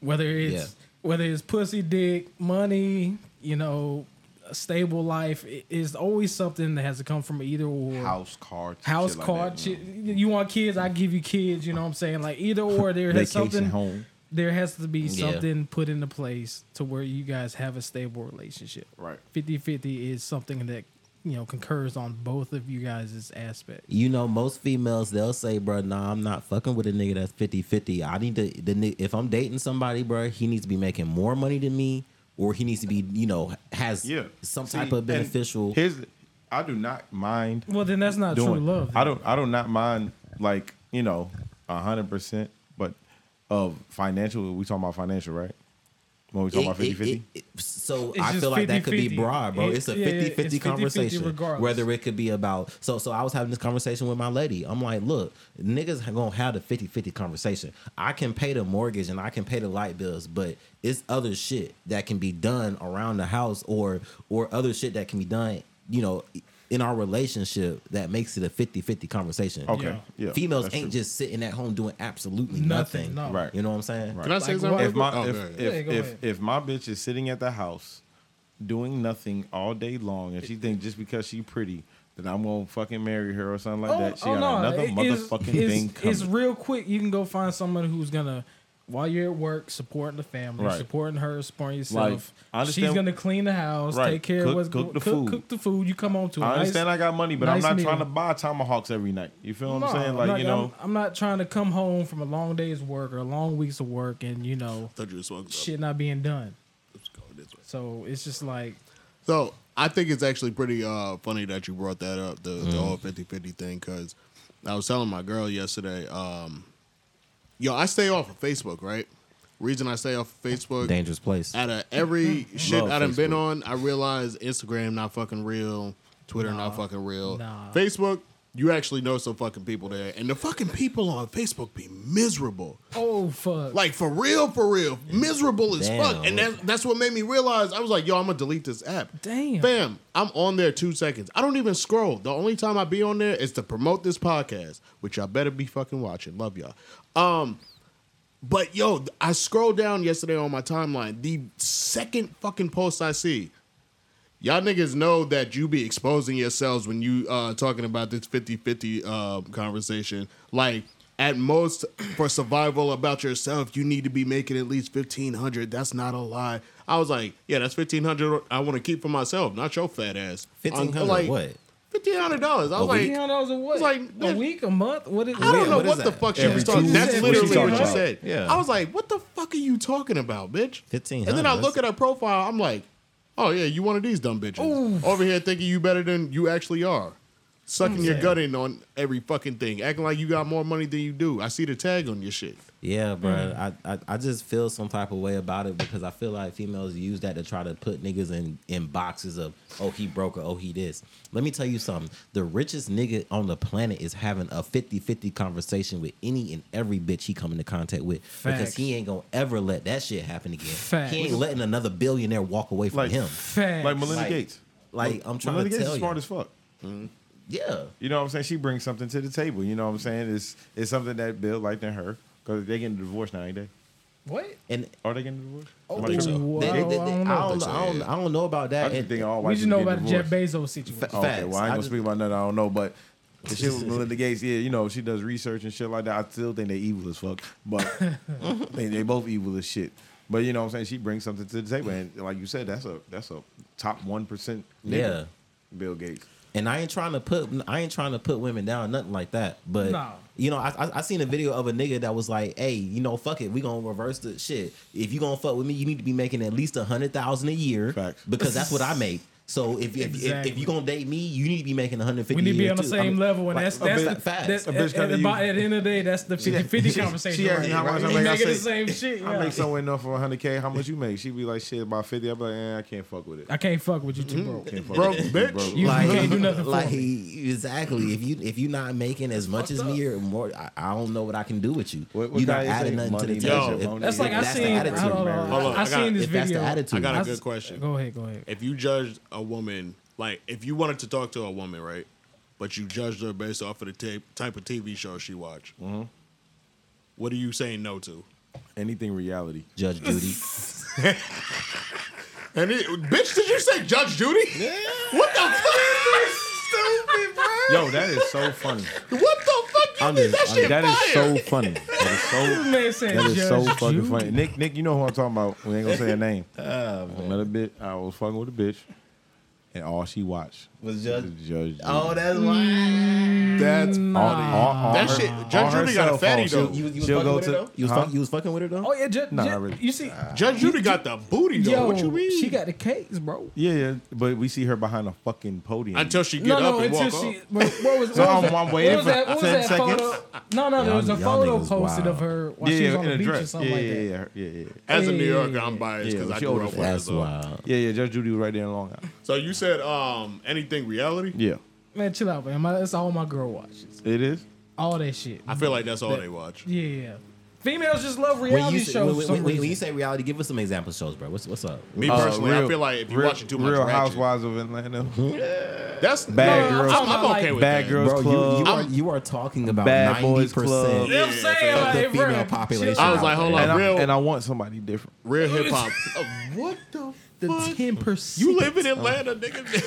[SPEAKER 2] Whether it's
[SPEAKER 3] Yeah.
[SPEAKER 2] whether it's pussy, dick, money, you know, a stable life, it is always something that has to come from either or.
[SPEAKER 1] House cards.
[SPEAKER 2] house
[SPEAKER 1] shit like
[SPEAKER 2] card
[SPEAKER 1] that, you
[SPEAKER 2] shit. You want kids? I give you kids. You know what I'm saying? Like either or, there
[SPEAKER 1] know.
[SPEAKER 2] has
[SPEAKER 1] Vacation
[SPEAKER 2] something.
[SPEAKER 1] home.
[SPEAKER 2] There has to be
[SPEAKER 3] Yeah.
[SPEAKER 2] something put into place to where you guys have a stable relationship.
[SPEAKER 1] Right.
[SPEAKER 2] 50-50 is something that you know concurs on both of you guys' aspect.
[SPEAKER 3] You know, most females they'll say, bro, nah, I'm not fucking with a nigga that's 50-50. I need to the ni- if I'm dating somebody, bro, he needs to be making more money than me, or he needs to be, you know, has
[SPEAKER 1] Yeah.
[SPEAKER 3] some
[SPEAKER 1] See,
[SPEAKER 3] type of
[SPEAKER 1] and
[SPEAKER 3] beneficial.
[SPEAKER 1] Here's, I do not mind
[SPEAKER 2] Well, then that's not
[SPEAKER 1] doing.
[SPEAKER 2] true love.
[SPEAKER 1] I don't. I do not mind like you know hundred percent, but of financial. We talking about financial, right? When we talking about
[SPEAKER 3] It- it-
[SPEAKER 1] 50 50
[SPEAKER 3] it- it- So
[SPEAKER 2] It's
[SPEAKER 3] I
[SPEAKER 2] just
[SPEAKER 3] feel like that could be
[SPEAKER 2] 50-50.
[SPEAKER 3] broad, bro.
[SPEAKER 2] It-
[SPEAKER 3] it's a
[SPEAKER 2] yeah, yeah,
[SPEAKER 3] 50
[SPEAKER 2] it's
[SPEAKER 3] 50
[SPEAKER 2] 50-50
[SPEAKER 3] conversation.
[SPEAKER 2] regardless.
[SPEAKER 3] Whether it could be about, so so I was having this conversation with my lady. I'm like, look, niggas are gonna have the 50 50 conversation. I can pay the mortgage and I can pay the light bills, but it's other shit that can be done around the house or or other shit that can be done, you know, in our relationship that makes it a 50 50 conversation.
[SPEAKER 1] Okay, yeah,
[SPEAKER 3] Females
[SPEAKER 1] that's
[SPEAKER 3] ain't
[SPEAKER 1] true.
[SPEAKER 3] just sitting at home doing absolutely nothing.
[SPEAKER 2] Nothing, no.
[SPEAKER 1] Right.
[SPEAKER 3] You know what I'm saying?
[SPEAKER 1] Right.
[SPEAKER 4] Can I say
[SPEAKER 2] Like,
[SPEAKER 4] something?
[SPEAKER 2] what?
[SPEAKER 1] if my
[SPEAKER 4] Oh,
[SPEAKER 1] if,
[SPEAKER 4] go ahead.
[SPEAKER 1] if,
[SPEAKER 2] Yeah, go
[SPEAKER 1] if,
[SPEAKER 2] ahead.
[SPEAKER 1] if my bitch is sitting at the house doing nothing all day long and she thinks just because she pretty that I'm gonna fucking marry her or something like that, she got another
[SPEAKER 2] Oh, it- it's-
[SPEAKER 1] motherfucking
[SPEAKER 2] it's,
[SPEAKER 1] thing coming.
[SPEAKER 2] It's real quick. You can go find someone who's gonna. While you're at work, supporting the family,
[SPEAKER 1] Right.
[SPEAKER 2] supporting her, supporting
[SPEAKER 1] Like,
[SPEAKER 2] yourself.
[SPEAKER 1] I understand-
[SPEAKER 2] She's gonna clean the house,
[SPEAKER 1] Right.
[SPEAKER 2] take care
[SPEAKER 1] Cook-
[SPEAKER 2] of what's
[SPEAKER 1] cook
[SPEAKER 2] go-
[SPEAKER 1] the
[SPEAKER 2] cook,
[SPEAKER 1] food.
[SPEAKER 2] cook the food. You come home to. a
[SPEAKER 1] I
[SPEAKER 2] nice-
[SPEAKER 1] understand I got money, but
[SPEAKER 2] nice
[SPEAKER 1] I'm not
[SPEAKER 2] meal.
[SPEAKER 1] trying to buy tomahawks every night. You feel what I'm
[SPEAKER 2] No,
[SPEAKER 1] saying? Like
[SPEAKER 2] not-
[SPEAKER 1] you know,
[SPEAKER 2] I'm, I'm not trying to come home from a long day's work or long weeks of work and you know
[SPEAKER 4] thought you were smoking something.
[SPEAKER 2] shit not being done.
[SPEAKER 4] It's going this way.
[SPEAKER 2] So it's just like
[SPEAKER 4] So I think it's actually pretty uh, funny that you brought that up, the, the whole 50 50 thing, because I was telling my girl yesterday, um, yo, I stay off of Facebook, right? Reason I stay off of Facebook,
[SPEAKER 3] Dangerous place.
[SPEAKER 4] out of every
[SPEAKER 2] Mm-hmm.
[SPEAKER 4] shit
[SPEAKER 1] Love
[SPEAKER 4] I done been
[SPEAKER 1] Facebook.
[SPEAKER 4] on, I realize Instagram not fucking real, Twitter not fucking real,
[SPEAKER 2] Nah.
[SPEAKER 4] Facebook. You actually know some fucking people there, and the fucking people on Facebook be miserable.
[SPEAKER 2] oh fuck.
[SPEAKER 4] Like for real, for real, miserable as
[SPEAKER 3] Damn.
[SPEAKER 4] fuck. And that's that's what made me realize I was like, yo, I'm gonna delete this app.
[SPEAKER 2] Damn.
[SPEAKER 4] fam, I'm on there two seconds. I don't even scroll. The only time I be on there is to promote this podcast, which y'all better be fucking watching. Love y'all. Um, but yo, I scrolled down yesterday on my timeline. The second fucking post I see. Y'all niggas know that you be exposing yourselves when you uh talking about this 50-50 uh, conversation. Like at most for survival about yourself, you need to be making at least 1500. That's not a lie. I was like, yeah, that's 1500 I want to keep for myself, not your fat ass. I'm
[SPEAKER 3] $1,500 what?
[SPEAKER 4] $1500. I was like
[SPEAKER 2] you know, that was a what?
[SPEAKER 4] It's like,
[SPEAKER 2] a
[SPEAKER 4] that-
[SPEAKER 2] week, a month. What is?
[SPEAKER 4] I don't
[SPEAKER 3] Yeah,
[SPEAKER 4] know
[SPEAKER 3] what
[SPEAKER 4] what,
[SPEAKER 3] is
[SPEAKER 4] the
[SPEAKER 3] that?
[SPEAKER 4] fuck she
[SPEAKER 1] Every
[SPEAKER 4] was talking.
[SPEAKER 1] Tuesday.
[SPEAKER 4] That's
[SPEAKER 1] What
[SPEAKER 4] literally
[SPEAKER 1] she
[SPEAKER 4] what
[SPEAKER 1] talking
[SPEAKER 4] she
[SPEAKER 1] about?
[SPEAKER 4] said.
[SPEAKER 3] Yeah.
[SPEAKER 4] I was like, "What the fuck are you talking about, bitch?"
[SPEAKER 3] 1500,
[SPEAKER 4] And then I
[SPEAKER 3] that's-
[SPEAKER 4] look at her profile. I'm like, "Oh yeah, you one of these dumb bitches over here thinking you better than you actually are, sucking your gut in on every fucking thing, acting like you got more money than you do." I see the tag on your shit.
[SPEAKER 3] Yeah, bro.
[SPEAKER 2] Mm.
[SPEAKER 3] I, I I just feel some type of way about it because I feel like females use that to try to put niggas in in boxes of oh he broke or oh he this. Let me tell you something. The richest nigga on the planet is having a 50-50 conversation with any and every bitch he come into contact with because
[SPEAKER 2] Facts.
[SPEAKER 3] he ain't gonna ever let that shit happen again.
[SPEAKER 2] Facts.
[SPEAKER 3] He ain't letting another billionaire walk away from
[SPEAKER 1] Like-
[SPEAKER 3] him.
[SPEAKER 2] Facts.
[SPEAKER 1] like Melinda
[SPEAKER 3] Like,
[SPEAKER 1] Gates.
[SPEAKER 3] Like I'm trying
[SPEAKER 1] Melinda
[SPEAKER 3] to
[SPEAKER 1] Gates
[SPEAKER 3] tell
[SPEAKER 1] is
[SPEAKER 3] you,
[SPEAKER 1] smart as fuck.
[SPEAKER 3] yeah.
[SPEAKER 1] You know what I'm saying? She brings something to the table. You know what I'm saying? It's it's something that Bill liked in her because they getting a divorce now, ain't they?
[SPEAKER 2] What?
[SPEAKER 3] And
[SPEAKER 1] Are they getting divorced?
[SPEAKER 3] oh,
[SPEAKER 1] Somebody-
[SPEAKER 2] wow.
[SPEAKER 3] they- they- they-
[SPEAKER 2] I don't know.
[SPEAKER 3] I don't I don't- I don't know about
[SPEAKER 1] I
[SPEAKER 3] that.
[SPEAKER 1] just
[SPEAKER 3] And-
[SPEAKER 1] think all
[SPEAKER 2] We
[SPEAKER 1] white
[SPEAKER 2] just
[SPEAKER 1] people
[SPEAKER 2] know
[SPEAKER 1] get
[SPEAKER 2] about the Jeff
[SPEAKER 1] divorced.
[SPEAKER 2] Bezos situation.
[SPEAKER 3] Fa-
[SPEAKER 1] Okay, well, I ain't
[SPEAKER 3] I
[SPEAKER 1] gonna
[SPEAKER 3] just-
[SPEAKER 1] speak about nothing I don't know, but the shit with Melinda Gates, yeah, you know, she does research and shit like that. I still think they evil as fuck, but they, they both evil as shit. But you know what I'm saying? She brings something to the table, and like you said, that's a that's a top one percent.
[SPEAKER 3] Yeah.
[SPEAKER 1] Bill Gates.
[SPEAKER 3] And I ain't trying to put I ain't trying to put women down, nothing like that. But
[SPEAKER 2] No.
[SPEAKER 3] you know, I, I I seen a video of a nigga that was like, "Hey, you know, fuck it, we gonna reverse the shit. If you gonna fuck with me, you need to be making at least a hundred thousand a year
[SPEAKER 1] Facts.
[SPEAKER 3] because that's what I make. So if if, if, if
[SPEAKER 2] Exactly.
[SPEAKER 3] you gonna date me, you need to be making one hundred fifty.
[SPEAKER 2] we need to be on the same level, and that's that's, the,
[SPEAKER 3] facts.
[SPEAKER 2] that's
[SPEAKER 1] A
[SPEAKER 2] at,
[SPEAKER 1] bitch
[SPEAKER 2] at,
[SPEAKER 1] kinda
[SPEAKER 2] the,
[SPEAKER 1] use-
[SPEAKER 2] bo- at the end of the day, that's the 50-50
[SPEAKER 1] she-
[SPEAKER 2] conversation.
[SPEAKER 1] she asked
[SPEAKER 2] right,
[SPEAKER 1] me how much
[SPEAKER 2] right?
[SPEAKER 1] I
[SPEAKER 2] You
[SPEAKER 1] make, I
[SPEAKER 2] making the
[SPEAKER 1] said-
[SPEAKER 2] same shit.
[SPEAKER 1] I
[SPEAKER 2] yeah.
[SPEAKER 1] make somewhere enough for 100k. How much you make? She be like, shit, about 50. I be like, eh, I can't fuck with it.
[SPEAKER 2] I can't fuck with you too, bro.
[SPEAKER 1] Can't fuck
[SPEAKER 4] Broke
[SPEAKER 1] with it.
[SPEAKER 4] bitch.
[SPEAKER 1] Broke.
[SPEAKER 2] You can't do nothing for
[SPEAKER 3] like
[SPEAKER 2] me.
[SPEAKER 3] exactly. If you if you're not making as much as me or more, I, I don't know what I can do with you.
[SPEAKER 1] What- what
[SPEAKER 3] you're not
[SPEAKER 1] guy you say?
[SPEAKER 3] adding nothing to the
[SPEAKER 1] Money,
[SPEAKER 3] table.
[SPEAKER 4] money,
[SPEAKER 3] If-
[SPEAKER 1] money.
[SPEAKER 2] That's like I
[SPEAKER 3] if the
[SPEAKER 2] seen.
[SPEAKER 3] attitude,
[SPEAKER 2] Hold on, hold on.
[SPEAKER 4] Hold on,
[SPEAKER 2] I
[SPEAKER 4] I got-
[SPEAKER 2] seen this
[SPEAKER 3] if that's the
[SPEAKER 2] video.
[SPEAKER 3] attitude,
[SPEAKER 4] I got a
[SPEAKER 2] I s-
[SPEAKER 4] good question.
[SPEAKER 2] Go ahead, go ahead.
[SPEAKER 4] if you judged a woman, like if you wanted to talk to a woman, right, but you judged her based off of the tape, type of TV show she watched,
[SPEAKER 1] Mm-hmm.
[SPEAKER 4] what are you saying no to?
[SPEAKER 1] Anything reality.
[SPEAKER 3] Judge Judy.
[SPEAKER 4] And it, bitch, did you say Judge Judy? What the fuck? Stupid, bro.
[SPEAKER 1] Yo, that is so funny.
[SPEAKER 4] What the fuck? You
[SPEAKER 3] I'm
[SPEAKER 4] think
[SPEAKER 3] just- I'm-
[SPEAKER 4] that shit
[SPEAKER 1] That is so
[SPEAKER 4] fire?
[SPEAKER 1] funny. That is so
[SPEAKER 2] Man said,
[SPEAKER 1] That is so
[SPEAKER 2] "Judge
[SPEAKER 1] fucking
[SPEAKER 2] you."
[SPEAKER 1] funny. Nick, Nick, you know who I'm talking about. We ain't gonna say her name. Another bitch. I was fucking with a bitch, and all she watched
[SPEAKER 3] Was Judge-
[SPEAKER 1] was Judge.
[SPEAKER 3] oh, that's
[SPEAKER 1] Mm.
[SPEAKER 3] why.
[SPEAKER 4] That's
[SPEAKER 1] all, all, all
[SPEAKER 4] That
[SPEAKER 1] her-
[SPEAKER 4] shit-
[SPEAKER 1] all
[SPEAKER 4] Judge
[SPEAKER 1] her
[SPEAKER 4] Judy got a
[SPEAKER 1] cell
[SPEAKER 4] fatty,
[SPEAKER 1] phone.
[SPEAKER 4] though.
[SPEAKER 1] She'll-
[SPEAKER 3] You, was- you was
[SPEAKER 1] she'll
[SPEAKER 3] fucking
[SPEAKER 1] go
[SPEAKER 3] with
[SPEAKER 1] to-
[SPEAKER 3] her though? You was,
[SPEAKER 1] huh?
[SPEAKER 3] fuck, you was fucking with her though?
[SPEAKER 2] Oh yeah, Judge.
[SPEAKER 1] Nah,
[SPEAKER 2] Judge-
[SPEAKER 1] not really.
[SPEAKER 2] You see,
[SPEAKER 4] Judge Judy got the booty though.
[SPEAKER 2] yo,
[SPEAKER 4] what you mean?
[SPEAKER 2] She got the case, bro.
[SPEAKER 1] Yeah, yeah. But we see her behind a fucking podium.
[SPEAKER 4] until she get
[SPEAKER 2] No,
[SPEAKER 4] up
[SPEAKER 2] no,
[SPEAKER 4] and
[SPEAKER 2] until
[SPEAKER 4] walk
[SPEAKER 2] she.
[SPEAKER 4] off.
[SPEAKER 2] What what was?
[SPEAKER 1] So
[SPEAKER 2] what was
[SPEAKER 1] I'm-
[SPEAKER 2] that-
[SPEAKER 1] I'm
[SPEAKER 2] what
[SPEAKER 1] waiting
[SPEAKER 2] was
[SPEAKER 1] for
[SPEAKER 2] that- what was
[SPEAKER 1] 10
[SPEAKER 2] that photo?
[SPEAKER 1] seconds.
[SPEAKER 2] No, no, there
[SPEAKER 3] Y'all-
[SPEAKER 2] was a
[SPEAKER 3] y'all
[SPEAKER 2] photo
[SPEAKER 3] niggas
[SPEAKER 2] posted
[SPEAKER 3] wild.
[SPEAKER 2] of her while
[SPEAKER 1] yeah,
[SPEAKER 2] she was
[SPEAKER 1] yeah,
[SPEAKER 2] on
[SPEAKER 1] in
[SPEAKER 2] the
[SPEAKER 1] a
[SPEAKER 2] beach or
[SPEAKER 1] dress. Yeah,
[SPEAKER 2] something like
[SPEAKER 1] yeah,
[SPEAKER 2] that.
[SPEAKER 1] yeah, yeah, yeah,
[SPEAKER 4] As a
[SPEAKER 2] Yeah,
[SPEAKER 4] New
[SPEAKER 2] yeah,
[SPEAKER 4] Yorker,
[SPEAKER 2] yeah,
[SPEAKER 4] I'm biased
[SPEAKER 1] Yeah,
[SPEAKER 4] because I
[SPEAKER 1] she
[SPEAKER 4] grew
[SPEAKER 1] older
[SPEAKER 4] up
[SPEAKER 1] than
[SPEAKER 4] with her.
[SPEAKER 3] That's
[SPEAKER 4] so.
[SPEAKER 3] wild.
[SPEAKER 1] yeah, yeah. Judge Judy was right there in Long Island.
[SPEAKER 4] So you said um anything reality?
[SPEAKER 1] Yeah,
[SPEAKER 2] Man, chill out, man. My, that's all my girl watches.
[SPEAKER 1] it is.
[SPEAKER 2] All that shit.
[SPEAKER 4] I feel like that's all they watch.
[SPEAKER 2] Yeah, yeah. Females just love
[SPEAKER 3] When
[SPEAKER 2] reality
[SPEAKER 3] you, say,
[SPEAKER 2] shows.
[SPEAKER 3] when,
[SPEAKER 2] for some
[SPEAKER 3] when- when
[SPEAKER 2] reason.
[SPEAKER 3] you say reality, give us some example shows, bro. What's what's up?
[SPEAKER 4] Me
[SPEAKER 1] Uh,
[SPEAKER 4] personally, I
[SPEAKER 1] real-
[SPEAKER 4] feel like if you're
[SPEAKER 1] real-
[SPEAKER 4] watching too much
[SPEAKER 1] Real
[SPEAKER 4] ratchet,
[SPEAKER 1] Housewives of Atlanta,
[SPEAKER 4] that's
[SPEAKER 1] Bad
[SPEAKER 4] no,
[SPEAKER 1] Girls
[SPEAKER 4] I'm,
[SPEAKER 2] Club.
[SPEAKER 4] I'm okay with
[SPEAKER 1] Bad
[SPEAKER 4] that.
[SPEAKER 1] Girls
[SPEAKER 3] Bro, you, you,
[SPEAKER 1] Club.
[SPEAKER 3] are, you are talking about
[SPEAKER 1] Bad Boys
[SPEAKER 3] 90%
[SPEAKER 1] Club.
[SPEAKER 2] You know what I'm
[SPEAKER 4] Yeah,
[SPEAKER 2] saying?
[SPEAKER 4] of
[SPEAKER 2] Like,
[SPEAKER 3] the
[SPEAKER 2] hey,
[SPEAKER 3] female
[SPEAKER 2] bruh,
[SPEAKER 3] population.
[SPEAKER 2] chill out.
[SPEAKER 4] I was like, hold on,
[SPEAKER 1] And, I,
[SPEAKER 4] real,
[SPEAKER 1] and I want somebody different.
[SPEAKER 4] real hip hop.
[SPEAKER 3] what the?
[SPEAKER 2] the ten percent.
[SPEAKER 4] You live in Atlanta, nigga.
[SPEAKER 1] Uh,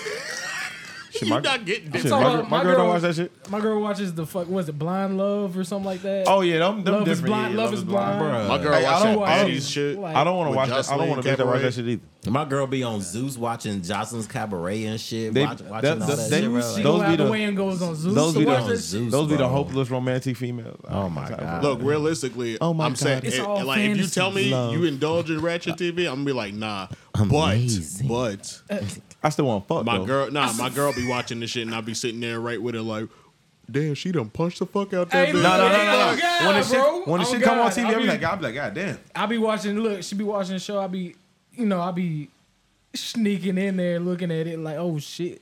[SPEAKER 1] Shit,
[SPEAKER 4] you
[SPEAKER 1] my-
[SPEAKER 4] not getting
[SPEAKER 1] Shit,
[SPEAKER 4] this.
[SPEAKER 2] So,
[SPEAKER 1] my,
[SPEAKER 2] uh,
[SPEAKER 1] girl-
[SPEAKER 2] my
[SPEAKER 1] my girl
[SPEAKER 2] girl-
[SPEAKER 1] don't watch that shit.
[SPEAKER 2] My girl watches the fuck. Was it Blind Love or something like that?
[SPEAKER 1] Oh yeah, them, them
[SPEAKER 2] Love is
[SPEAKER 1] different.
[SPEAKER 2] blind.
[SPEAKER 1] Yeah,
[SPEAKER 2] love is blind.
[SPEAKER 4] My girl
[SPEAKER 1] Hey, I
[SPEAKER 4] watch that
[SPEAKER 1] don't- I don't-
[SPEAKER 4] baddies shit.
[SPEAKER 2] Like-
[SPEAKER 1] I don't want to
[SPEAKER 4] With
[SPEAKER 1] watch that. I don't
[SPEAKER 4] Jocelyn
[SPEAKER 1] want to bitch that watch
[SPEAKER 4] Cabaret.
[SPEAKER 1] that shit either.
[SPEAKER 3] My girl be on Zeus watching Jocelyn's Cabaret and shit.
[SPEAKER 1] They-
[SPEAKER 3] watch,
[SPEAKER 1] that-
[SPEAKER 3] watching
[SPEAKER 1] that-
[SPEAKER 3] all that
[SPEAKER 1] they-
[SPEAKER 3] shit, bro.
[SPEAKER 2] She
[SPEAKER 3] Like,
[SPEAKER 1] those
[SPEAKER 2] go
[SPEAKER 1] be
[SPEAKER 2] out the
[SPEAKER 1] the-
[SPEAKER 2] way and goes on Zeus.
[SPEAKER 1] Those
[SPEAKER 2] to
[SPEAKER 1] be
[SPEAKER 2] watch
[SPEAKER 1] the
[SPEAKER 2] that shit.
[SPEAKER 3] Zeus,
[SPEAKER 1] those be the
[SPEAKER 3] bro.
[SPEAKER 1] hopeless romantic females.
[SPEAKER 3] Oh my god.
[SPEAKER 4] Look, realistically,
[SPEAKER 1] Oh my
[SPEAKER 4] I'm saying,
[SPEAKER 1] God.
[SPEAKER 2] It's
[SPEAKER 4] it-
[SPEAKER 2] all
[SPEAKER 4] like, if you
[SPEAKER 2] fantasy.
[SPEAKER 4] tell me
[SPEAKER 1] Love.
[SPEAKER 4] you indulge in ratchet TV, I'm gonna be like, nah.
[SPEAKER 3] Amazing.
[SPEAKER 4] But, but
[SPEAKER 1] I still want fuck
[SPEAKER 4] my
[SPEAKER 1] though.
[SPEAKER 4] girl, nah, my girl be watching this shit, and I be sitting there right with her, like, damn, she done punched the fuck out there.
[SPEAKER 2] Hey,
[SPEAKER 4] bitch.
[SPEAKER 1] No, no, no, no,
[SPEAKER 2] Oh,
[SPEAKER 1] no.
[SPEAKER 2] God,
[SPEAKER 1] when the shit,
[SPEAKER 2] bro.
[SPEAKER 1] when the
[SPEAKER 2] Oh,
[SPEAKER 1] shit come on
[SPEAKER 2] God.
[SPEAKER 1] TV,
[SPEAKER 2] I
[SPEAKER 1] I be
[SPEAKER 2] mean-
[SPEAKER 1] like, I be like, God damn.
[SPEAKER 2] I be watching. Look, she be watching the show. I be, you know, I be sneaking in there, looking at it like, oh shit.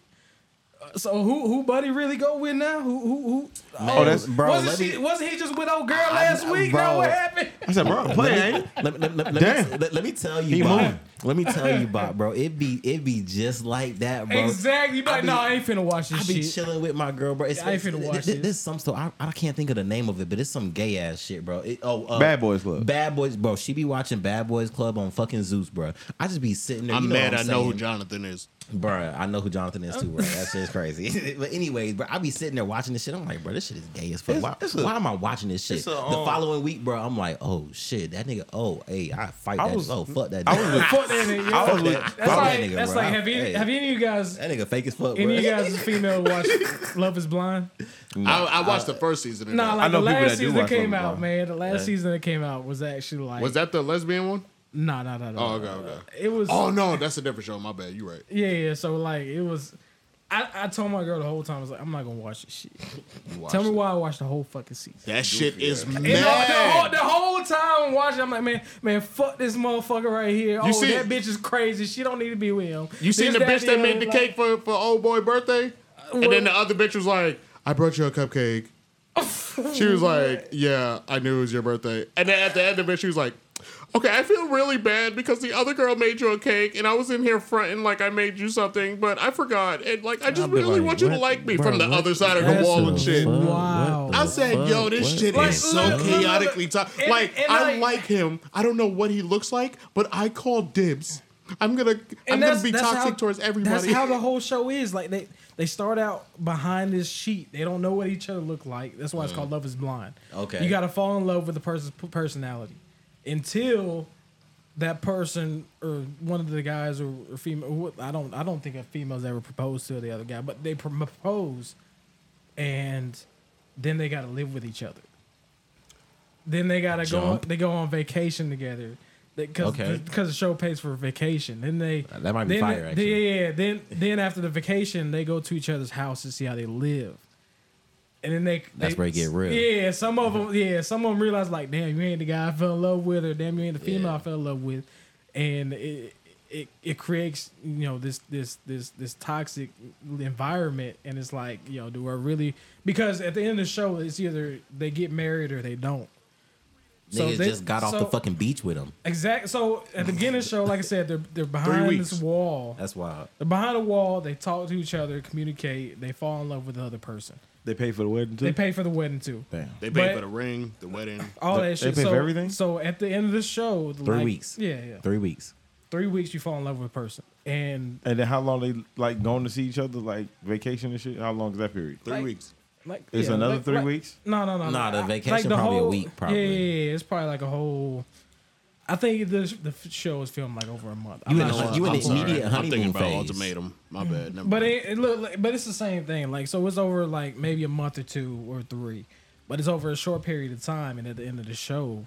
[SPEAKER 2] Uh, So who who buddy really go with now? Who who who?
[SPEAKER 1] Oh, that's-
[SPEAKER 3] bro,
[SPEAKER 2] Wasn't
[SPEAKER 3] let
[SPEAKER 2] she?
[SPEAKER 3] me-
[SPEAKER 2] wasn't he just with old girl last week?
[SPEAKER 3] bro.
[SPEAKER 2] Now what happened?
[SPEAKER 1] I said, bro, play ain't it?
[SPEAKER 3] Let, let, let,
[SPEAKER 1] Damn.
[SPEAKER 3] Me, let, let me tell
[SPEAKER 1] He
[SPEAKER 3] you, Bob.
[SPEAKER 1] moving.
[SPEAKER 3] Let me tell you, Bob, bro. It be it be just like that, bro.
[SPEAKER 2] Exactly. But
[SPEAKER 3] be-
[SPEAKER 2] no, I ain't finna watch
[SPEAKER 3] I
[SPEAKER 2] this
[SPEAKER 3] be
[SPEAKER 2] shit.
[SPEAKER 3] chilling with my girl, bro. It's,
[SPEAKER 2] I ain't finna
[SPEAKER 3] it's-
[SPEAKER 2] watch
[SPEAKER 3] th-
[SPEAKER 2] this.
[SPEAKER 3] th- This some stuff. I, I can't think of the name of it, but it's some gay ass shit, bro. It, oh, uh,
[SPEAKER 1] Bad Boys Club.
[SPEAKER 3] Bad Boys, bro. She be watching Bad Boys Club on fucking Zeus, bro. I just be sitting there.
[SPEAKER 4] I'm
[SPEAKER 3] you know
[SPEAKER 4] mad
[SPEAKER 3] What
[SPEAKER 4] i
[SPEAKER 3] I'm
[SPEAKER 4] know who
[SPEAKER 3] saying.
[SPEAKER 4] Jonathan is.
[SPEAKER 3] Bruh, I know who Jonathan is too, bro. That shit's crazy. but anyways, bro, I be sitting there watching this shit. I'm like, bro, this shit is gay as fuck. why, why am I watching this shit?
[SPEAKER 1] it's a,
[SPEAKER 3] the
[SPEAKER 1] um,
[SPEAKER 3] following week, bro, I'm like, oh shit, that nigga. Oh, hey, I fight
[SPEAKER 1] I
[SPEAKER 3] that.
[SPEAKER 1] was-
[SPEAKER 3] oh, fuck that.
[SPEAKER 1] I
[SPEAKER 3] nigga.
[SPEAKER 1] was with,
[SPEAKER 2] Fuck that nigga.
[SPEAKER 1] I
[SPEAKER 2] yo.
[SPEAKER 1] was with,
[SPEAKER 2] That's
[SPEAKER 3] fuck that
[SPEAKER 2] like
[SPEAKER 3] nigga,
[SPEAKER 2] that's
[SPEAKER 3] bro.
[SPEAKER 2] like have any
[SPEAKER 3] Hey.
[SPEAKER 2] have any of you guys
[SPEAKER 3] that nigga fake as fuck,
[SPEAKER 2] any
[SPEAKER 3] bro.
[SPEAKER 2] of you guys female watch Love Is Blind?
[SPEAKER 4] I, I watched the first season. Of
[SPEAKER 2] Nah, like
[SPEAKER 4] that.
[SPEAKER 1] know
[SPEAKER 2] the
[SPEAKER 1] people that
[SPEAKER 2] last
[SPEAKER 1] do
[SPEAKER 2] season that
[SPEAKER 1] watch
[SPEAKER 2] came
[SPEAKER 1] Love Is
[SPEAKER 2] out,
[SPEAKER 1] Blind.
[SPEAKER 2] man. The last season that came out was actually like
[SPEAKER 4] was that the lesbian one?
[SPEAKER 2] No, no, no, no.
[SPEAKER 4] Oh, okay, okay.
[SPEAKER 2] It was
[SPEAKER 4] Oh no, that's a different show. My bad. You right.
[SPEAKER 2] yeah, yeah. So like it was. I, I told my girl the whole time I was like, I'm not gonna watch this shit.
[SPEAKER 4] You
[SPEAKER 2] Tell me
[SPEAKER 4] watched
[SPEAKER 2] why I watched the whole fucking
[SPEAKER 4] it.
[SPEAKER 2] season.
[SPEAKER 4] That shit is
[SPEAKER 2] And the, the whole,
[SPEAKER 4] mad.
[SPEAKER 2] the whole time I'm watching, I'm like, man, man, fuck this motherfucker right here. oh,
[SPEAKER 4] see-
[SPEAKER 2] that bitch is crazy. She don't need to be with him.
[SPEAKER 4] You seen
[SPEAKER 2] This,
[SPEAKER 4] the bitch that
[SPEAKER 2] other,
[SPEAKER 4] made the
[SPEAKER 2] like-
[SPEAKER 4] cake for for old boy birthday, and
[SPEAKER 2] well-
[SPEAKER 4] then the other bitch was like, "I brought you a cupcake." She was like, "Yeah, I knew it was your birthday." And then at the end of it, she was like, "Okay, I feel really bad because the other girl made you a cake, and I was in here fronting like I made you something, but I forgot, and like I just
[SPEAKER 3] I'd be
[SPEAKER 4] really
[SPEAKER 3] like,
[SPEAKER 4] want you to
[SPEAKER 3] what-
[SPEAKER 4] like me
[SPEAKER 3] bro,
[SPEAKER 4] from the
[SPEAKER 3] what
[SPEAKER 4] other side of
[SPEAKER 3] That's
[SPEAKER 4] the wall
[SPEAKER 3] the
[SPEAKER 4] and shit."
[SPEAKER 3] fuck?
[SPEAKER 2] Wow.
[SPEAKER 3] What the
[SPEAKER 4] I was said,
[SPEAKER 3] fuck?
[SPEAKER 4] "Yo, this
[SPEAKER 3] What
[SPEAKER 4] shit
[SPEAKER 3] the
[SPEAKER 4] is so
[SPEAKER 3] fuck?
[SPEAKER 4] chaotically toxic."
[SPEAKER 2] And-
[SPEAKER 4] Like,
[SPEAKER 2] and
[SPEAKER 4] I
[SPEAKER 2] like-
[SPEAKER 4] like him. I don't know what he looks like, but I call dibs. I'm gonna, I'm gonna
[SPEAKER 2] that's-
[SPEAKER 4] be
[SPEAKER 2] that's
[SPEAKER 4] toxic
[SPEAKER 2] how-
[SPEAKER 4] towards
[SPEAKER 2] That's
[SPEAKER 4] everybody.
[SPEAKER 2] how the whole show is. Like they they start out behind this sheet. They don't know what each other look like. That's why it's called Love Is Blind.
[SPEAKER 3] Mm. Okay.
[SPEAKER 2] you got to fall in love with the person's p- personality until that person or one of the guys or, or female. who- I don't I don't think a female's ever proposed to the other guy, but they pr- propose, and then they got to live with each other. Then they gotta go. On,
[SPEAKER 3] Jump.
[SPEAKER 2] they go on vacation together, because
[SPEAKER 3] Okay.
[SPEAKER 2] because the show pays for vacation. Then they
[SPEAKER 3] Uh, that might be
[SPEAKER 2] then-
[SPEAKER 3] fire,
[SPEAKER 2] then-
[SPEAKER 3] actually.
[SPEAKER 2] yeah, yeah. Then then after the vacation, they go to each other's house to see how they live, and then they
[SPEAKER 3] That's
[SPEAKER 2] they-
[SPEAKER 3] where it get real. Mm-hmm.
[SPEAKER 2] Yeah, some of them. Yeah, some of them realize like, damn, you ain't the guy I fell in love with, or damn, you ain't the female
[SPEAKER 3] Yeah.
[SPEAKER 2] I fell in love with, and it it it creates you know this this this this toxic environment, and it's like you know, do I really? Because at the end of the show, it's either they get married or they don't.
[SPEAKER 3] Niggas
[SPEAKER 2] they-
[SPEAKER 3] just got off
[SPEAKER 2] so-
[SPEAKER 3] the fucking beach with him.
[SPEAKER 2] Exactly. So at the beginning of the show, like I said, they're they're behind
[SPEAKER 4] weeks.
[SPEAKER 2] this wall.
[SPEAKER 3] That's wild.
[SPEAKER 2] They're behind a wall. They talk to each other, communicate. They fall in love with the other person.
[SPEAKER 1] They pay for the wedding too.
[SPEAKER 2] They pay for the wedding too.
[SPEAKER 1] Damn.
[SPEAKER 4] they paid
[SPEAKER 2] but-
[SPEAKER 4] for the ring, the wedding.
[SPEAKER 2] All
[SPEAKER 1] They-
[SPEAKER 2] that
[SPEAKER 1] they
[SPEAKER 2] shit.
[SPEAKER 1] pay for
[SPEAKER 2] so,
[SPEAKER 1] everything?
[SPEAKER 2] So at the end of the show, the
[SPEAKER 3] Three
[SPEAKER 2] like-
[SPEAKER 3] weeks.
[SPEAKER 2] Yeah, yeah.
[SPEAKER 3] Three
[SPEAKER 2] Three.
[SPEAKER 3] weeks.
[SPEAKER 2] weeks, you fall in love with a person, and
[SPEAKER 1] And then how long they like going to see each other, like vacation and shit? How long is that period?
[SPEAKER 4] Three
[SPEAKER 2] Like-
[SPEAKER 4] weeks.
[SPEAKER 2] like
[SPEAKER 1] It's
[SPEAKER 2] yeah,
[SPEAKER 1] another
[SPEAKER 2] like-
[SPEAKER 1] three
[SPEAKER 2] like-
[SPEAKER 1] weeks.
[SPEAKER 2] No, no, no.
[SPEAKER 3] Nah,
[SPEAKER 2] no.
[SPEAKER 3] the
[SPEAKER 2] I-
[SPEAKER 3] vacation probably a week, probably.
[SPEAKER 2] Yeah, yeah, yeah. It's probably like a whole. I think the the f- show is filmed like over a month. I'm
[SPEAKER 3] You
[SPEAKER 2] not
[SPEAKER 3] in the-
[SPEAKER 2] sure.
[SPEAKER 3] you in
[SPEAKER 4] I'm
[SPEAKER 3] the
[SPEAKER 4] sorry.
[SPEAKER 3] immediate
[SPEAKER 4] I'm thinking
[SPEAKER 3] honeymoon
[SPEAKER 4] about
[SPEAKER 3] phase.
[SPEAKER 4] ultimatum. My bad. Never
[SPEAKER 2] But
[SPEAKER 4] mind.
[SPEAKER 2] it, it look, like- but it's the same thing. Like so, it's over like maybe a month or two or three, but it's over a short period of time. And at the end of the show,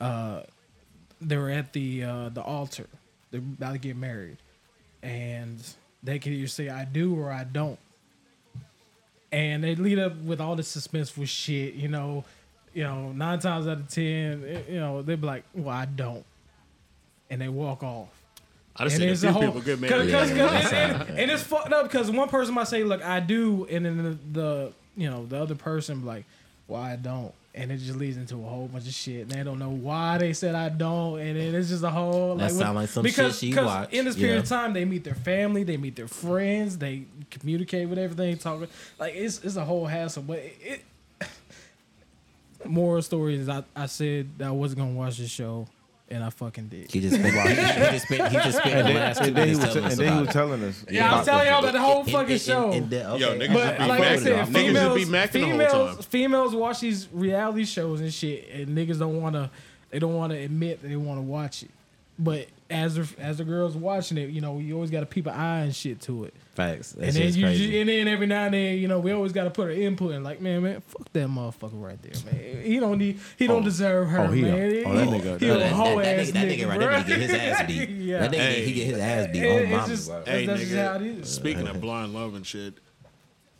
[SPEAKER 2] uh, they were at the uh, the altar. They're about to get married, and they can either say "I do" or "I don't." And they lead up with all this suspenseful shit. You know, you know, nine times out of ten, eh, you know, they be like, "Well, I don't," and they walk off.
[SPEAKER 4] I just
[SPEAKER 2] And
[SPEAKER 4] seen a
[SPEAKER 2] it's
[SPEAKER 4] few
[SPEAKER 2] a whole,
[SPEAKER 4] people get
[SPEAKER 2] Cause,
[SPEAKER 4] married.
[SPEAKER 2] 'cause- 'cause- and, and- and it's fucked up because one person might say, "Look, I do," and then the, the you know the other person be like, "Well, I don't," and it just leads into a whole bunch of shit. And they don't know why they said I don't, and then it's just a whole
[SPEAKER 3] That
[SPEAKER 2] like
[SPEAKER 3] sound
[SPEAKER 2] what-
[SPEAKER 3] like some
[SPEAKER 2] because,
[SPEAKER 3] shit she
[SPEAKER 2] 'cause
[SPEAKER 3] watched,
[SPEAKER 2] In this period of
[SPEAKER 3] yeah.
[SPEAKER 2] time, they meet their family, they meet their friends, they communicate with everything, talk like it's it's a whole hassle. But it, it moral story is I I said that I wasn't gonna watch this show, and I fucking did.
[SPEAKER 3] He just spent. he just spent. He just spent the last two
[SPEAKER 1] And then he
[SPEAKER 3] minutes
[SPEAKER 1] was,
[SPEAKER 3] telling us
[SPEAKER 1] and then he
[SPEAKER 3] about
[SPEAKER 1] was
[SPEAKER 3] it.
[SPEAKER 1] telling us.
[SPEAKER 2] Yeah, I was telling y'all about the whole
[SPEAKER 3] In- in-
[SPEAKER 2] fucking
[SPEAKER 3] in-
[SPEAKER 2] show.
[SPEAKER 3] in the-
[SPEAKER 4] Yo,
[SPEAKER 3] okay.
[SPEAKER 4] niggas
[SPEAKER 2] but
[SPEAKER 4] be
[SPEAKER 2] like I
[SPEAKER 4] macking it
[SPEAKER 2] said,
[SPEAKER 4] off. Niggas just
[SPEAKER 2] females,
[SPEAKER 4] be macking the whole time.
[SPEAKER 2] females, females watch these reality shows and shit, and niggas don't want to. They don't want to admit that they want to watch it. But as the, as the girls watching it, you know, you always got to keep an eye and shit to it.
[SPEAKER 3] Facts. That
[SPEAKER 2] and
[SPEAKER 3] shit
[SPEAKER 2] then
[SPEAKER 3] is
[SPEAKER 2] you,
[SPEAKER 3] crazy.
[SPEAKER 2] ju- and then every now and then, you know, we always got to put our input in. Like, man, man, fuck that motherfucker right there, man. He don't need, he don't deserve her,
[SPEAKER 1] Oh, he
[SPEAKER 2] man.
[SPEAKER 1] don't. Oh, that
[SPEAKER 2] He-
[SPEAKER 1] nigga-
[SPEAKER 2] he
[SPEAKER 1] that-
[SPEAKER 2] a
[SPEAKER 1] that-
[SPEAKER 2] hoe
[SPEAKER 3] that,
[SPEAKER 2] ass
[SPEAKER 3] nigga, that nigga right there,
[SPEAKER 2] bruh.
[SPEAKER 3] he get his ass beat.
[SPEAKER 2] yeah,
[SPEAKER 3] That nigga,
[SPEAKER 4] Hey.
[SPEAKER 3] he get his ass beat.
[SPEAKER 2] It-
[SPEAKER 3] Oh,
[SPEAKER 2] it's
[SPEAKER 3] mama,
[SPEAKER 2] just-
[SPEAKER 3] bro.
[SPEAKER 4] Hey,
[SPEAKER 2] that's just
[SPEAKER 4] nigga.
[SPEAKER 2] how it is.
[SPEAKER 4] Speaking of blind love and shit,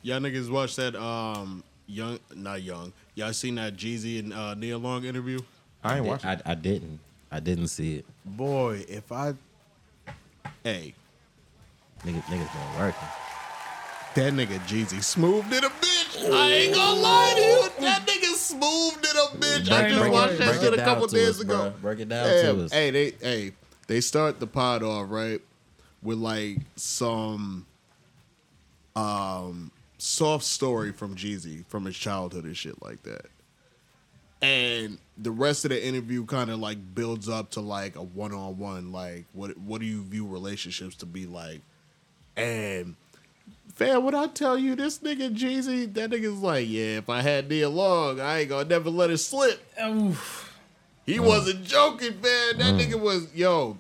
[SPEAKER 4] y'all niggas watched that um young not young. Y'all seen that Jeezy and uh, Nia Long interview?
[SPEAKER 1] I ain't watching.
[SPEAKER 3] I, I didn't. I didn't see it.
[SPEAKER 4] Boy, if I Hey,
[SPEAKER 3] Niggas, niggas been working.
[SPEAKER 4] that nigga Jeezy smoothed it a bitch. I ain't gonna lie to you. That nigga smoothed it a bitch. I
[SPEAKER 2] Break-
[SPEAKER 4] just
[SPEAKER 2] break
[SPEAKER 4] watched
[SPEAKER 2] it-
[SPEAKER 4] that
[SPEAKER 2] break
[SPEAKER 4] shit
[SPEAKER 3] it
[SPEAKER 4] a
[SPEAKER 3] down
[SPEAKER 4] couple
[SPEAKER 3] to
[SPEAKER 4] days
[SPEAKER 3] us,
[SPEAKER 4] ago.
[SPEAKER 3] bruh. Break it down
[SPEAKER 4] Damn.
[SPEAKER 3] to us.
[SPEAKER 4] Hey, they hey, they start the pod off, right? With like some um soft story from Jeezy from his childhood and shit like that. And the rest of the interview kind of like builds up to like a one on one, like what what do you view relationships to be like? And fam, what I tell you, this nigga Jeezy, that nigga's like, yeah, if I had Nia Long, I ain't gonna never let it slip.
[SPEAKER 2] Oof.
[SPEAKER 4] He
[SPEAKER 3] Mm.
[SPEAKER 4] wasn't joking, man. That nigga was yo.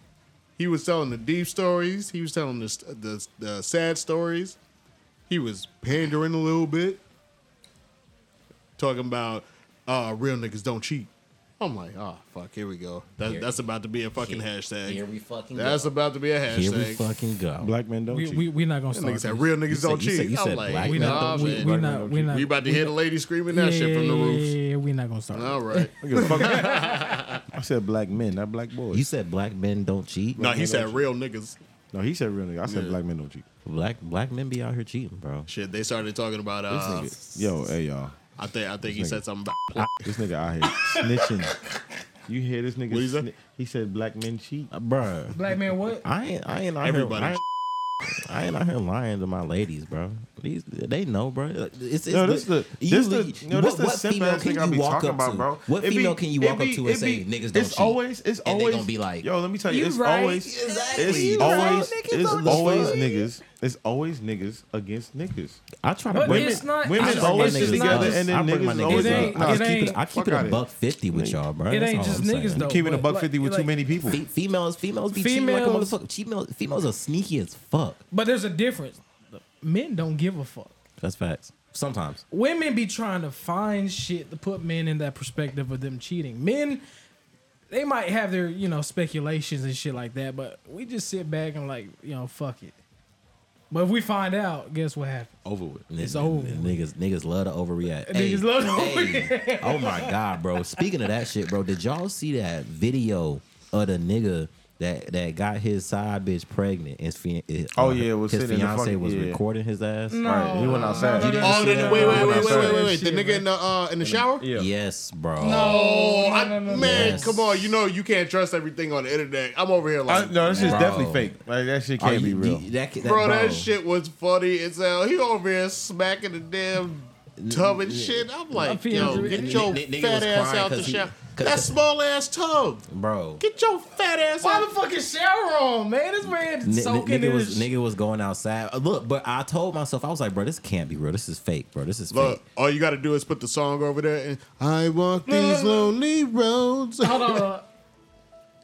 [SPEAKER 4] He was telling the deep stories. He was telling the, st- the the sad stories. He was pandering a little bit, talking about uh, real niggas don't cheat. I'm like, oh fuck, here we go. That,
[SPEAKER 3] Here-
[SPEAKER 4] that's about to be a fucking
[SPEAKER 3] here-
[SPEAKER 4] hashtag.
[SPEAKER 3] here we fucking
[SPEAKER 4] That's
[SPEAKER 3] go.
[SPEAKER 4] about to be a
[SPEAKER 3] Here we
[SPEAKER 4] hashtag.
[SPEAKER 3] fucking go.
[SPEAKER 1] Black men don't
[SPEAKER 2] we,
[SPEAKER 1] cheat.
[SPEAKER 2] we we not gonna
[SPEAKER 4] That
[SPEAKER 2] start.
[SPEAKER 4] nigga said
[SPEAKER 2] this.
[SPEAKER 4] real niggas
[SPEAKER 3] said-
[SPEAKER 4] don't
[SPEAKER 3] you said-
[SPEAKER 4] cheat.
[SPEAKER 3] you
[SPEAKER 4] I'm
[SPEAKER 3] said
[SPEAKER 4] like,
[SPEAKER 3] black
[SPEAKER 2] we
[SPEAKER 3] men
[SPEAKER 4] nah,
[SPEAKER 2] not, we,
[SPEAKER 4] man.
[SPEAKER 2] we not, we not.
[SPEAKER 4] We about to hear the lady screaming that shit from the roof.
[SPEAKER 2] Yeah, we not gonna start.
[SPEAKER 4] All right.
[SPEAKER 1] I give a fuck. I said black men, not black boys.
[SPEAKER 3] You said black men don't cheat.
[SPEAKER 4] No, he said real niggas.
[SPEAKER 1] no, he said real nigga. I said black men don't cheat.
[SPEAKER 3] black black men be out here cheating, bro.
[SPEAKER 4] Shit, they started talking about. Uh,
[SPEAKER 1] Yo, hey y'all,
[SPEAKER 4] I think I think he
[SPEAKER 1] nigga.
[SPEAKER 4] said something about.
[SPEAKER 1] this nigga out here snitching. You hear this nigga?
[SPEAKER 4] What he said?
[SPEAKER 1] sni- he said black men cheat.
[SPEAKER 3] Uh, bro,
[SPEAKER 2] Black man, what?
[SPEAKER 3] I ain't I ain't out
[SPEAKER 4] Everybody
[SPEAKER 3] here. I ain't, I ain't out here lying to my ladies, bro. These, they know, bro. It's, it's
[SPEAKER 1] No, this
[SPEAKER 3] the-
[SPEAKER 1] the this the
[SPEAKER 3] you-
[SPEAKER 1] no, this the simp
[SPEAKER 3] female
[SPEAKER 1] ass
[SPEAKER 3] can
[SPEAKER 1] thing I
[SPEAKER 3] you
[SPEAKER 1] be
[SPEAKER 3] walk
[SPEAKER 1] talking
[SPEAKER 3] up
[SPEAKER 1] about,
[SPEAKER 3] to?
[SPEAKER 1] bro.
[SPEAKER 3] What
[SPEAKER 1] It be-
[SPEAKER 3] female can you
[SPEAKER 1] it
[SPEAKER 3] walk
[SPEAKER 1] be-
[SPEAKER 3] up to and
[SPEAKER 1] it
[SPEAKER 3] say
[SPEAKER 1] be-
[SPEAKER 3] niggas don't
[SPEAKER 1] It's
[SPEAKER 3] cheat?
[SPEAKER 1] always it's
[SPEAKER 3] And they
[SPEAKER 1] always
[SPEAKER 3] gonna be like,
[SPEAKER 1] yo, let me tell you,
[SPEAKER 2] "You
[SPEAKER 1] it's
[SPEAKER 2] right,
[SPEAKER 1] always
[SPEAKER 3] exactly.
[SPEAKER 1] it's
[SPEAKER 3] You
[SPEAKER 1] always
[SPEAKER 3] right, niggas
[SPEAKER 1] it's
[SPEAKER 3] on the
[SPEAKER 1] always
[SPEAKER 3] fuck.
[SPEAKER 1] niggas it's always niggas against niggas.
[SPEAKER 3] I try to
[SPEAKER 2] But
[SPEAKER 3] bring
[SPEAKER 1] Women,
[SPEAKER 2] it's not-
[SPEAKER 3] I
[SPEAKER 1] women
[SPEAKER 2] it's
[SPEAKER 3] bring my
[SPEAKER 1] always
[SPEAKER 3] niggas
[SPEAKER 1] get
[SPEAKER 2] just not
[SPEAKER 1] together
[SPEAKER 3] up.
[SPEAKER 2] just-
[SPEAKER 1] and
[SPEAKER 3] I
[SPEAKER 1] then
[SPEAKER 3] bring my
[SPEAKER 1] niggas always.
[SPEAKER 2] niggas up.
[SPEAKER 1] Nah,
[SPEAKER 3] I
[SPEAKER 2] It
[SPEAKER 3] just keep it,
[SPEAKER 2] ain't-
[SPEAKER 3] I keep
[SPEAKER 1] fuck
[SPEAKER 3] it a
[SPEAKER 1] outta
[SPEAKER 3] buck fifty with
[SPEAKER 1] Nigga.
[SPEAKER 3] y'all, bro.
[SPEAKER 2] It
[SPEAKER 3] That's
[SPEAKER 2] ain't
[SPEAKER 3] all
[SPEAKER 2] just
[SPEAKER 3] I'm
[SPEAKER 2] niggas
[SPEAKER 3] saying.
[SPEAKER 2] though.
[SPEAKER 1] Keeping a
[SPEAKER 2] but,
[SPEAKER 1] buck
[SPEAKER 2] like-
[SPEAKER 1] fifty with too
[SPEAKER 2] like-
[SPEAKER 1] many people.
[SPEAKER 3] Fe- females, females be cheating like a
[SPEAKER 2] Females-
[SPEAKER 3] motherfucker. Females, females are sneaky as fuck.
[SPEAKER 2] But there's a difference. Men don't give a fuck.
[SPEAKER 3] That's facts. Sometimes
[SPEAKER 2] Women be trying to find shit to put men in that perspective of them cheating. Men, they might have their you know speculations and shit like that, but we just sit back and like you know fuck it. But if we find out, guess what happens?
[SPEAKER 1] Over with.
[SPEAKER 2] It's
[SPEAKER 3] Niggas-
[SPEAKER 2] over.
[SPEAKER 3] Niggas, niggas love to overreact.
[SPEAKER 2] Niggas love to
[SPEAKER 3] hey. Oh my god, bro! Speaking of that shit, bro, did y'all see that video of the nigga that that got his side bitch pregnant? And fi- it-
[SPEAKER 1] Oh,
[SPEAKER 3] uh,
[SPEAKER 1] yeah, was
[SPEAKER 3] his
[SPEAKER 1] sitting in the
[SPEAKER 3] fiance
[SPEAKER 1] fucking-
[SPEAKER 3] was
[SPEAKER 1] yeah.
[SPEAKER 3] recording his ass.
[SPEAKER 1] Right, he went outside.
[SPEAKER 2] no, no, no.
[SPEAKER 4] Oh,
[SPEAKER 2] Yeah,
[SPEAKER 4] the, wait, wait,
[SPEAKER 1] I'm
[SPEAKER 4] wait, wait,
[SPEAKER 1] sorry.
[SPEAKER 4] wait, wait, wait. The
[SPEAKER 2] Shit,
[SPEAKER 4] nigga in the uh, in the shower.
[SPEAKER 1] Yeah.
[SPEAKER 3] Yes, bro.
[SPEAKER 4] Oh, I, man,
[SPEAKER 3] Yes.
[SPEAKER 4] come on! You know you can't trust everything on the internet. I'm over here
[SPEAKER 1] I,
[SPEAKER 4] like,
[SPEAKER 1] no, this is
[SPEAKER 3] Bro.
[SPEAKER 1] definitely fake. Like that shit
[SPEAKER 3] Are
[SPEAKER 1] can't be
[SPEAKER 3] you-
[SPEAKER 1] real.
[SPEAKER 3] you- that, that,
[SPEAKER 4] bro, that shit was funny as hell. He over here smacking the damn tub and shit. I'm
[SPEAKER 2] I'm
[SPEAKER 4] like,
[SPEAKER 2] feeling
[SPEAKER 4] yo,
[SPEAKER 2] you.
[SPEAKER 4] get
[SPEAKER 2] Nigga-
[SPEAKER 4] your
[SPEAKER 3] nigga was
[SPEAKER 4] fat ass
[SPEAKER 3] crying
[SPEAKER 4] out the
[SPEAKER 3] 'cause he-
[SPEAKER 4] shower.
[SPEAKER 3] 'cause-
[SPEAKER 4] That small ass tub.
[SPEAKER 3] bro.
[SPEAKER 4] Get your fat ass
[SPEAKER 2] Why
[SPEAKER 4] out
[SPEAKER 2] the fucking shower on, man? This man
[SPEAKER 3] N- n-
[SPEAKER 2] soaking
[SPEAKER 3] nigga
[SPEAKER 2] in
[SPEAKER 3] was
[SPEAKER 2] his
[SPEAKER 3] nigga was going outside. Uh, Look, but I told myself I was like, bro, this can't be real. This is fake, bro. This is
[SPEAKER 4] Look,
[SPEAKER 3] fake.
[SPEAKER 4] all you got to do is put the song over there, and I walk these lonely roads.
[SPEAKER 2] Hold on.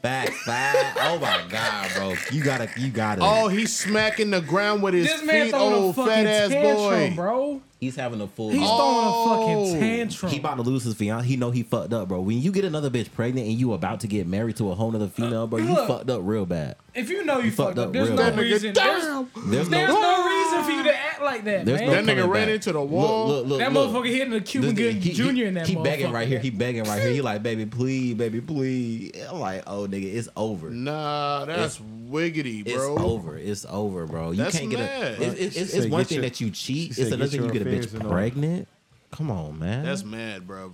[SPEAKER 3] Fact, fact. oh my god, bro. You gotta, you gotta.
[SPEAKER 4] Oh, he's smacking the ground with his
[SPEAKER 2] This man
[SPEAKER 4] feet,
[SPEAKER 2] throwing a
[SPEAKER 4] old
[SPEAKER 2] fucking
[SPEAKER 4] fat ass
[SPEAKER 2] tantrum,
[SPEAKER 4] boy.
[SPEAKER 2] bro.
[SPEAKER 3] he's having a full.
[SPEAKER 2] He's throwing a
[SPEAKER 4] Oh.
[SPEAKER 2] fucking tantrum.
[SPEAKER 3] He about to lose his fiance. He know he fucked up, bro. When you get another bitch pregnant and you about to get married to a whole nother female, bro, you
[SPEAKER 2] look.
[SPEAKER 3] fucked up real bad.
[SPEAKER 2] if you know you, fucked
[SPEAKER 3] fucked
[SPEAKER 2] up,
[SPEAKER 3] up
[SPEAKER 2] there's
[SPEAKER 3] real
[SPEAKER 2] no
[SPEAKER 3] bad.
[SPEAKER 2] reason. There's,
[SPEAKER 3] There's no,
[SPEAKER 2] there's no reason for you to act like that,
[SPEAKER 3] there's
[SPEAKER 2] man.
[SPEAKER 3] no
[SPEAKER 4] That nigga
[SPEAKER 3] coming
[SPEAKER 4] ran
[SPEAKER 3] back.
[SPEAKER 4] into the wall.
[SPEAKER 3] Look, look,
[SPEAKER 2] that
[SPEAKER 3] look,
[SPEAKER 2] motherfucker
[SPEAKER 3] look.
[SPEAKER 2] hitting a Cuban
[SPEAKER 3] This nigga-
[SPEAKER 2] Gooding
[SPEAKER 3] he-
[SPEAKER 2] Jr.
[SPEAKER 3] he-
[SPEAKER 2] in that
[SPEAKER 3] He
[SPEAKER 2] motherfucker.
[SPEAKER 3] begging right here. He begging right here. He like, baby, please, baby, please. I'm like, oh, nigga, it's over.
[SPEAKER 4] Nah, that's wiggity,
[SPEAKER 3] It's
[SPEAKER 4] bro.
[SPEAKER 3] over. It's over, bro. You
[SPEAKER 4] That's
[SPEAKER 3] can't get
[SPEAKER 4] mad.
[SPEAKER 3] a. It's, it's,
[SPEAKER 1] She
[SPEAKER 3] it's,
[SPEAKER 1] said,
[SPEAKER 3] one
[SPEAKER 1] "Get
[SPEAKER 3] thing
[SPEAKER 1] your-
[SPEAKER 3] that you cheat.
[SPEAKER 1] she
[SPEAKER 3] It's
[SPEAKER 1] said,
[SPEAKER 3] another
[SPEAKER 1] "Get
[SPEAKER 3] thing you get
[SPEAKER 1] your
[SPEAKER 3] a
[SPEAKER 1] affairs in
[SPEAKER 3] bitch
[SPEAKER 1] order."
[SPEAKER 3] pregnant. Come on, man.
[SPEAKER 4] That's mad, bro.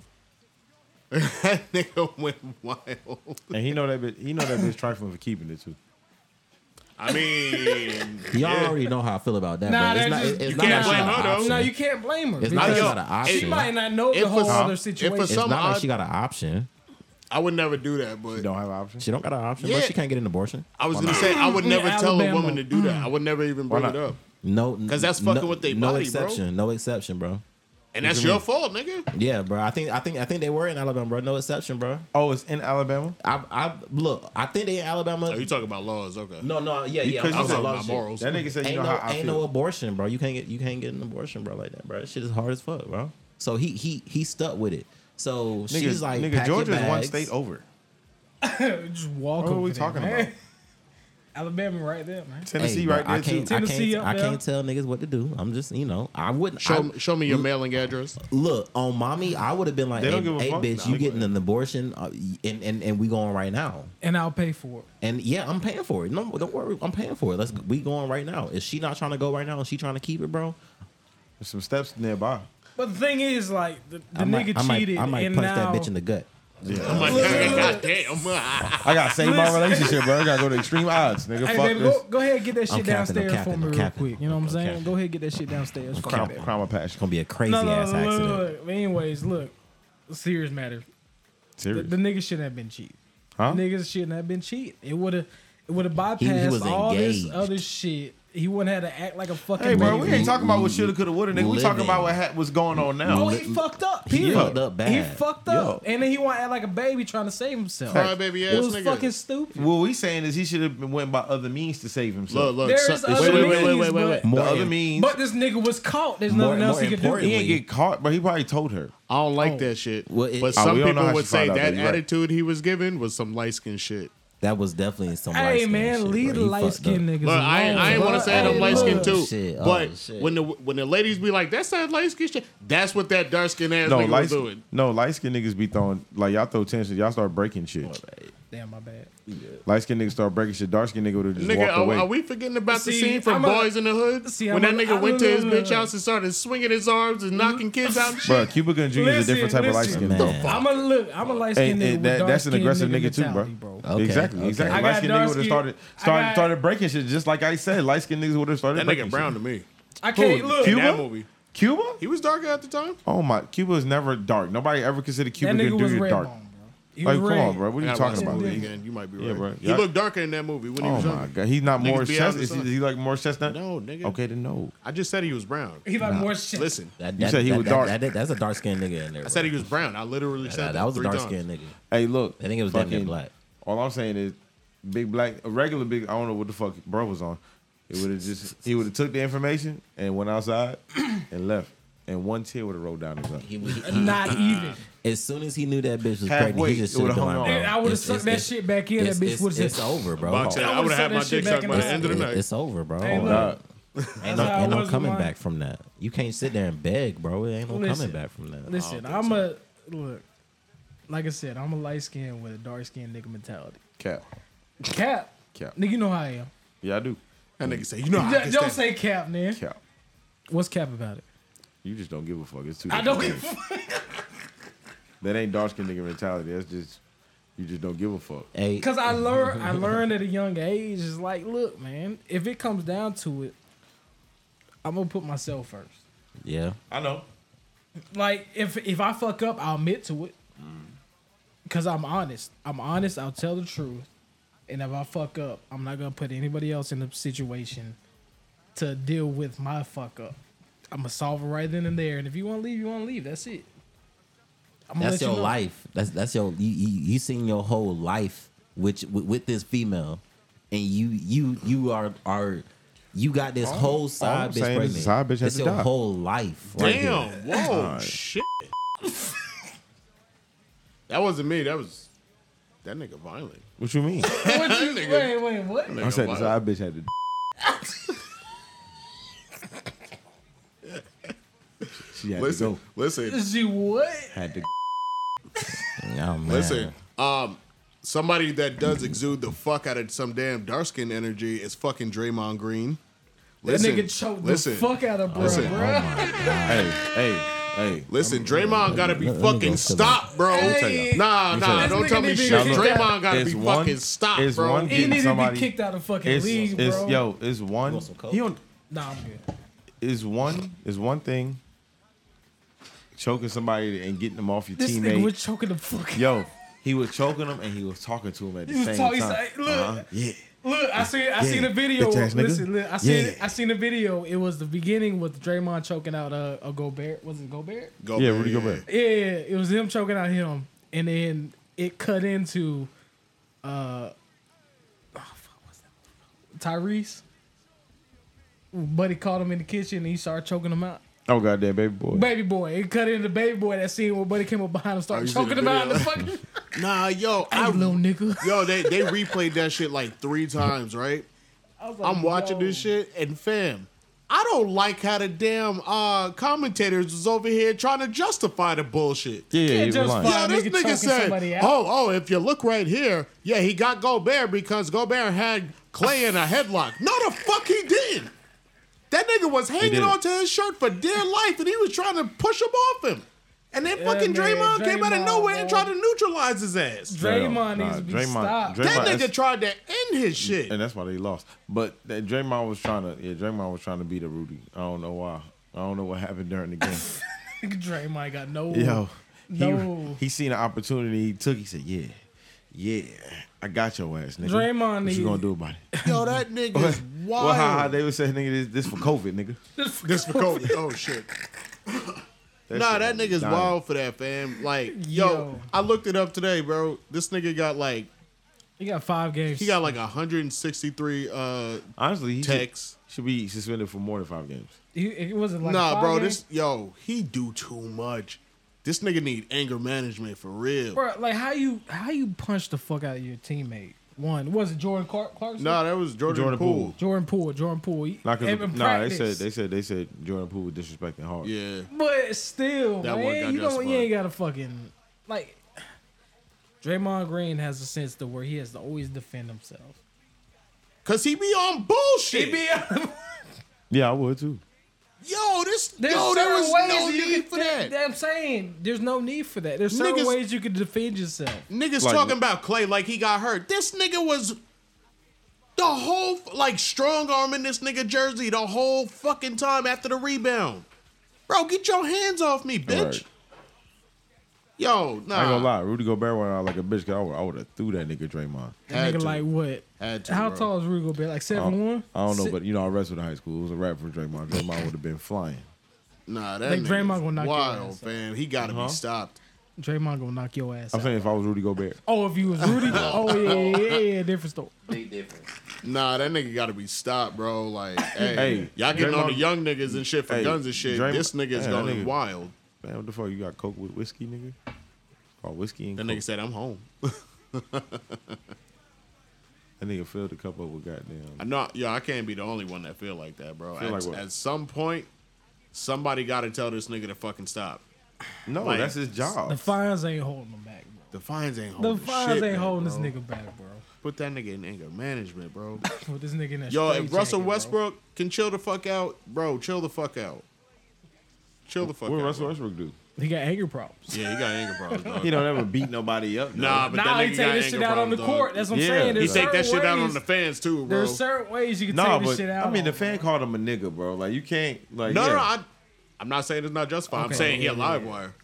[SPEAKER 4] that nigga went wild.
[SPEAKER 1] And he know that bitch. He know that bitch trifling for keeping it too.
[SPEAKER 4] I mean,
[SPEAKER 3] Y'all already know how I feel about that.
[SPEAKER 2] Nah,
[SPEAKER 3] bro.
[SPEAKER 2] that's
[SPEAKER 3] It's not,
[SPEAKER 2] just-
[SPEAKER 3] it's
[SPEAKER 4] you
[SPEAKER 3] not
[SPEAKER 4] can't
[SPEAKER 3] like she
[SPEAKER 4] blame
[SPEAKER 3] got
[SPEAKER 4] her,
[SPEAKER 3] an
[SPEAKER 4] though.
[SPEAKER 3] option.
[SPEAKER 2] No, you can't blame her.
[SPEAKER 3] It's not like she
[SPEAKER 2] because
[SPEAKER 3] got an
[SPEAKER 2] she
[SPEAKER 3] option.
[SPEAKER 2] might not know
[SPEAKER 4] If
[SPEAKER 2] the
[SPEAKER 4] for
[SPEAKER 2] whole
[SPEAKER 4] some-
[SPEAKER 2] other
[SPEAKER 4] if for
[SPEAKER 2] situation.
[SPEAKER 3] It's
[SPEAKER 4] some
[SPEAKER 3] not like
[SPEAKER 4] odd-
[SPEAKER 3] she got an option.
[SPEAKER 4] I would never do that, but
[SPEAKER 1] You don't have an option.
[SPEAKER 3] She don't got an option,
[SPEAKER 4] Yeah.
[SPEAKER 3] but she can't get an abortion.
[SPEAKER 4] I was gonna say I would never
[SPEAKER 2] In
[SPEAKER 4] tell a
[SPEAKER 2] Alabama.
[SPEAKER 4] woman to do that. I would never even bring
[SPEAKER 1] not?
[SPEAKER 4] it up,
[SPEAKER 3] No,
[SPEAKER 4] 'Cause that's fucking
[SPEAKER 3] no,
[SPEAKER 4] with they
[SPEAKER 3] no
[SPEAKER 4] body, bro.
[SPEAKER 3] exception, No exception, bro.
[SPEAKER 4] and that's your fault, nigga.
[SPEAKER 3] Yeah, bro. I think I think I think they were in Alabama, bro. No exception, bro.
[SPEAKER 1] Oh, it's in Alabama.
[SPEAKER 3] I I look. I think they in Alabama.
[SPEAKER 4] Oh, you talking about laws? Okay.
[SPEAKER 3] no, no, yeah, yeah.
[SPEAKER 1] Because
[SPEAKER 3] I'm
[SPEAKER 1] you
[SPEAKER 3] talking
[SPEAKER 1] said
[SPEAKER 3] about
[SPEAKER 4] my
[SPEAKER 3] law shit.
[SPEAKER 4] morals.
[SPEAKER 1] That nigga said, "You
[SPEAKER 3] Ain't
[SPEAKER 1] know
[SPEAKER 3] no,
[SPEAKER 1] how I
[SPEAKER 3] ain't no
[SPEAKER 1] feel."
[SPEAKER 3] abortion, bro. You can't get you can't get an abortion, bro, like that, bro. That shit is hard as fuck, bro. So he he he stuck with it. So she's
[SPEAKER 1] Nigga,
[SPEAKER 3] like,
[SPEAKER 1] nigga,
[SPEAKER 3] pack your
[SPEAKER 1] Georgia's one
[SPEAKER 3] bags.
[SPEAKER 1] state over.
[SPEAKER 2] Just walk
[SPEAKER 1] What are
[SPEAKER 2] over
[SPEAKER 1] we
[SPEAKER 2] there,
[SPEAKER 1] talking
[SPEAKER 2] man.
[SPEAKER 1] about?
[SPEAKER 2] Alabama right there, man.
[SPEAKER 1] Tennessee,
[SPEAKER 3] Hey, bro,
[SPEAKER 1] right there
[SPEAKER 3] I can't,
[SPEAKER 1] too.
[SPEAKER 3] I
[SPEAKER 2] Tennessee
[SPEAKER 3] can't,
[SPEAKER 2] up
[SPEAKER 3] I
[SPEAKER 2] there.
[SPEAKER 3] can't tell niggas what to do. I'm just, you know, I wouldn't.
[SPEAKER 4] Show,
[SPEAKER 3] I,
[SPEAKER 4] me- show me your mailing address.
[SPEAKER 3] look on mommy i would have been like
[SPEAKER 1] They
[SPEAKER 3] hey,
[SPEAKER 1] don't give a
[SPEAKER 3] hey,
[SPEAKER 1] fuck
[SPEAKER 3] bitch
[SPEAKER 1] now.
[SPEAKER 3] you getting an abortion uh, and, and and we going right now
[SPEAKER 2] And I'll pay for it.
[SPEAKER 3] and yeah i'm paying for it no don't worry i'm paying for it let's we going right now is she not trying to go right now and she trying to keep it bro
[SPEAKER 1] There's some steps nearby.
[SPEAKER 2] But the thing is, like, the, the
[SPEAKER 3] I might-
[SPEAKER 2] nigga
[SPEAKER 3] I might,
[SPEAKER 2] cheated.
[SPEAKER 3] I might
[SPEAKER 2] and
[SPEAKER 3] punch
[SPEAKER 2] now,
[SPEAKER 3] that bitch in the gut
[SPEAKER 4] I'm like, God damn.
[SPEAKER 1] I gotta save my relationship, bro. I gotta go to extreme odds, nigga.
[SPEAKER 2] Hey,
[SPEAKER 1] Fuck
[SPEAKER 2] baby,
[SPEAKER 1] this.
[SPEAKER 2] go, go ahead and get that shit
[SPEAKER 3] I'm capping, I'm
[SPEAKER 2] downstairs
[SPEAKER 3] capping,
[SPEAKER 2] for
[SPEAKER 3] I'm
[SPEAKER 2] me real
[SPEAKER 3] capping.
[SPEAKER 2] quick. You know what I'm
[SPEAKER 3] I'm
[SPEAKER 2] saying?
[SPEAKER 3] capping.
[SPEAKER 2] Go ahead and get that shit downstairs for
[SPEAKER 1] crime,
[SPEAKER 2] me.
[SPEAKER 1] crime of passion.
[SPEAKER 3] gonna be a crazy
[SPEAKER 2] No, no,
[SPEAKER 3] ass
[SPEAKER 2] no,
[SPEAKER 3] accident
[SPEAKER 2] look, look. Anyways, look. Serious matter. The,
[SPEAKER 1] Serious,
[SPEAKER 2] the nigga shouldn't have been cheating.
[SPEAKER 1] huh?
[SPEAKER 2] Niggas shouldn't have been cheating. It would have it would have
[SPEAKER 3] he
[SPEAKER 2] bypassed
[SPEAKER 3] was
[SPEAKER 2] all this
[SPEAKER 3] engaged.
[SPEAKER 2] other shit. He wouldn't have to act like a fucking.
[SPEAKER 1] Hey, bro,
[SPEAKER 2] nigga.
[SPEAKER 1] we ain't talking about what shoulda, coulda, woulda, nigga. We talking
[SPEAKER 3] Living.
[SPEAKER 1] about what ha- what's going on
[SPEAKER 2] Oh,
[SPEAKER 1] now.
[SPEAKER 2] he fucked up.
[SPEAKER 3] He
[SPEAKER 2] Period.
[SPEAKER 3] fucked up bad.
[SPEAKER 2] He fucked up,
[SPEAKER 1] Yo.
[SPEAKER 2] and then he want to act like a baby trying to save himself.
[SPEAKER 4] Cry baby
[SPEAKER 2] it
[SPEAKER 4] ass
[SPEAKER 2] was
[SPEAKER 4] nigga.
[SPEAKER 2] fucking stupid.
[SPEAKER 1] What we saying is he should have been went by other means to save himself.
[SPEAKER 4] Look, look.
[SPEAKER 2] There
[SPEAKER 4] so-
[SPEAKER 2] is other means, but-
[SPEAKER 1] the
[SPEAKER 3] more
[SPEAKER 1] other
[SPEAKER 3] in-
[SPEAKER 1] means.
[SPEAKER 2] But this nigga was caught. There's
[SPEAKER 3] More-
[SPEAKER 2] nothing else
[SPEAKER 3] more
[SPEAKER 2] he could
[SPEAKER 1] he
[SPEAKER 2] do.
[SPEAKER 1] didn't
[SPEAKER 3] importantly-
[SPEAKER 1] get caught, but he probably told her.
[SPEAKER 4] I don't like that shit.
[SPEAKER 3] Well, it-
[SPEAKER 4] but
[SPEAKER 1] Oh,
[SPEAKER 4] some
[SPEAKER 1] we don't know
[SPEAKER 4] people
[SPEAKER 1] how
[SPEAKER 4] would
[SPEAKER 1] she
[SPEAKER 4] say
[SPEAKER 1] found out,
[SPEAKER 4] that
[SPEAKER 1] though. You're right.
[SPEAKER 4] attitude he was given was some light skin shit.
[SPEAKER 3] that was definitely some
[SPEAKER 2] Hey
[SPEAKER 3] light-skinned
[SPEAKER 2] man,
[SPEAKER 3] shit, bro.
[SPEAKER 2] leave the
[SPEAKER 3] He
[SPEAKER 2] light
[SPEAKER 3] fucked up.
[SPEAKER 2] skinned niggas.
[SPEAKER 4] Look, I ain't, I ain't want to say
[SPEAKER 2] that
[SPEAKER 4] that I'm light skinned
[SPEAKER 3] look.
[SPEAKER 4] too.
[SPEAKER 3] Shit, oh,
[SPEAKER 4] but
[SPEAKER 3] shit.
[SPEAKER 4] when the when the ladies be like, that's that light skin shit, that's what that dark skinned ass
[SPEAKER 1] No,
[SPEAKER 4] nigga
[SPEAKER 1] light
[SPEAKER 4] was doing.
[SPEAKER 1] no light skinned niggas be throwing like y'all throw tension, y'all start breaking shit.
[SPEAKER 2] Damn, my bad.
[SPEAKER 1] Light skinned niggas start breaking shit. Dark skinned nigga would have just
[SPEAKER 4] Nigga,
[SPEAKER 1] walked
[SPEAKER 4] are,
[SPEAKER 1] away.
[SPEAKER 4] are we forgetting about the
[SPEAKER 2] See,
[SPEAKER 4] scene from
[SPEAKER 2] I'm a-
[SPEAKER 4] Boys in the Hood
[SPEAKER 2] see,
[SPEAKER 4] when that
[SPEAKER 2] I'm a-
[SPEAKER 4] nigga
[SPEAKER 2] I-
[SPEAKER 4] went
[SPEAKER 2] no,
[SPEAKER 4] to his
[SPEAKER 2] no, no,
[SPEAKER 4] bitch
[SPEAKER 2] no.
[SPEAKER 4] house and started swinging his arms and knocking kids out and shit?
[SPEAKER 1] Bro, Cuba Gooding Jr. is a different type of light skin,
[SPEAKER 3] listen,
[SPEAKER 1] bro.
[SPEAKER 3] man.
[SPEAKER 2] I'm a look. I'm a light skinned
[SPEAKER 1] And,
[SPEAKER 2] nigga.
[SPEAKER 1] and
[SPEAKER 2] with
[SPEAKER 1] that, that's an
[SPEAKER 2] dark-skinned
[SPEAKER 1] aggressive nigga, too,
[SPEAKER 2] mentality,
[SPEAKER 1] bro.
[SPEAKER 3] Okay,
[SPEAKER 1] Exactly,
[SPEAKER 3] okay.
[SPEAKER 1] exactly.
[SPEAKER 2] I got
[SPEAKER 1] Light skinned nigga would have
[SPEAKER 2] dark-skinned-
[SPEAKER 1] started
[SPEAKER 2] I
[SPEAKER 1] started
[SPEAKER 2] got-
[SPEAKER 1] started breaking shit just like I said. Light skinned niggas would have started
[SPEAKER 4] that
[SPEAKER 1] breaking
[SPEAKER 4] nigga brown
[SPEAKER 1] shit.
[SPEAKER 4] to me.
[SPEAKER 2] I can't
[SPEAKER 1] Who?
[SPEAKER 2] look.
[SPEAKER 1] Cuba?
[SPEAKER 4] That movie.
[SPEAKER 1] Cuba?
[SPEAKER 4] He was darker at the time.
[SPEAKER 1] Oh my, Cuba is never dark. Nobody ever considered Cuba
[SPEAKER 2] that nigga
[SPEAKER 1] gonna do
[SPEAKER 2] was
[SPEAKER 1] your
[SPEAKER 2] red
[SPEAKER 1] dark.
[SPEAKER 2] bone, bro. He
[SPEAKER 1] Like,
[SPEAKER 2] was
[SPEAKER 1] come
[SPEAKER 2] red.
[SPEAKER 1] on, bro. What are
[SPEAKER 4] I
[SPEAKER 1] you
[SPEAKER 4] gotta watch
[SPEAKER 1] talking
[SPEAKER 4] the
[SPEAKER 1] about?
[SPEAKER 4] movie
[SPEAKER 1] man?
[SPEAKER 4] again. You might be right.
[SPEAKER 1] Yeah, bro.
[SPEAKER 4] He
[SPEAKER 1] Y'all-
[SPEAKER 4] looked darker in that movie when he
[SPEAKER 1] Oh
[SPEAKER 4] was
[SPEAKER 1] my
[SPEAKER 4] younger.
[SPEAKER 1] god, he's not
[SPEAKER 4] Niggas
[SPEAKER 1] more
[SPEAKER 4] be out
[SPEAKER 1] chestnut.
[SPEAKER 4] in the
[SPEAKER 1] Is he,
[SPEAKER 4] sun.
[SPEAKER 1] is he like more chestnut?
[SPEAKER 4] No, nigga.
[SPEAKER 1] Okay, then no.
[SPEAKER 4] I just said he was brown.
[SPEAKER 2] He like more shit.
[SPEAKER 4] Listen,
[SPEAKER 3] That,
[SPEAKER 1] You
[SPEAKER 3] that-
[SPEAKER 1] said he
[SPEAKER 3] that-
[SPEAKER 1] was
[SPEAKER 3] that-
[SPEAKER 1] dark.
[SPEAKER 3] that- that- that's a dark skinned nigga in there.
[SPEAKER 4] I said he was brown. I literally said
[SPEAKER 3] that,
[SPEAKER 4] that,
[SPEAKER 3] that was a
[SPEAKER 4] three
[SPEAKER 3] dark
[SPEAKER 4] times.
[SPEAKER 3] skinned nigga.
[SPEAKER 1] Hey, look.
[SPEAKER 3] That nigga was damn near
[SPEAKER 1] fucking-
[SPEAKER 3] black.
[SPEAKER 1] All I'm saying is, big black, a regular big. I don't know what the fuck bro was on. It would have just he would have took the information and went outside and left, and one tear would have rolled down his eye.
[SPEAKER 3] He was, he-
[SPEAKER 2] Not even.
[SPEAKER 3] as soon as he knew that bitch was
[SPEAKER 1] Halfway,
[SPEAKER 3] pregnant, he just
[SPEAKER 1] it
[SPEAKER 3] should
[SPEAKER 1] would've
[SPEAKER 3] have been
[SPEAKER 1] hung
[SPEAKER 3] like,
[SPEAKER 1] on.
[SPEAKER 3] bro,
[SPEAKER 2] And I would've
[SPEAKER 3] it's-
[SPEAKER 2] sucked
[SPEAKER 3] it's-
[SPEAKER 2] that
[SPEAKER 3] it's-
[SPEAKER 2] shit back in, that
[SPEAKER 3] it's-
[SPEAKER 2] bitch
[SPEAKER 3] it's-
[SPEAKER 2] would've
[SPEAKER 3] It's
[SPEAKER 2] said-
[SPEAKER 3] over, bro.
[SPEAKER 4] Box out.
[SPEAKER 2] I
[SPEAKER 4] I would
[SPEAKER 2] would've
[SPEAKER 4] have had
[SPEAKER 2] said
[SPEAKER 4] my
[SPEAKER 2] that shit
[SPEAKER 4] dick
[SPEAKER 2] back
[SPEAKER 4] sucked
[SPEAKER 2] in
[SPEAKER 4] by
[SPEAKER 2] the
[SPEAKER 4] the end of the
[SPEAKER 2] sun.
[SPEAKER 4] night.
[SPEAKER 3] It's over, bro.
[SPEAKER 2] Hey,
[SPEAKER 3] And
[SPEAKER 2] look.
[SPEAKER 3] I'm-
[SPEAKER 1] Nah,
[SPEAKER 3] And,
[SPEAKER 2] That's how I
[SPEAKER 3] I'm,
[SPEAKER 2] was
[SPEAKER 3] coming
[SPEAKER 2] with mine.
[SPEAKER 3] back from that. You can't sit there and beg, bro. It ain't no
[SPEAKER 2] Listen,
[SPEAKER 3] coming back from that.
[SPEAKER 2] Listen, I'm a look. Like I said, I'm a light skinned with a dark skinned nigga mentality.
[SPEAKER 1] cap.
[SPEAKER 2] Cap.
[SPEAKER 1] Cap.
[SPEAKER 2] Nigga, you know how I am.
[SPEAKER 1] Yeah, I do.
[SPEAKER 4] That nigga said, you know,
[SPEAKER 2] Yeah,
[SPEAKER 4] I
[SPEAKER 2] don't say cap, man.
[SPEAKER 1] Cap.
[SPEAKER 2] What's cap about it?
[SPEAKER 1] You just don't give a fuck. It's too.
[SPEAKER 2] I don't
[SPEAKER 1] different
[SPEAKER 2] give
[SPEAKER 1] things. That ain't dark skin nigga mentality. That's just you just don't give a fuck.
[SPEAKER 3] Hey,
[SPEAKER 2] Cause I learned, I learned at a young age. Is like, look, man, if it comes down to it, I'm gonna put myself first.
[SPEAKER 3] yeah.
[SPEAKER 1] I know.
[SPEAKER 2] Like, if if I fuck up, I'll admit to it. Cause I'm honest. I'm honest. I'll tell the truth. And if I fuck up, I'm not gonna put anybody else in a situation to deal with my fuck up. I'm gonna solve it right then and there. And if you want to leave, you want to leave. That's it. I'm
[SPEAKER 3] That's your life. That's that's your you, you you seen your whole life which with, with this female, and you you you are are you got this whole
[SPEAKER 1] all I'm
[SPEAKER 3] side bitch
[SPEAKER 1] saying is
[SPEAKER 3] pregnant.
[SPEAKER 1] this side bitch has
[SPEAKER 3] it's
[SPEAKER 1] to
[SPEAKER 3] your
[SPEAKER 1] die.
[SPEAKER 3] whole life. Right
[SPEAKER 4] Damn.
[SPEAKER 3] there.
[SPEAKER 4] Whoa. Shit. that wasn't me. That was that nigga violent.
[SPEAKER 1] What you mean?
[SPEAKER 2] What you, wait, wait, what?
[SPEAKER 1] I said the side bitch had to. she had to
[SPEAKER 4] Listen,
[SPEAKER 1] go.
[SPEAKER 4] listen,
[SPEAKER 2] She what?
[SPEAKER 1] Had to.
[SPEAKER 3] Oh, man.
[SPEAKER 4] listen. Um, somebody that does exude the fuck out of some damn dark skin energy is fucking Draymond Green.
[SPEAKER 2] That
[SPEAKER 4] Listen,
[SPEAKER 2] nigga choked
[SPEAKER 4] listen,
[SPEAKER 2] the fuck out of bro,
[SPEAKER 4] listen. Oh
[SPEAKER 2] bro.
[SPEAKER 1] hey, hey, hey.
[SPEAKER 4] Listen, Draymond gotta be
[SPEAKER 3] let me go
[SPEAKER 4] fucking
[SPEAKER 3] sit
[SPEAKER 4] stopped, bro.
[SPEAKER 2] Hey.
[SPEAKER 4] Nah, nah,
[SPEAKER 2] This
[SPEAKER 4] don't
[SPEAKER 2] nigga
[SPEAKER 4] tell me
[SPEAKER 2] need to
[SPEAKER 4] shit.
[SPEAKER 2] be kicked
[SPEAKER 4] Draymond
[SPEAKER 2] out.
[SPEAKER 4] gotta
[SPEAKER 1] It's
[SPEAKER 4] be
[SPEAKER 1] one-
[SPEAKER 4] fucking stopped,
[SPEAKER 1] it's
[SPEAKER 4] bro.
[SPEAKER 1] one-
[SPEAKER 2] He needed to
[SPEAKER 1] Somebody-
[SPEAKER 2] be kicked out of fucking
[SPEAKER 1] It's,
[SPEAKER 2] league,
[SPEAKER 1] it's
[SPEAKER 2] bro.
[SPEAKER 1] yo. It's one.
[SPEAKER 3] want some Coke?
[SPEAKER 1] He don't.
[SPEAKER 2] Nah, I'm good.
[SPEAKER 1] Is one. Is one thing. Choking somebody and getting them off your
[SPEAKER 2] This nigga
[SPEAKER 1] teammate.
[SPEAKER 2] was choking the fuck.
[SPEAKER 1] Yo, he was choking him and he was talking to him at the
[SPEAKER 2] He was
[SPEAKER 1] same
[SPEAKER 2] talking, he's
[SPEAKER 1] time. Uh-huh.
[SPEAKER 2] like, look.
[SPEAKER 1] Yeah.
[SPEAKER 2] Look, I seen, I seen a video.
[SPEAKER 1] bitch ass nigga.
[SPEAKER 2] Listen, li- I seen,
[SPEAKER 1] Yeah.
[SPEAKER 2] I seen a video. It was the beginning with Draymond choking out uh, a, a Gobert. Was it Gobert?
[SPEAKER 4] Go
[SPEAKER 1] yeah,
[SPEAKER 4] back,
[SPEAKER 1] Rudy Gobert.
[SPEAKER 2] Yeah, it was him choking out him, and then it cut into, uh, oh, fuck, what's that? Tyrese. Buddy caught him in the kitchen, and he started choking him out.
[SPEAKER 1] Oh goddamn, baby boy.
[SPEAKER 2] Baby boy, it cut into baby boy. That scene where Buddy came up behind him, started
[SPEAKER 4] Oh, you seen
[SPEAKER 2] choking
[SPEAKER 4] the
[SPEAKER 2] him out. in The
[SPEAKER 4] video?
[SPEAKER 2] fucking
[SPEAKER 4] Nah, yo,
[SPEAKER 2] I
[SPEAKER 4] I
[SPEAKER 2] little nigga.
[SPEAKER 4] yo, they they replayed that shit like three times, right?
[SPEAKER 2] I was like,
[SPEAKER 4] I'm watching
[SPEAKER 2] yo.
[SPEAKER 4] this shit, and fam, I don't like how the damn uh, commentators was over here trying to justify the bullshit.
[SPEAKER 1] Yeah, yeah,
[SPEAKER 2] Can't
[SPEAKER 1] he was
[SPEAKER 2] just
[SPEAKER 1] lying.
[SPEAKER 2] fuck-
[SPEAKER 4] Yo,
[SPEAKER 2] Nah,
[SPEAKER 4] this
[SPEAKER 2] nigga
[SPEAKER 4] nigga
[SPEAKER 2] choking
[SPEAKER 4] said,
[SPEAKER 2] somebody out.
[SPEAKER 4] "Oh, oh, if you look right here, yeah, he got Gobert because Gobert had Clay in a headlock." No, the fuck he didn't. That nigga was hanging
[SPEAKER 1] didn't.
[SPEAKER 4] on to his shirt for dear life, and he was trying to push him off him. And then
[SPEAKER 2] Yeah,
[SPEAKER 4] fucking
[SPEAKER 2] man,
[SPEAKER 4] Draymond, came out
[SPEAKER 2] Draymond,
[SPEAKER 4] of nowhere and
[SPEAKER 2] bro.
[SPEAKER 4] tried to neutralize his ass.
[SPEAKER 2] Draymond
[SPEAKER 1] Nah,
[SPEAKER 2] needs to be
[SPEAKER 1] Draymond-
[SPEAKER 2] stopped.
[SPEAKER 1] Draymond-
[SPEAKER 4] that nigga
[SPEAKER 1] that's-
[SPEAKER 4] tried to end his shit.
[SPEAKER 1] and that's why they lost. But that Draymond was trying to, yeah, Draymond was trying to beat a Rudy. I don't know why. I don't know what happened during the game.
[SPEAKER 2] Draymond got no.
[SPEAKER 1] Yo, he,
[SPEAKER 2] No.
[SPEAKER 1] he seen an opportunity. He took. He said, "Yeah, yeah, I got your ass, nigga.
[SPEAKER 2] Draymond
[SPEAKER 1] what
[SPEAKER 2] needs-
[SPEAKER 1] you gonna do about it?
[SPEAKER 4] Yo, that nigga is wild.
[SPEAKER 1] Well, ha, ha, they would say, nigga, this, this for COVID, nigga.
[SPEAKER 4] This for COVID. Oh shit. nah, that nigga's wild for that, fam. Like, yo,
[SPEAKER 2] Yo.
[SPEAKER 4] I looked it up today, bro. This nigga got like
[SPEAKER 2] He got five games.
[SPEAKER 4] he got like 163 uh
[SPEAKER 1] Honestly, he should,
[SPEAKER 4] texts.
[SPEAKER 1] should be suspended for more than five games.
[SPEAKER 2] He, it wasn't like
[SPEAKER 4] nah,
[SPEAKER 2] five
[SPEAKER 4] bro,
[SPEAKER 2] games.
[SPEAKER 4] this yo, he do too much. This nigga need anger management for real.
[SPEAKER 2] bro. Like how you how you punch the fuck out of your teammate? One was it Jordan Clark- Clarkson?
[SPEAKER 4] Nah, that was Jordan,
[SPEAKER 1] Jordan
[SPEAKER 4] Poole.
[SPEAKER 2] Jordan Poole. Jordan Poole. He-
[SPEAKER 1] Nah, 'cause-
[SPEAKER 2] and in
[SPEAKER 1] nah, they said
[SPEAKER 2] practice.
[SPEAKER 1] they said they said Jordan Poole was disrespecting hard.
[SPEAKER 4] Yeah.
[SPEAKER 2] But still,
[SPEAKER 4] That one got
[SPEAKER 2] man, you don't. You
[SPEAKER 4] justified.
[SPEAKER 2] ain't got to fucking like. Draymond Green has a sense to where he has to always defend himself.
[SPEAKER 4] Cause he be on bullshit.
[SPEAKER 2] He be-
[SPEAKER 1] yeah, I would too.
[SPEAKER 4] yo, this
[SPEAKER 2] There's
[SPEAKER 4] yo, there
[SPEAKER 2] certain
[SPEAKER 4] was
[SPEAKER 2] ways
[SPEAKER 4] no
[SPEAKER 2] you could-
[SPEAKER 4] need for that.
[SPEAKER 2] I'm saying there's no need for that. There's certain
[SPEAKER 4] Niggas-
[SPEAKER 2] ways you can defend yourself.
[SPEAKER 4] Niggas
[SPEAKER 1] Like-
[SPEAKER 4] talking about Clay like he got hurt. This nigga was The whole f- like strong arm in this nigga jersey the whole fucking time after the rebound. Bro, get your hands off me, bitch.
[SPEAKER 1] Right.
[SPEAKER 4] Yo, nah.
[SPEAKER 1] I ain't gonna lie, Rudy Gobert went out like a bitch. 'cause I would, I would have threw that nigga Draymond.
[SPEAKER 4] Had
[SPEAKER 2] Nigga,
[SPEAKER 4] to.
[SPEAKER 2] like what?
[SPEAKER 4] Had to,
[SPEAKER 2] How
[SPEAKER 4] bro.
[SPEAKER 2] tall is Rugo? Be like
[SPEAKER 1] I
[SPEAKER 2] seven
[SPEAKER 1] don't,
[SPEAKER 2] one.
[SPEAKER 1] I don't know, but you know I wrestled in high school. It was a rap for Draymond. Draymond would have been flying.
[SPEAKER 4] Nah, that
[SPEAKER 2] Think
[SPEAKER 4] nigga
[SPEAKER 2] Draymond
[SPEAKER 4] is
[SPEAKER 2] gonna knock your
[SPEAKER 4] wild,
[SPEAKER 2] ass out.
[SPEAKER 4] fam. He gotta
[SPEAKER 1] Uh-huh.
[SPEAKER 4] be stopped.
[SPEAKER 2] Draymond gonna knock your ass.
[SPEAKER 1] I'm
[SPEAKER 2] out.
[SPEAKER 1] saying if I was Rudy Gobert,
[SPEAKER 2] Oh, if you was Rudy. oh yeah, yeah, yeah, yeah, different story.
[SPEAKER 4] Oh,
[SPEAKER 10] Big difference.
[SPEAKER 4] Nah, that nigga gotta be stopped, bro. Like, hey,
[SPEAKER 1] Hey,
[SPEAKER 4] y'all getting on
[SPEAKER 1] Draymond-
[SPEAKER 4] the young niggas and shit for
[SPEAKER 1] Hey,
[SPEAKER 4] guns and shit.
[SPEAKER 1] Draymond-
[SPEAKER 4] this nigga is
[SPEAKER 1] Yeah, that
[SPEAKER 4] going
[SPEAKER 1] nigga-
[SPEAKER 4] wild.
[SPEAKER 1] man, what the fuck? You got coke with whiskey, nigga? Called whiskey and
[SPEAKER 4] That
[SPEAKER 1] coke.
[SPEAKER 4] nigga said, "I'm home."
[SPEAKER 1] that nigga filled the cup up with goddamn.
[SPEAKER 4] I know, yo, I can't be the only one that feel like that, bro.
[SPEAKER 1] Feel
[SPEAKER 4] at,
[SPEAKER 1] like what?
[SPEAKER 4] at some point, somebody got to tell this nigga to fucking stop.
[SPEAKER 1] No,
[SPEAKER 4] Like,
[SPEAKER 1] that's his job.
[SPEAKER 2] The fines ain't holding him back, bro.
[SPEAKER 4] The fines ain't holding.
[SPEAKER 2] The fines
[SPEAKER 4] shit
[SPEAKER 2] ain't
[SPEAKER 4] back,
[SPEAKER 2] holding
[SPEAKER 4] bro.
[SPEAKER 2] this nigga back, bro.
[SPEAKER 4] Put that nigga in anger management, bro.
[SPEAKER 2] With this nigga in that
[SPEAKER 4] Yo,
[SPEAKER 2] straight
[SPEAKER 4] if Russell
[SPEAKER 2] jacket, bro.
[SPEAKER 4] Westbrook can chill the fuck out, bro, chill the fuck out. Chill the fuck
[SPEAKER 1] what
[SPEAKER 4] out.
[SPEAKER 1] Russell
[SPEAKER 4] bro.
[SPEAKER 1] Westbrook do?
[SPEAKER 2] he got anger problems.
[SPEAKER 4] Yeah, he got anger problems, dog.
[SPEAKER 1] He don't ever beat nobody up.
[SPEAKER 4] Nah, but
[SPEAKER 2] Nah,
[SPEAKER 4] that
[SPEAKER 2] he
[SPEAKER 4] nigga
[SPEAKER 2] take
[SPEAKER 4] got
[SPEAKER 2] this
[SPEAKER 4] anger
[SPEAKER 2] shit out on the
[SPEAKER 4] problems, dog.
[SPEAKER 2] court. That's what I'm
[SPEAKER 1] Yeah,
[SPEAKER 2] saying.
[SPEAKER 1] he
[SPEAKER 2] There's
[SPEAKER 4] He take
[SPEAKER 2] certain
[SPEAKER 4] that shit out on
[SPEAKER 2] ways-
[SPEAKER 4] the fans too, bro.
[SPEAKER 2] There's certain ways you can
[SPEAKER 1] nah,
[SPEAKER 2] take this
[SPEAKER 1] but
[SPEAKER 2] shit out.
[SPEAKER 1] I mean the
[SPEAKER 2] on,
[SPEAKER 1] fan called him a nigga, bro. Like you can't like
[SPEAKER 4] No,
[SPEAKER 1] yeah.
[SPEAKER 4] no, no, I, I'm not saying it's not justified.
[SPEAKER 2] Okay,
[SPEAKER 4] I'm saying he
[SPEAKER 2] yeah,
[SPEAKER 4] a
[SPEAKER 2] yeah,
[SPEAKER 4] live
[SPEAKER 2] yeah.
[SPEAKER 4] wire.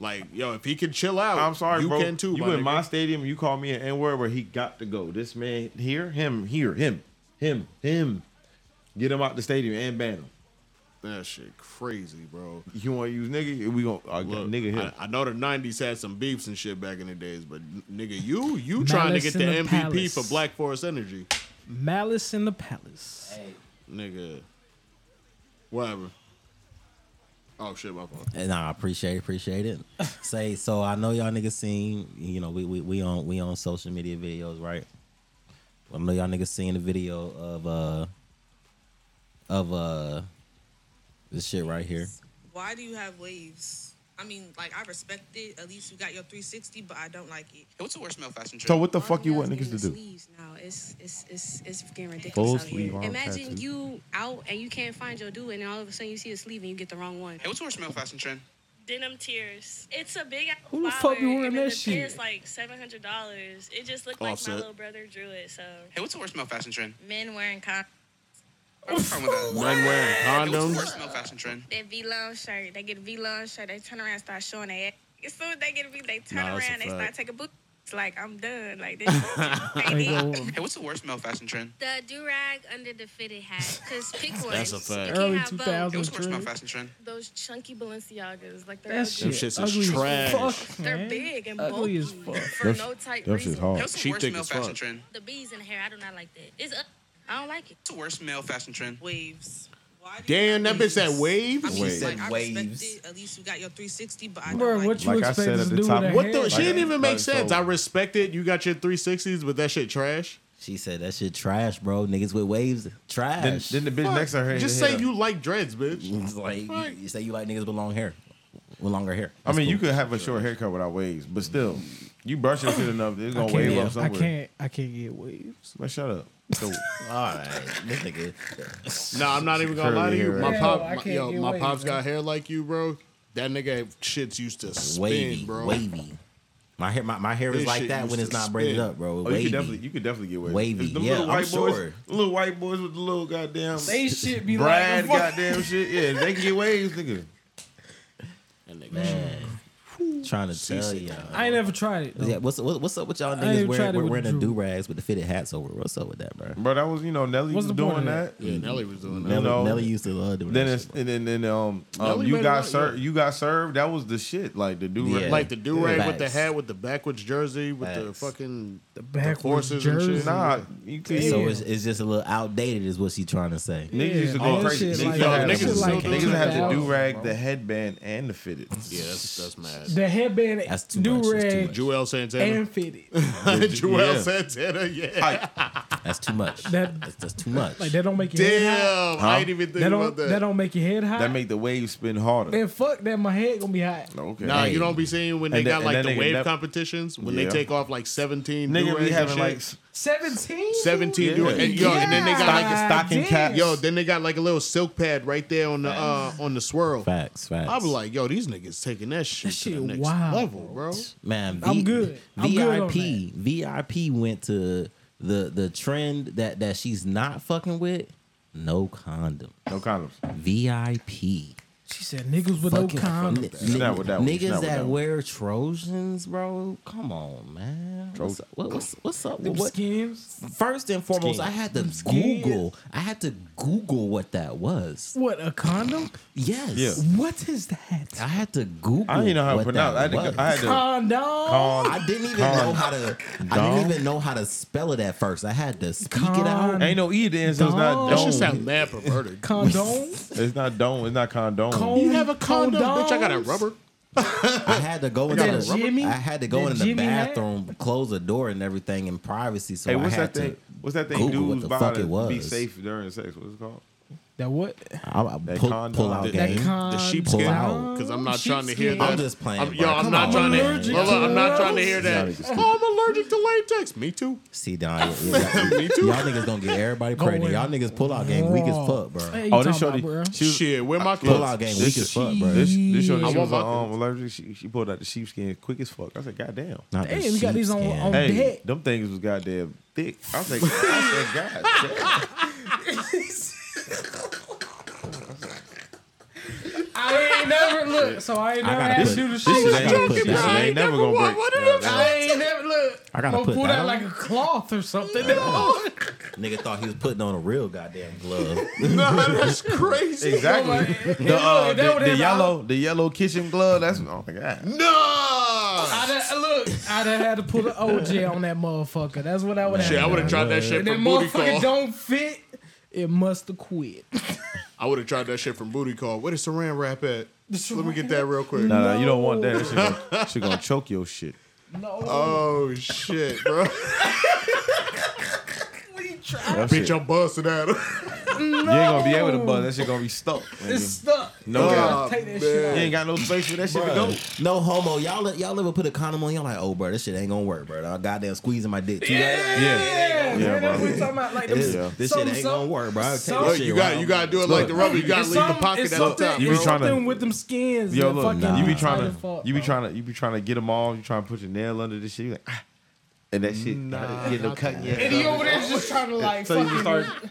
[SPEAKER 4] Like, yo, if he can chill out,
[SPEAKER 1] I'm sorry,
[SPEAKER 4] you
[SPEAKER 1] bro.
[SPEAKER 4] can too.
[SPEAKER 1] you
[SPEAKER 4] my
[SPEAKER 1] in
[SPEAKER 4] nigga.
[SPEAKER 1] my stadium, you call me an N word where he got to go. This man here, him here, him, him, him. Get him out the stadium and ban him.
[SPEAKER 4] That shit crazy, bro.
[SPEAKER 1] You want to use nigga? We gonna uh,
[SPEAKER 4] Look,
[SPEAKER 1] nigga him.
[SPEAKER 4] I, I know the '90s had some beefs and shit back in the days, but n- nigga, you you
[SPEAKER 2] Malice
[SPEAKER 4] trying to get the,
[SPEAKER 2] in the
[SPEAKER 4] MVP
[SPEAKER 2] palace.
[SPEAKER 4] for Black Forest Energy,
[SPEAKER 2] Malice in the Palace.
[SPEAKER 10] Hey,
[SPEAKER 4] nigga. Whatever. Oh shit, my fault.
[SPEAKER 3] And I appreciate it, appreciate it. Say so I know y'all niggas seen, you know, we we, we on we on social media videos, right? I know y'all niggas seen the video of uh of uh this shit right here.
[SPEAKER 11] Why do you have waves? I mean, like I respect it. At least you got your 360, but I don't like it.
[SPEAKER 10] what's the worst male fashion trend?
[SPEAKER 1] So what the fuck you want niggas to do?
[SPEAKER 11] Sleeves now. It's it's it's it's getting ridiculous.
[SPEAKER 1] Full sleeve arm tattoo.
[SPEAKER 11] you out and you can't find your dude, and then all of a sudden you see a sleeve and you get the wrong one.
[SPEAKER 10] Hey, what's the worst male fashion trend?
[SPEAKER 11] Denim tears. It's a big.
[SPEAKER 2] Who the fuck be wearing that shit?
[SPEAKER 11] like seven hundred dollars. It just looked
[SPEAKER 4] like my Offset. little
[SPEAKER 11] brother drew it. So
[SPEAKER 10] Hey, what's the worst male fashion trend?
[SPEAKER 11] men wearing con.
[SPEAKER 10] What's wrong with that?
[SPEAKER 4] Men wearing
[SPEAKER 10] Hey, what's the
[SPEAKER 4] condoms.
[SPEAKER 10] worst male fashion trend?
[SPEAKER 11] That V long shirt. They get a V long shirt. They turn around and start showing their ass. As soon as they get a V, they turn
[SPEAKER 4] Nah, that's a
[SPEAKER 11] around. They
[SPEAKER 4] fact.
[SPEAKER 11] start taking book. It's like I'm done. Like this. ain't
[SPEAKER 2] They
[SPEAKER 11] it.
[SPEAKER 2] go
[SPEAKER 10] Hey, what's the worst male fashion trend?
[SPEAKER 11] The do rag under the fitted hat. Cause pick one.
[SPEAKER 4] That's a fact.
[SPEAKER 2] early
[SPEAKER 11] have
[SPEAKER 2] two
[SPEAKER 11] both.
[SPEAKER 10] Hey, what's
[SPEAKER 2] thousands.
[SPEAKER 10] the worst male fashion trend?
[SPEAKER 11] Those chunky Balenciagas, like
[SPEAKER 2] That
[SPEAKER 11] they're
[SPEAKER 2] shit
[SPEAKER 4] shits is
[SPEAKER 2] ugly
[SPEAKER 4] trash.
[SPEAKER 2] As fuck,
[SPEAKER 11] they're
[SPEAKER 2] man.
[SPEAKER 11] big and
[SPEAKER 2] ugly
[SPEAKER 11] bulky
[SPEAKER 2] as fuck.
[SPEAKER 11] for no type
[SPEAKER 1] That shit's
[SPEAKER 11] reason.
[SPEAKER 10] Hey,
[SPEAKER 1] hard.
[SPEAKER 10] what's
[SPEAKER 4] She
[SPEAKER 10] the worst
[SPEAKER 4] thick
[SPEAKER 10] male
[SPEAKER 4] as
[SPEAKER 10] fashion
[SPEAKER 4] fuck.
[SPEAKER 10] trend?
[SPEAKER 11] The bees in the hair, I do not like that. It's uh, I don't like it.
[SPEAKER 10] What's the worst male fashion trend?
[SPEAKER 11] Waves. Why do you
[SPEAKER 4] Damn, that
[SPEAKER 11] have
[SPEAKER 4] bitch that
[SPEAKER 11] waves?
[SPEAKER 4] wave.
[SPEAKER 11] I mean,
[SPEAKER 1] Waves.
[SPEAKER 11] like, I
[SPEAKER 10] Waves.
[SPEAKER 11] respect it. At least you got your 360, but I don't
[SPEAKER 2] Bro,
[SPEAKER 11] like
[SPEAKER 2] what
[SPEAKER 11] it.
[SPEAKER 2] you
[SPEAKER 1] Like I
[SPEAKER 2] expect
[SPEAKER 1] said
[SPEAKER 2] us
[SPEAKER 1] at
[SPEAKER 2] to
[SPEAKER 1] the
[SPEAKER 2] do
[SPEAKER 1] top-
[SPEAKER 2] with a
[SPEAKER 4] What the?
[SPEAKER 2] hand?
[SPEAKER 4] She didn't even
[SPEAKER 1] like,
[SPEAKER 4] make sense.
[SPEAKER 1] so-
[SPEAKER 4] I respect it. You got your 360s, but that shit trash.
[SPEAKER 3] She said that shit trash, bro. Niggas with waves,
[SPEAKER 1] Then,
[SPEAKER 3] trash.
[SPEAKER 1] then the bitch
[SPEAKER 4] Fuck.
[SPEAKER 1] next to her.
[SPEAKER 4] Just
[SPEAKER 1] hit
[SPEAKER 4] say
[SPEAKER 1] her.
[SPEAKER 4] you like dreads, bitch.
[SPEAKER 3] It's like you, you say you like niggas with long hair, with longer hair.
[SPEAKER 1] I mean, you
[SPEAKER 3] could.
[SPEAKER 1] could have a short haircut without waves, but still, you brush your shit enough, it's
[SPEAKER 2] I
[SPEAKER 1] gonna wave up
[SPEAKER 2] can't, I
[SPEAKER 1] somewhere.
[SPEAKER 2] can't. I can't get waves.
[SPEAKER 1] Man, shut up. So,
[SPEAKER 3] All right, this nigga.
[SPEAKER 4] No, I'm not even gonna
[SPEAKER 1] Curly
[SPEAKER 4] lie to you.
[SPEAKER 1] hair.
[SPEAKER 4] My
[SPEAKER 2] Hell,
[SPEAKER 4] pop,
[SPEAKER 2] I
[SPEAKER 4] my,
[SPEAKER 2] can't
[SPEAKER 4] yo,
[SPEAKER 2] get
[SPEAKER 4] my
[SPEAKER 2] waves,
[SPEAKER 4] pops got
[SPEAKER 2] man.
[SPEAKER 4] hair like you, bro. That nigga shits used to spin,
[SPEAKER 3] wavy,
[SPEAKER 4] bro.
[SPEAKER 3] wavy. My hair, my, my hair is
[SPEAKER 4] This
[SPEAKER 3] like
[SPEAKER 4] shit
[SPEAKER 3] that
[SPEAKER 4] used
[SPEAKER 3] when it's
[SPEAKER 4] to
[SPEAKER 3] not braided
[SPEAKER 4] spin.
[SPEAKER 3] up, bro.
[SPEAKER 1] oh,
[SPEAKER 3] wavy.
[SPEAKER 1] you could definitely, you could definitely get waves.
[SPEAKER 3] Wavy.
[SPEAKER 1] If them
[SPEAKER 3] Yeah,
[SPEAKER 1] little
[SPEAKER 3] I'm
[SPEAKER 1] white boys,
[SPEAKER 3] sure.
[SPEAKER 1] the little white boys with the little goddamn
[SPEAKER 2] They shit be
[SPEAKER 1] Brad,
[SPEAKER 2] like,
[SPEAKER 1] goddamn shit. Yeah, they can get waves, nigga.
[SPEAKER 4] That nigga
[SPEAKER 3] trying to tell
[SPEAKER 4] Cece.
[SPEAKER 3] you.
[SPEAKER 2] I ain't never tried it. though.
[SPEAKER 3] Yeah, what's what, what's up with y'all
[SPEAKER 2] I ain't
[SPEAKER 3] niggas
[SPEAKER 2] tried
[SPEAKER 3] wearing
[SPEAKER 2] it
[SPEAKER 3] we're
[SPEAKER 2] with
[SPEAKER 3] wearing the
[SPEAKER 2] Drew.
[SPEAKER 3] do rags with the fitted hats over? What's up with that, bro?
[SPEAKER 1] Bro, that was you know Nelly
[SPEAKER 2] What's
[SPEAKER 1] was
[SPEAKER 2] the point
[SPEAKER 1] doing
[SPEAKER 2] of
[SPEAKER 1] that.
[SPEAKER 2] that?
[SPEAKER 4] Yeah, Nelly was doing that.
[SPEAKER 3] Nelly,
[SPEAKER 1] know,
[SPEAKER 3] Nelly used to love doing
[SPEAKER 1] Then
[SPEAKER 3] that.
[SPEAKER 1] it's
[SPEAKER 3] shit, bro.
[SPEAKER 1] and then and um, um
[SPEAKER 4] Nelly
[SPEAKER 1] you
[SPEAKER 4] made
[SPEAKER 1] got
[SPEAKER 4] it out,
[SPEAKER 1] served,
[SPEAKER 4] yeah.
[SPEAKER 1] you got served. That was the shit. Like the dude,
[SPEAKER 3] Yeah.
[SPEAKER 4] Like the do rag with the
[SPEAKER 3] Facts.
[SPEAKER 4] hat with the backwards jersey with the
[SPEAKER 3] Facts.
[SPEAKER 4] fucking the
[SPEAKER 2] backwards
[SPEAKER 4] forces and shit.
[SPEAKER 2] jersey.
[SPEAKER 1] nah, you could.
[SPEAKER 2] Yeah.
[SPEAKER 3] so it's, it's just a little outdated, is what she trying to say.
[SPEAKER 1] Niggas used to
[SPEAKER 2] Yeah,
[SPEAKER 1] go
[SPEAKER 2] all that
[SPEAKER 1] crazy.
[SPEAKER 2] shit
[SPEAKER 1] niggas
[SPEAKER 2] like-
[SPEAKER 1] used to
[SPEAKER 4] Yo,
[SPEAKER 1] have
[SPEAKER 4] niggas
[SPEAKER 1] the-
[SPEAKER 4] is still
[SPEAKER 1] niggas
[SPEAKER 4] doing
[SPEAKER 1] had the
[SPEAKER 4] that.
[SPEAKER 1] do rag, the headband, and the fitted.
[SPEAKER 4] Yeah, that's that's mad.
[SPEAKER 2] The headband,
[SPEAKER 3] That's too much, that's
[SPEAKER 2] do
[SPEAKER 3] too
[SPEAKER 2] rag,
[SPEAKER 3] much.
[SPEAKER 4] Joel Santana.
[SPEAKER 2] and fitted.
[SPEAKER 4] Joel
[SPEAKER 1] Yeah.
[SPEAKER 4] Santana, yeah.
[SPEAKER 1] Like,
[SPEAKER 3] That's too much.
[SPEAKER 2] That-
[SPEAKER 3] that's, that's too much.
[SPEAKER 2] Like that don't make your head hot.
[SPEAKER 4] Damn, I ain't even
[SPEAKER 2] That
[SPEAKER 4] thinking
[SPEAKER 2] don't
[SPEAKER 4] about
[SPEAKER 2] that
[SPEAKER 4] that.
[SPEAKER 2] don't make your head hot.
[SPEAKER 1] that make the waves spin harder.
[SPEAKER 2] Then fuck that. My head gonna be hot.
[SPEAKER 1] Okay.
[SPEAKER 4] Nah, you
[SPEAKER 3] Hey.
[SPEAKER 4] don't be seeing when they
[SPEAKER 1] And that-
[SPEAKER 4] got
[SPEAKER 1] and
[SPEAKER 4] like
[SPEAKER 1] that
[SPEAKER 4] the
[SPEAKER 1] nigga
[SPEAKER 4] wave
[SPEAKER 1] nev-
[SPEAKER 4] competitions when
[SPEAKER 1] Yeah.
[SPEAKER 4] they take off like 17
[SPEAKER 1] Nigga be
[SPEAKER 4] do-rags
[SPEAKER 1] having
[SPEAKER 4] and
[SPEAKER 1] like
[SPEAKER 4] shit.
[SPEAKER 2] Seventeen.
[SPEAKER 4] 17
[SPEAKER 1] Yeah.
[SPEAKER 4] do and, yo, and then they got like
[SPEAKER 1] Yeah. stocking cap.
[SPEAKER 4] Yo, then they got like a little silk pad right there on the uh on the swirl.
[SPEAKER 3] facts, facts.
[SPEAKER 4] I was like, yo, these niggas taking that shit,
[SPEAKER 2] That shit
[SPEAKER 4] to the next
[SPEAKER 2] wild,
[SPEAKER 4] level, bro.
[SPEAKER 3] man,
[SPEAKER 2] I'm good. I'm
[SPEAKER 3] VIP,
[SPEAKER 2] good on
[SPEAKER 3] VIP went to the the trend that that she's not fucking with, no condoms.
[SPEAKER 1] No condoms.
[SPEAKER 3] VIP.
[SPEAKER 2] She said niggas with no
[SPEAKER 3] Fucking-
[SPEAKER 2] condoms.
[SPEAKER 3] Ni-
[SPEAKER 1] She's not with that one. She's
[SPEAKER 3] Niggas
[SPEAKER 1] not with
[SPEAKER 3] that
[SPEAKER 1] that one.
[SPEAKER 3] wear Trojans, bro. Come on, man. What's up? What, what's, what's up?
[SPEAKER 2] Them
[SPEAKER 3] What,
[SPEAKER 2] skins.
[SPEAKER 3] first and foremost, I had to Google. I had to Google what that was.
[SPEAKER 2] What a condom?
[SPEAKER 3] Yes.
[SPEAKER 1] Yeah.
[SPEAKER 2] What is that?
[SPEAKER 3] I had to Google.
[SPEAKER 1] I didn't even know how to
[SPEAKER 3] what
[SPEAKER 1] pronounce-
[SPEAKER 3] that
[SPEAKER 1] I had to go-
[SPEAKER 3] was.
[SPEAKER 1] I had to-
[SPEAKER 2] Condom.
[SPEAKER 1] Con-
[SPEAKER 3] I didn't even
[SPEAKER 1] Con-
[SPEAKER 3] know how to. I
[SPEAKER 1] Dom?
[SPEAKER 3] didn't even know how to spell it at first. I had to speak it out.
[SPEAKER 1] Ain't no e at the end, so it's
[SPEAKER 2] Dom.
[SPEAKER 1] not
[SPEAKER 4] That
[SPEAKER 1] dome.
[SPEAKER 4] shit sound mad perverted.
[SPEAKER 2] Condom.
[SPEAKER 1] It's not dome. It's not condone.
[SPEAKER 2] Con-
[SPEAKER 4] You have a condom, bitch. I got a
[SPEAKER 2] Condoms?
[SPEAKER 4] rubber.
[SPEAKER 3] I had to go into
[SPEAKER 2] That
[SPEAKER 3] the
[SPEAKER 2] Jimmy-
[SPEAKER 3] I had to go
[SPEAKER 2] that
[SPEAKER 3] in the
[SPEAKER 2] Jimmy hat?
[SPEAKER 3] bathroom, close the door, and everything in privacy. So
[SPEAKER 1] hey,
[SPEAKER 3] I
[SPEAKER 1] what's
[SPEAKER 3] had
[SPEAKER 1] that thing?
[SPEAKER 3] to.
[SPEAKER 1] What's that thing?
[SPEAKER 3] Google what
[SPEAKER 1] Dudes
[SPEAKER 3] the
[SPEAKER 1] buy
[SPEAKER 3] fuck
[SPEAKER 1] to
[SPEAKER 3] it
[SPEAKER 1] be
[SPEAKER 3] was.
[SPEAKER 1] safe during sex. What's it called?
[SPEAKER 2] That what?
[SPEAKER 3] I, I
[SPEAKER 1] That
[SPEAKER 3] pull,
[SPEAKER 1] condom.
[SPEAKER 3] pull out
[SPEAKER 1] That
[SPEAKER 3] game.
[SPEAKER 2] That condom.
[SPEAKER 4] The
[SPEAKER 3] Pull
[SPEAKER 4] sheepskin.
[SPEAKER 3] out.
[SPEAKER 4] Because I'm not trying to hear
[SPEAKER 2] Sheepskin.
[SPEAKER 4] that.
[SPEAKER 3] I'm just playing,
[SPEAKER 4] I'm,
[SPEAKER 3] bro.
[SPEAKER 4] yo, I'm
[SPEAKER 3] Come
[SPEAKER 4] not
[SPEAKER 3] on,
[SPEAKER 4] trying
[SPEAKER 2] man.
[SPEAKER 4] to.
[SPEAKER 2] Allergic
[SPEAKER 4] Hold on,
[SPEAKER 2] to
[SPEAKER 4] I'm not trying to hear
[SPEAKER 1] Yeah,
[SPEAKER 4] that.
[SPEAKER 1] niggas stupid.
[SPEAKER 4] Oh, I'm allergic to latex. Me too.
[SPEAKER 3] See, Don, y- y- y- y'all niggas gonna get everybody pregnant. Y'all niggas pull out game weak as
[SPEAKER 2] Raw.
[SPEAKER 3] fuck, bro.
[SPEAKER 2] Hey, you
[SPEAKER 1] Oh, this
[SPEAKER 2] talking
[SPEAKER 1] shorty.
[SPEAKER 2] about,
[SPEAKER 1] She was,
[SPEAKER 4] Shit, where my
[SPEAKER 3] Pull out
[SPEAKER 4] clothes?
[SPEAKER 3] game
[SPEAKER 1] this
[SPEAKER 3] weak
[SPEAKER 1] shit-
[SPEAKER 3] as fuck, bro.
[SPEAKER 1] this, this shorty.
[SPEAKER 4] I
[SPEAKER 1] She was
[SPEAKER 4] want my
[SPEAKER 1] um, allergic. She, she pulled out the sheepskin quick as fuck. I said, God damn.
[SPEAKER 3] Not the
[SPEAKER 2] Damn, we got these on-
[SPEAKER 3] sheepskin.
[SPEAKER 2] on-
[SPEAKER 1] Hey,
[SPEAKER 2] Dick.
[SPEAKER 1] them things was goddamn thick. I was like, I said, God damn.
[SPEAKER 2] I ain't never look. So I ain't
[SPEAKER 3] I
[SPEAKER 2] never
[SPEAKER 3] gotta
[SPEAKER 2] had
[SPEAKER 3] put-
[SPEAKER 2] you to
[SPEAKER 3] this
[SPEAKER 1] This
[SPEAKER 2] shoot.
[SPEAKER 1] shit ain't,
[SPEAKER 3] joking,
[SPEAKER 1] this shit
[SPEAKER 3] bro. I
[SPEAKER 1] ain't never gonna break.
[SPEAKER 2] I ain't never look.
[SPEAKER 3] I gotta
[SPEAKER 2] Gonna
[SPEAKER 3] put
[SPEAKER 2] pull
[SPEAKER 3] that
[SPEAKER 2] out
[SPEAKER 3] on?
[SPEAKER 2] like a cloth or something.
[SPEAKER 3] Nigga thought he was putting on a real goddamn glove.
[SPEAKER 1] Exactly. The, uh,
[SPEAKER 2] Look, that
[SPEAKER 1] the,
[SPEAKER 2] what
[SPEAKER 1] the
[SPEAKER 2] it-
[SPEAKER 1] yellow, the yellow kitchen glove. That's oh my god.
[SPEAKER 2] I done, look, I done had to pull the OJ on that motherherfucker. That's what I would have.
[SPEAKER 4] Shit, I would have tried that shit
[SPEAKER 2] If that
[SPEAKER 4] from booty
[SPEAKER 2] motherfucker
[SPEAKER 4] call.
[SPEAKER 2] don't fit, it must have quit.
[SPEAKER 4] I would have tried that shit from booty call. Where the saran wrap at? Let me get that real quick.
[SPEAKER 1] No, no, you don't want that. That shit gonna, shit gonna choke your shit.
[SPEAKER 2] No,
[SPEAKER 4] Oh shit, bro.
[SPEAKER 1] That shit-
[SPEAKER 4] Bitch, I'm busting at him.
[SPEAKER 1] You ain't gonna be able to buzz. That shit gonna be stuck. nigga.
[SPEAKER 2] it's stuck.
[SPEAKER 1] No
[SPEAKER 4] Oh,
[SPEAKER 1] cap.
[SPEAKER 2] Take that
[SPEAKER 1] You
[SPEAKER 2] shit
[SPEAKER 1] ain't got no space for that shit to go.
[SPEAKER 3] No homo. Y'all let- y'all ever put a condom on? Y'all like, oh, bro, this shit ain't gonna work, bro. I goddamn squeezing my dick too.
[SPEAKER 1] Yeah.
[SPEAKER 2] Yeah. out.
[SPEAKER 1] Yeah,
[SPEAKER 2] man, that's
[SPEAKER 1] bro.
[SPEAKER 2] what we talking about. Like, them-
[SPEAKER 3] This,
[SPEAKER 1] Yeah.
[SPEAKER 3] this
[SPEAKER 2] some-
[SPEAKER 3] shit ain't
[SPEAKER 2] some-
[SPEAKER 3] gonna work, bro. I'll take
[SPEAKER 2] some-
[SPEAKER 3] this
[SPEAKER 4] Look,
[SPEAKER 3] shit
[SPEAKER 4] you got
[SPEAKER 3] right
[SPEAKER 4] you gotta do it like the rubber. You gotta
[SPEAKER 2] it's
[SPEAKER 4] leave the
[SPEAKER 2] some-
[SPEAKER 4] pocket
[SPEAKER 2] it's
[SPEAKER 4] at the
[SPEAKER 2] something-
[SPEAKER 4] top,
[SPEAKER 2] it's
[SPEAKER 1] You be
[SPEAKER 4] bro.
[SPEAKER 1] trying to-
[SPEAKER 2] something with them skins.
[SPEAKER 1] Yo,
[SPEAKER 2] that
[SPEAKER 1] look,
[SPEAKER 2] fucking
[SPEAKER 1] you be
[SPEAKER 3] nah.
[SPEAKER 1] trying
[SPEAKER 2] tight
[SPEAKER 1] to,
[SPEAKER 2] as fuck,
[SPEAKER 1] you be
[SPEAKER 2] bro.
[SPEAKER 1] trying to, you be trying to get them all. You trying to put your nail under this shit. You like, ah, and that shit, get no cut yet.
[SPEAKER 2] And he over there just trying to like
[SPEAKER 1] So you
[SPEAKER 2] fucking
[SPEAKER 1] just start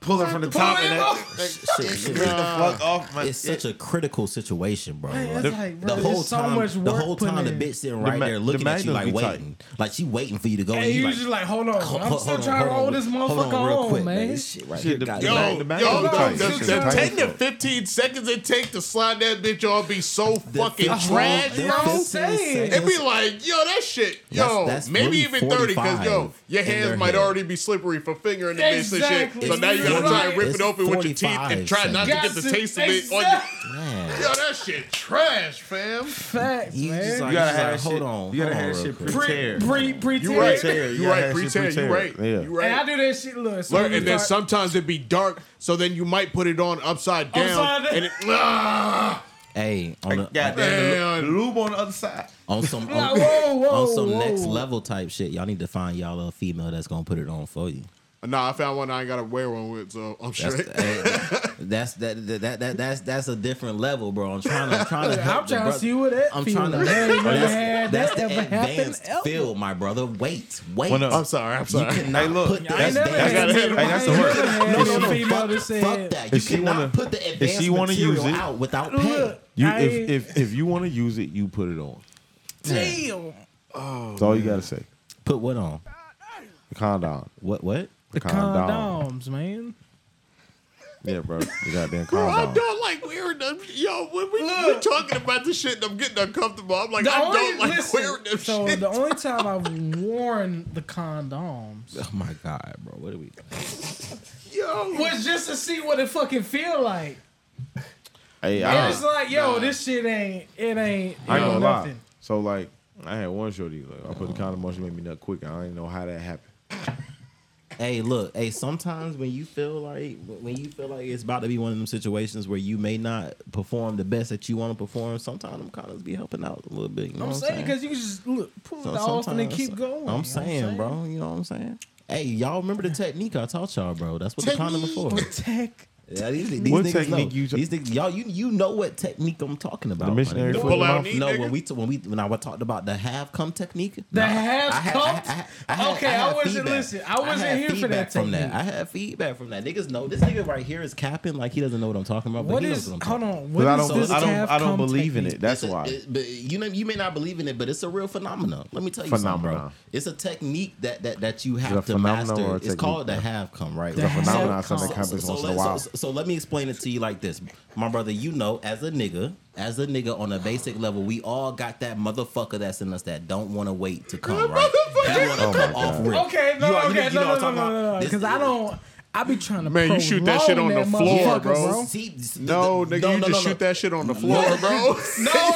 [SPEAKER 1] pulling from the top, and that
[SPEAKER 3] Shit,
[SPEAKER 1] get
[SPEAKER 3] shit,
[SPEAKER 1] the fuck off my.
[SPEAKER 3] It's such a critical situation, bro.
[SPEAKER 2] Man,
[SPEAKER 3] Like,
[SPEAKER 2] that's like,
[SPEAKER 3] the
[SPEAKER 2] bro,
[SPEAKER 3] whole
[SPEAKER 2] there's so
[SPEAKER 3] time,
[SPEAKER 2] much
[SPEAKER 3] the
[SPEAKER 2] work
[SPEAKER 3] whole
[SPEAKER 2] put
[SPEAKER 3] time, the
[SPEAKER 2] in.
[SPEAKER 3] bitch sitting
[SPEAKER 1] The
[SPEAKER 3] right
[SPEAKER 1] ma-
[SPEAKER 3] there
[SPEAKER 1] the
[SPEAKER 3] looking at you
[SPEAKER 1] magnums
[SPEAKER 3] like
[SPEAKER 1] be tight.
[SPEAKER 3] waiting, like she waiting for you to go.
[SPEAKER 2] And
[SPEAKER 3] and
[SPEAKER 2] you
[SPEAKER 3] like,
[SPEAKER 2] just like, hold on,
[SPEAKER 3] ho-
[SPEAKER 2] I'm
[SPEAKER 3] ho-
[SPEAKER 2] still
[SPEAKER 3] hold on,
[SPEAKER 2] trying to
[SPEAKER 3] hold
[SPEAKER 2] roll
[SPEAKER 3] on,
[SPEAKER 2] this
[SPEAKER 3] hold on
[SPEAKER 2] motherfucker
[SPEAKER 3] real
[SPEAKER 2] on,
[SPEAKER 3] quick,
[SPEAKER 2] man.
[SPEAKER 3] This shit right
[SPEAKER 1] Shit,
[SPEAKER 3] here,
[SPEAKER 1] the-
[SPEAKER 3] goddamn-
[SPEAKER 4] Yo,
[SPEAKER 1] Like, the
[SPEAKER 4] yo,
[SPEAKER 1] back
[SPEAKER 4] yo,
[SPEAKER 1] of the
[SPEAKER 4] the,
[SPEAKER 1] tight.
[SPEAKER 4] the,
[SPEAKER 1] Shit tight as
[SPEAKER 4] 10 to
[SPEAKER 1] fuck.
[SPEAKER 4] 15 seconds it take to slide that bitch on be so fucking
[SPEAKER 3] the-
[SPEAKER 4] trash,
[SPEAKER 3] the
[SPEAKER 4] bro.
[SPEAKER 3] 15
[SPEAKER 2] saying.
[SPEAKER 4] It'd be
[SPEAKER 3] seconds-
[SPEAKER 4] like, yo, that shit, yo,
[SPEAKER 3] That's- that's
[SPEAKER 4] maybe
[SPEAKER 3] really
[SPEAKER 4] even 30, because, yo,
[SPEAKER 3] 45
[SPEAKER 4] your
[SPEAKER 3] in their
[SPEAKER 4] hands might
[SPEAKER 3] head.
[SPEAKER 4] already be slippery for fingering the bitch and
[SPEAKER 2] Exactly.
[SPEAKER 4] shit. So now you gotta
[SPEAKER 2] It's
[SPEAKER 4] try and rip it
[SPEAKER 3] it's
[SPEAKER 4] open with your teeth
[SPEAKER 3] 45
[SPEAKER 4] and try not to get the
[SPEAKER 2] seconds.
[SPEAKER 4] taste of it on
[SPEAKER 2] Exactly.
[SPEAKER 4] your.
[SPEAKER 3] man.
[SPEAKER 4] Yo, that shit trash, fam.
[SPEAKER 2] Facts,
[SPEAKER 3] You
[SPEAKER 2] man.
[SPEAKER 3] just like,
[SPEAKER 1] You gotta
[SPEAKER 3] just
[SPEAKER 1] have
[SPEAKER 3] like,
[SPEAKER 1] that shit.
[SPEAKER 3] hold on,
[SPEAKER 1] You gotta
[SPEAKER 3] hold
[SPEAKER 1] have
[SPEAKER 3] on
[SPEAKER 1] that
[SPEAKER 3] real
[SPEAKER 1] shit
[SPEAKER 3] quick.
[SPEAKER 1] pre-tear.
[SPEAKER 2] pre pre
[SPEAKER 4] You right.
[SPEAKER 1] tear.
[SPEAKER 4] You
[SPEAKER 1] You gotta
[SPEAKER 4] right,
[SPEAKER 1] have
[SPEAKER 4] pre
[SPEAKER 1] shit
[SPEAKER 4] tear. You right.
[SPEAKER 1] pre-tear. Yeah.
[SPEAKER 4] You
[SPEAKER 2] And I
[SPEAKER 4] right.
[SPEAKER 2] do that shit. Look, so
[SPEAKER 4] Learn-
[SPEAKER 2] we
[SPEAKER 4] And then
[SPEAKER 2] start-
[SPEAKER 4] sometimes it'd be dark, so then you might put it on upside down.
[SPEAKER 2] Upside down.
[SPEAKER 4] And it, ah,
[SPEAKER 3] Hey, on, the,
[SPEAKER 1] Goddamn, the lube on the other side.
[SPEAKER 3] on some on,
[SPEAKER 2] Like, whoa, whoa,
[SPEAKER 3] on some
[SPEAKER 2] whoa.
[SPEAKER 3] next level type shit, y'all need to find y'all a female that's gonna put it on for you.
[SPEAKER 4] nah, I found one I ain't gotta wear one with, so I'm sure.
[SPEAKER 3] That's, hey, that's that, that that that that's that's a different level, bro. I'm trying to I'm trying to help
[SPEAKER 2] I'm
[SPEAKER 3] the
[SPEAKER 2] trying to
[SPEAKER 3] brother-
[SPEAKER 2] see what that.
[SPEAKER 3] I'm
[SPEAKER 2] feel
[SPEAKER 3] trying to.
[SPEAKER 2] like.
[SPEAKER 3] That's,
[SPEAKER 2] Never had
[SPEAKER 3] that's
[SPEAKER 2] that
[SPEAKER 3] the
[SPEAKER 2] ever happen
[SPEAKER 3] advanced
[SPEAKER 2] ever.
[SPEAKER 3] feel, my brother. Wait, wait.
[SPEAKER 1] When uh, a-
[SPEAKER 4] I'm sorry. I'm
[SPEAKER 3] you
[SPEAKER 4] sorry.
[SPEAKER 3] cannot
[SPEAKER 1] Hey, look,
[SPEAKER 3] put the
[SPEAKER 2] I
[SPEAKER 1] That's-
[SPEAKER 2] ain't never
[SPEAKER 1] that's-
[SPEAKER 2] had
[SPEAKER 1] I
[SPEAKER 2] that.
[SPEAKER 1] gotta- hey, that's the
[SPEAKER 2] I ain't
[SPEAKER 1] word.
[SPEAKER 2] never had
[SPEAKER 3] No,
[SPEAKER 2] that
[SPEAKER 3] no, no.
[SPEAKER 2] female
[SPEAKER 3] Fuck,
[SPEAKER 2] that
[SPEAKER 3] fuck
[SPEAKER 2] said,
[SPEAKER 3] that. You
[SPEAKER 1] she
[SPEAKER 3] cannot
[SPEAKER 1] wanna-
[SPEAKER 3] put the
[SPEAKER 1] if
[SPEAKER 3] advanced
[SPEAKER 1] she wanna use
[SPEAKER 3] material
[SPEAKER 1] it-
[SPEAKER 3] out without pay.
[SPEAKER 2] Look,
[SPEAKER 1] You,
[SPEAKER 2] I
[SPEAKER 1] if,
[SPEAKER 2] ain't-
[SPEAKER 1] if if you want to use it, you put it on.
[SPEAKER 2] damn.
[SPEAKER 1] That's all you gotta say.
[SPEAKER 3] Put what on?
[SPEAKER 1] The condom.
[SPEAKER 3] What? What?
[SPEAKER 1] The condom.
[SPEAKER 2] Condoms, man.
[SPEAKER 1] Yeah, bro. The goddamn
[SPEAKER 4] Bro, I
[SPEAKER 1] condom.
[SPEAKER 4] don't like weirdness. Yo, when we, we're talking about this shit and I'm getting uncomfortable, I'm like,
[SPEAKER 2] The
[SPEAKER 4] I
[SPEAKER 2] only-
[SPEAKER 4] don't like
[SPEAKER 2] listen,
[SPEAKER 4] weirdness
[SPEAKER 2] So
[SPEAKER 4] shit.
[SPEAKER 2] the only time I've worn the condoms
[SPEAKER 3] Oh my god, bro. What are we?
[SPEAKER 4] Yo,
[SPEAKER 2] was just to see what it fucking feel like.
[SPEAKER 1] Hey,
[SPEAKER 2] And
[SPEAKER 1] I,
[SPEAKER 2] it's like, yo, this shit ain't, it ain't,
[SPEAKER 1] Ah. I ain't
[SPEAKER 2] ain't
[SPEAKER 1] gonna lie.
[SPEAKER 2] nothing.
[SPEAKER 1] So like, I had one shorty. Like, I put the condom on. She made me nut quick. I don't even know how that happened.
[SPEAKER 3] Hey, look. Hey, sometimes when you feel like when you feel like it's about to be one of them situations where you may not perform the best that you want to perform, sometimes them condoms be helping out a little bit. You know
[SPEAKER 2] I'm
[SPEAKER 3] what
[SPEAKER 2] saying because you can just look, pull
[SPEAKER 3] So
[SPEAKER 2] it off and then
[SPEAKER 3] sometimes-
[SPEAKER 2] keep going.
[SPEAKER 3] I'm saying, bro. You know what I'm saying? Hey, y'all remember the technique I taught y'all, bro? That's what the condom is for.
[SPEAKER 2] Protect
[SPEAKER 3] Yeah, these, these
[SPEAKER 1] What
[SPEAKER 3] niggas
[SPEAKER 1] technique
[SPEAKER 3] know.
[SPEAKER 1] you-
[SPEAKER 3] these niggas, y'all, you you know what technique I'm talking about. my
[SPEAKER 1] missionary
[SPEAKER 3] nigga.
[SPEAKER 1] The foot pull-out mouth? knee,
[SPEAKER 3] No,
[SPEAKER 1] nigga?
[SPEAKER 3] when we t- when we when I talked about the have come technique,
[SPEAKER 2] The
[SPEAKER 3] nah,
[SPEAKER 2] have
[SPEAKER 3] I had-
[SPEAKER 2] come?
[SPEAKER 3] I had- I had-
[SPEAKER 2] Okay, I
[SPEAKER 3] had
[SPEAKER 2] wasn't-
[SPEAKER 3] feedback.
[SPEAKER 2] listen, I wasn't
[SPEAKER 3] had
[SPEAKER 2] here for
[SPEAKER 3] feedback
[SPEAKER 2] that
[SPEAKER 3] From that,
[SPEAKER 2] technique.
[SPEAKER 3] I had feedback from that. Niggas know this nigga right here is capping like he doesn't know what I'm talking about. But
[SPEAKER 2] What
[SPEAKER 3] he knows
[SPEAKER 2] is?
[SPEAKER 3] what I'm talking
[SPEAKER 2] Hold on. What
[SPEAKER 1] But
[SPEAKER 2] is
[SPEAKER 1] I don't,
[SPEAKER 2] this
[SPEAKER 1] I don't,
[SPEAKER 2] have
[SPEAKER 1] I don't
[SPEAKER 2] come
[SPEAKER 1] believe in
[SPEAKER 2] technique?
[SPEAKER 1] it. That's
[SPEAKER 3] It's a-
[SPEAKER 1] why.
[SPEAKER 3] it- but you know, you may not believe in it, but it's a real phenomenon. Let me tell you something, bro.
[SPEAKER 1] Phenomenon.
[SPEAKER 3] It's a technique that that that you
[SPEAKER 1] it a
[SPEAKER 3] have to
[SPEAKER 1] phenomenon
[SPEAKER 3] master.
[SPEAKER 1] or a
[SPEAKER 3] It's
[SPEAKER 1] technique,
[SPEAKER 3] called the
[SPEAKER 1] bro?
[SPEAKER 3] have come, right?
[SPEAKER 1] It's a
[SPEAKER 3] The have
[SPEAKER 1] phenomenon or something that
[SPEAKER 3] come.
[SPEAKER 1] happens once in a
[SPEAKER 3] let-
[SPEAKER 1] while.
[SPEAKER 3] So, so let me explain it to you like this, my brother. You know, as a nigga, as a nigga on a basic level, we all got that motherfucker that's in us that don't want to wait to come, right? That wanna
[SPEAKER 1] Oh my
[SPEAKER 3] come off
[SPEAKER 1] God.
[SPEAKER 3] rip.
[SPEAKER 2] Okay, no,
[SPEAKER 3] You are- you know-
[SPEAKER 2] okay,
[SPEAKER 3] you know what
[SPEAKER 2] no,
[SPEAKER 3] I'm
[SPEAKER 2] no, no,
[SPEAKER 3] talking
[SPEAKER 2] no, no,
[SPEAKER 3] about. This-
[SPEAKER 2] because I don't. I be trying to.
[SPEAKER 4] Man, you shoot that shit on the
[SPEAKER 2] prolong that
[SPEAKER 4] floor,
[SPEAKER 2] motherfucker,
[SPEAKER 4] bro.
[SPEAKER 3] See, s-
[SPEAKER 4] No,
[SPEAKER 3] the-
[SPEAKER 4] nigga,
[SPEAKER 3] no,
[SPEAKER 4] you
[SPEAKER 3] no,
[SPEAKER 4] just
[SPEAKER 3] no,
[SPEAKER 4] shoot
[SPEAKER 3] no.
[SPEAKER 4] that shit on the floor, bro.
[SPEAKER 2] No,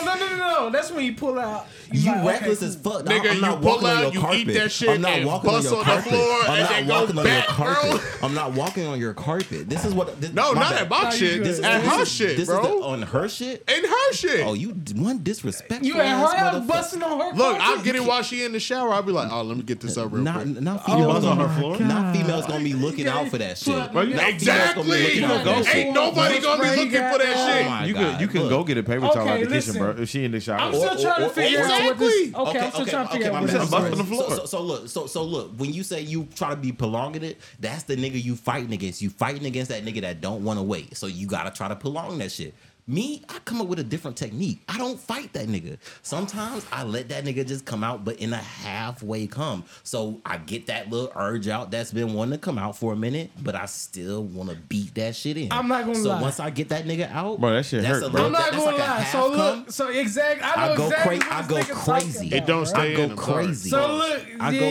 [SPEAKER 2] no, no, no, no. That's when you pull out.
[SPEAKER 3] You
[SPEAKER 2] like, okay,
[SPEAKER 3] reckless
[SPEAKER 2] cool.
[SPEAKER 3] as fuck.
[SPEAKER 4] Nigga,
[SPEAKER 3] I'm
[SPEAKER 4] you
[SPEAKER 3] not
[SPEAKER 4] pull
[SPEAKER 3] walking on
[SPEAKER 4] out,
[SPEAKER 3] your
[SPEAKER 4] you
[SPEAKER 3] carpet.
[SPEAKER 4] eat that shit
[SPEAKER 3] I'm not
[SPEAKER 4] and
[SPEAKER 3] walking
[SPEAKER 4] bust
[SPEAKER 3] on,
[SPEAKER 4] on
[SPEAKER 3] your
[SPEAKER 4] the
[SPEAKER 3] carpet.
[SPEAKER 4] floor
[SPEAKER 3] I'm
[SPEAKER 4] and
[SPEAKER 3] not
[SPEAKER 4] then go
[SPEAKER 3] walking on
[SPEAKER 4] back,
[SPEAKER 3] your
[SPEAKER 4] bro.
[SPEAKER 3] carpet. I'm not walking on your carpet. This is what. This,
[SPEAKER 4] No,
[SPEAKER 3] my
[SPEAKER 4] not
[SPEAKER 3] bad.
[SPEAKER 4] at my
[SPEAKER 2] Nah, you
[SPEAKER 4] shit.
[SPEAKER 2] good.
[SPEAKER 4] At
[SPEAKER 3] this
[SPEAKER 4] her
[SPEAKER 3] is-
[SPEAKER 4] shit,
[SPEAKER 3] this
[SPEAKER 4] bro.
[SPEAKER 3] Is the, on her shit.
[SPEAKER 4] in her shit.
[SPEAKER 3] Oh, you d- one disrespectful.
[SPEAKER 2] You at
[SPEAKER 3] ass
[SPEAKER 2] her house
[SPEAKER 3] motherfucker.
[SPEAKER 2] busting on her.
[SPEAKER 4] Look,
[SPEAKER 2] carpet?
[SPEAKER 4] I'm getting while she in the shower. I'll be like, oh, let me get this up real
[SPEAKER 3] Not,
[SPEAKER 4] quick.
[SPEAKER 3] not females
[SPEAKER 2] Oh
[SPEAKER 1] on
[SPEAKER 3] gonna-
[SPEAKER 1] her floor?
[SPEAKER 3] Not females gonna be looking out for that shit.
[SPEAKER 2] Fuck,
[SPEAKER 3] Not
[SPEAKER 2] you-
[SPEAKER 3] females gonna be
[SPEAKER 4] Exactly.
[SPEAKER 3] looking out for that
[SPEAKER 2] Ain't
[SPEAKER 3] shit.
[SPEAKER 4] nobody gonna be
[SPEAKER 2] Spray
[SPEAKER 4] looking for
[SPEAKER 2] got
[SPEAKER 4] that
[SPEAKER 2] out.
[SPEAKER 4] shit.
[SPEAKER 3] Oh my
[SPEAKER 1] you
[SPEAKER 3] God,
[SPEAKER 1] could, you can
[SPEAKER 3] look.
[SPEAKER 1] go get a paper towel out
[SPEAKER 2] Okay,
[SPEAKER 1] the kitchen,
[SPEAKER 2] listen.
[SPEAKER 1] bro. If she in the shower, Oh,
[SPEAKER 2] I'm still
[SPEAKER 3] Or-
[SPEAKER 2] trying
[SPEAKER 3] or-
[SPEAKER 2] to figure out what this.
[SPEAKER 4] Exactly.
[SPEAKER 2] Okay, I'm still trying to figure out
[SPEAKER 3] my
[SPEAKER 2] what
[SPEAKER 3] bad,
[SPEAKER 2] this
[SPEAKER 3] my
[SPEAKER 1] bust
[SPEAKER 3] bad.
[SPEAKER 1] on the
[SPEAKER 2] is.
[SPEAKER 1] floor.
[SPEAKER 3] So, so, so look, so so look. When you say you try to be prolonging it, that's the nigga you fighting against. You fighting against that nigga that don't want to wait. So you gotta try to prolong that shit. Me, I come up with a different technique. I don't fight that nigga. Sometimes I let that nigga just come out, but in a halfway come. So I get that little urge out that's been wanting to come out for a minute, but I still want to beat that shit in.
[SPEAKER 2] I'm not gonna
[SPEAKER 3] so
[SPEAKER 2] lie.
[SPEAKER 3] once I get that nigga out,
[SPEAKER 1] Bro, that shit
[SPEAKER 3] that's
[SPEAKER 1] hurt,
[SPEAKER 3] a
[SPEAKER 1] bro.
[SPEAKER 3] little-
[SPEAKER 2] I'm not
[SPEAKER 3] that's
[SPEAKER 2] gonna
[SPEAKER 3] like a
[SPEAKER 2] lie.
[SPEAKER 3] half
[SPEAKER 2] So
[SPEAKER 3] come.
[SPEAKER 2] look, so exact. I know
[SPEAKER 3] I go
[SPEAKER 2] exactly.
[SPEAKER 3] cra-
[SPEAKER 2] what
[SPEAKER 3] I
[SPEAKER 2] this
[SPEAKER 3] go
[SPEAKER 2] nigga talking
[SPEAKER 3] crazy.
[SPEAKER 2] about,
[SPEAKER 4] It don't
[SPEAKER 2] bro.
[SPEAKER 4] stay
[SPEAKER 3] I
[SPEAKER 4] in.
[SPEAKER 3] go
[SPEAKER 4] I'm sorry.
[SPEAKER 3] crazy.
[SPEAKER 2] So look,
[SPEAKER 3] I go-
[SPEAKER 2] yeah,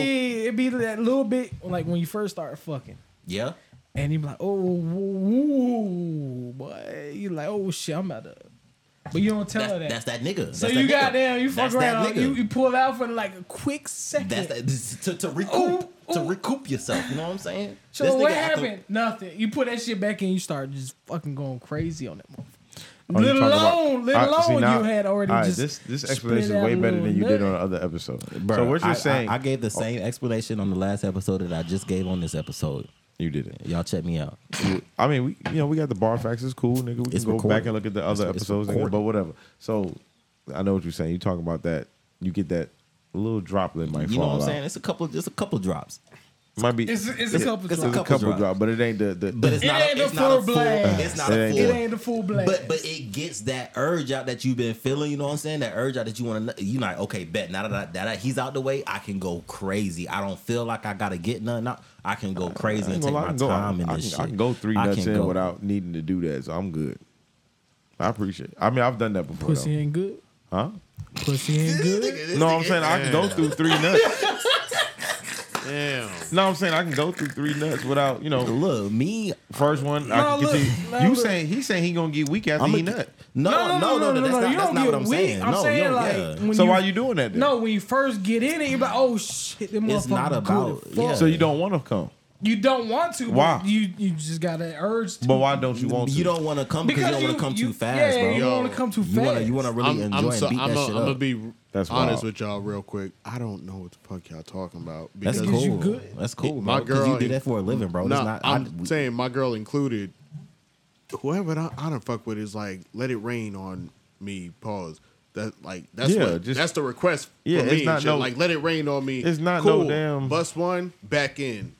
[SPEAKER 2] it be that little bit like when you first start fucking,
[SPEAKER 3] yeah.
[SPEAKER 2] and you be like, oh, ooh, boy, you like, oh shit, I'm about to, but you don't tell
[SPEAKER 3] That's
[SPEAKER 2] her that.
[SPEAKER 3] that's that nigga.
[SPEAKER 2] so
[SPEAKER 3] That's
[SPEAKER 2] you
[SPEAKER 3] that
[SPEAKER 2] got
[SPEAKER 3] nigga.
[SPEAKER 2] down, you
[SPEAKER 3] That's
[SPEAKER 2] fuck
[SPEAKER 3] that
[SPEAKER 2] around,
[SPEAKER 3] nigga.
[SPEAKER 2] you, you pull out for like a quick second.
[SPEAKER 3] That's that, this- to, to recoup
[SPEAKER 2] Ooh,
[SPEAKER 3] to
[SPEAKER 2] ooh.
[SPEAKER 3] recoup yourself. You know what I'm saying? This
[SPEAKER 2] so
[SPEAKER 3] nigga
[SPEAKER 2] what
[SPEAKER 3] have to-
[SPEAKER 2] happened? Nothing. You put that shit back in, you start just fucking going crazy on that motherfucker.
[SPEAKER 1] Oh, you
[SPEAKER 2] let
[SPEAKER 1] talking about-
[SPEAKER 2] alone, let
[SPEAKER 1] Alright, see,
[SPEAKER 2] alone
[SPEAKER 1] now-
[SPEAKER 2] you had already
[SPEAKER 1] alright,
[SPEAKER 2] just
[SPEAKER 1] this this
[SPEAKER 2] spit
[SPEAKER 1] explanation
[SPEAKER 2] out
[SPEAKER 1] is way
[SPEAKER 2] a
[SPEAKER 1] better than
[SPEAKER 2] little
[SPEAKER 1] you did
[SPEAKER 2] nut.
[SPEAKER 1] on the other episode.
[SPEAKER 3] Bro,
[SPEAKER 1] so what
[SPEAKER 3] I-
[SPEAKER 1] you're
[SPEAKER 3] I-
[SPEAKER 1] saying?
[SPEAKER 3] I, gave the same explanation on the last episode that I just gave on this episode.
[SPEAKER 1] you did it.
[SPEAKER 3] Y'all check me out.
[SPEAKER 1] I mean, we you know we got the bar facts. It's cool, nigga. We can
[SPEAKER 3] It's
[SPEAKER 1] go
[SPEAKER 3] recorded.
[SPEAKER 1] back and look at the other
[SPEAKER 3] It's- it's
[SPEAKER 1] episodes, nigga,
[SPEAKER 3] recorded.
[SPEAKER 1] but whatever. So I know what you're saying. You talking about that? You get that little droplet might
[SPEAKER 3] You know
[SPEAKER 1] fall
[SPEAKER 3] what I'm
[SPEAKER 1] out.
[SPEAKER 3] saying? It's a couple. It's a couple drops,
[SPEAKER 1] Might be
[SPEAKER 2] It's, it's, a couple.
[SPEAKER 3] it's a
[SPEAKER 2] drops.
[SPEAKER 1] a couple
[SPEAKER 3] drops.
[SPEAKER 1] drop, but it ain't the, the
[SPEAKER 3] but it's
[SPEAKER 2] It
[SPEAKER 3] not.
[SPEAKER 2] ain't
[SPEAKER 3] a,
[SPEAKER 2] a
[SPEAKER 3] it's not a
[SPEAKER 2] full
[SPEAKER 3] full.
[SPEAKER 2] blast.
[SPEAKER 3] It's not
[SPEAKER 1] It
[SPEAKER 3] a
[SPEAKER 1] ain't
[SPEAKER 3] full.
[SPEAKER 2] It ain't the full blast.
[SPEAKER 3] But but it gets that urge out that you've been feeling. You know what I'm saying? That urge out that you want to. You like okay, bet now that, I, that I, he's out the way, I can go crazy. I don't feel like I gotta get nothing out. I can go
[SPEAKER 1] I
[SPEAKER 3] crazy and
[SPEAKER 1] ain't
[SPEAKER 3] take
[SPEAKER 1] gonna lie, I
[SPEAKER 3] my
[SPEAKER 1] can go-
[SPEAKER 3] time in
[SPEAKER 1] I
[SPEAKER 3] this
[SPEAKER 1] can,
[SPEAKER 3] shit.
[SPEAKER 1] I can go three
[SPEAKER 3] I
[SPEAKER 1] nuts
[SPEAKER 3] can
[SPEAKER 1] in
[SPEAKER 3] go.
[SPEAKER 1] without needing to do that, so I'm good. I appreciate. it. I mean, I've done that before.
[SPEAKER 2] Pussy
[SPEAKER 1] though.
[SPEAKER 2] ain't good.
[SPEAKER 1] Huh?
[SPEAKER 2] Pussy ain't good.
[SPEAKER 1] No, I'm saying I can go through three nuts.
[SPEAKER 4] Damn.
[SPEAKER 1] no, I'm saying I can go through three nuts without you know.
[SPEAKER 3] Look, me.
[SPEAKER 1] First one, I
[SPEAKER 2] Nah,
[SPEAKER 1] can
[SPEAKER 2] look,
[SPEAKER 1] continue.
[SPEAKER 2] nah,
[SPEAKER 1] you
[SPEAKER 2] look.
[SPEAKER 1] saying he saying he gonna get weak after
[SPEAKER 3] I'ma
[SPEAKER 1] he
[SPEAKER 3] get-
[SPEAKER 1] nut.
[SPEAKER 3] No, no, no, no, no, that's not, that's
[SPEAKER 2] you don't
[SPEAKER 3] not
[SPEAKER 2] get
[SPEAKER 3] what I'm
[SPEAKER 2] weak.
[SPEAKER 3] saying.
[SPEAKER 2] I'm
[SPEAKER 3] no,
[SPEAKER 2] saying
[SPEAKER 3] yo,
[SPEAKER 2] like
[SPEAKER 3] yeah.
[SPEAKER 2] when
[SPEAKER 1] So
[SPEAKER 2] you,
[SPEAKER 1] why you doing that? Then?
[SPEAKER 2] No, when you first get in it, you're like, oh shit, them
[SPEAKER 3] It's
[SPEAKER 2] motherfuckers
[SPEAKER 3] not
[SPEAKER 2] good
[SPEAKER 3] about-
[SPEAKER 2] as fuck.
[SPEAKER 3] yeah.
[SPEAKER 1] So you don't want to come,
[SPEAKER 2] You don't want to. but
[SPEAKER 1] Why?
[SPEAKER 2] You you just got that urge to.
[SPEAKER 1] but why don't you want to?
[SPEAKER 3] You don't want to come because you don't want to come too fast,
[SPEAKER 2] yeah,
[SPEAKER 3] bro.
[SPEAKER 2] You
[SPEAKER 4] Yo.
[SPEAKER 2] don't want to come too fast.
[SPEAKER 3] You want to you want to really
[SPEAKER 4] I'm,
[SPEAKER 3] enjoy
[SPEAKER 4] I'm, so,
[SPEAKER 3] and beat
[SPEAKER 4] I'm
[SPEAKER 3] that
[SPEAKER 4] a,
[SPEAKER 3] shit
[SPEAKER 4] I'm gonna
[SPEAKER 3] up.
[SPEAKER 4] be
[SPEAKER 1] That's
[SPEAKER 4] honest
[SPEAKER 1] wild.
[SPEAKER 4] with y'all real quick. I don't know what the fuck y'all talking about.
[SPEAKER 3] That's
[SPEAKER 2] Because you
[SPEAKER 3] cool.
[SPEAKER 2] good.
[SPEAKER 3] That's cool,
[SPEAKER 4] My
[SPEAKER 3] bro. Because
[SPEAKER 4] girl
[SPEAKER 3] you do
[SPEAKER 4] ain't-
[SPEAKER 3] that for a living, bro.
[SPEAKER 4] No,
[SPEAKER 3] That's not. I-
[SPEAKER 4] I'm saying my girl included. Whoever I, I don't fuck with is like, let it rain on me. Pause. That like that's
[SPEAKER 1] Yeah,
[SPEAKER 4] what,
[SPEAKER 1] just-
[SPEAKER 4] that's the request.
[SPEAKER 1] Yeah,
[SPEAKER 4] for me
[SPEAKER 1] it's
[SPEAKER 4] and
[SPEAKER 1] not
[SPEAKER 4] shit.
[SPEAKER 1] no-
[SPEAKER 4] like let it rain on me.
[SPEAKER 1] it's not no damn-
[SPEAKER 4] Bus one back in.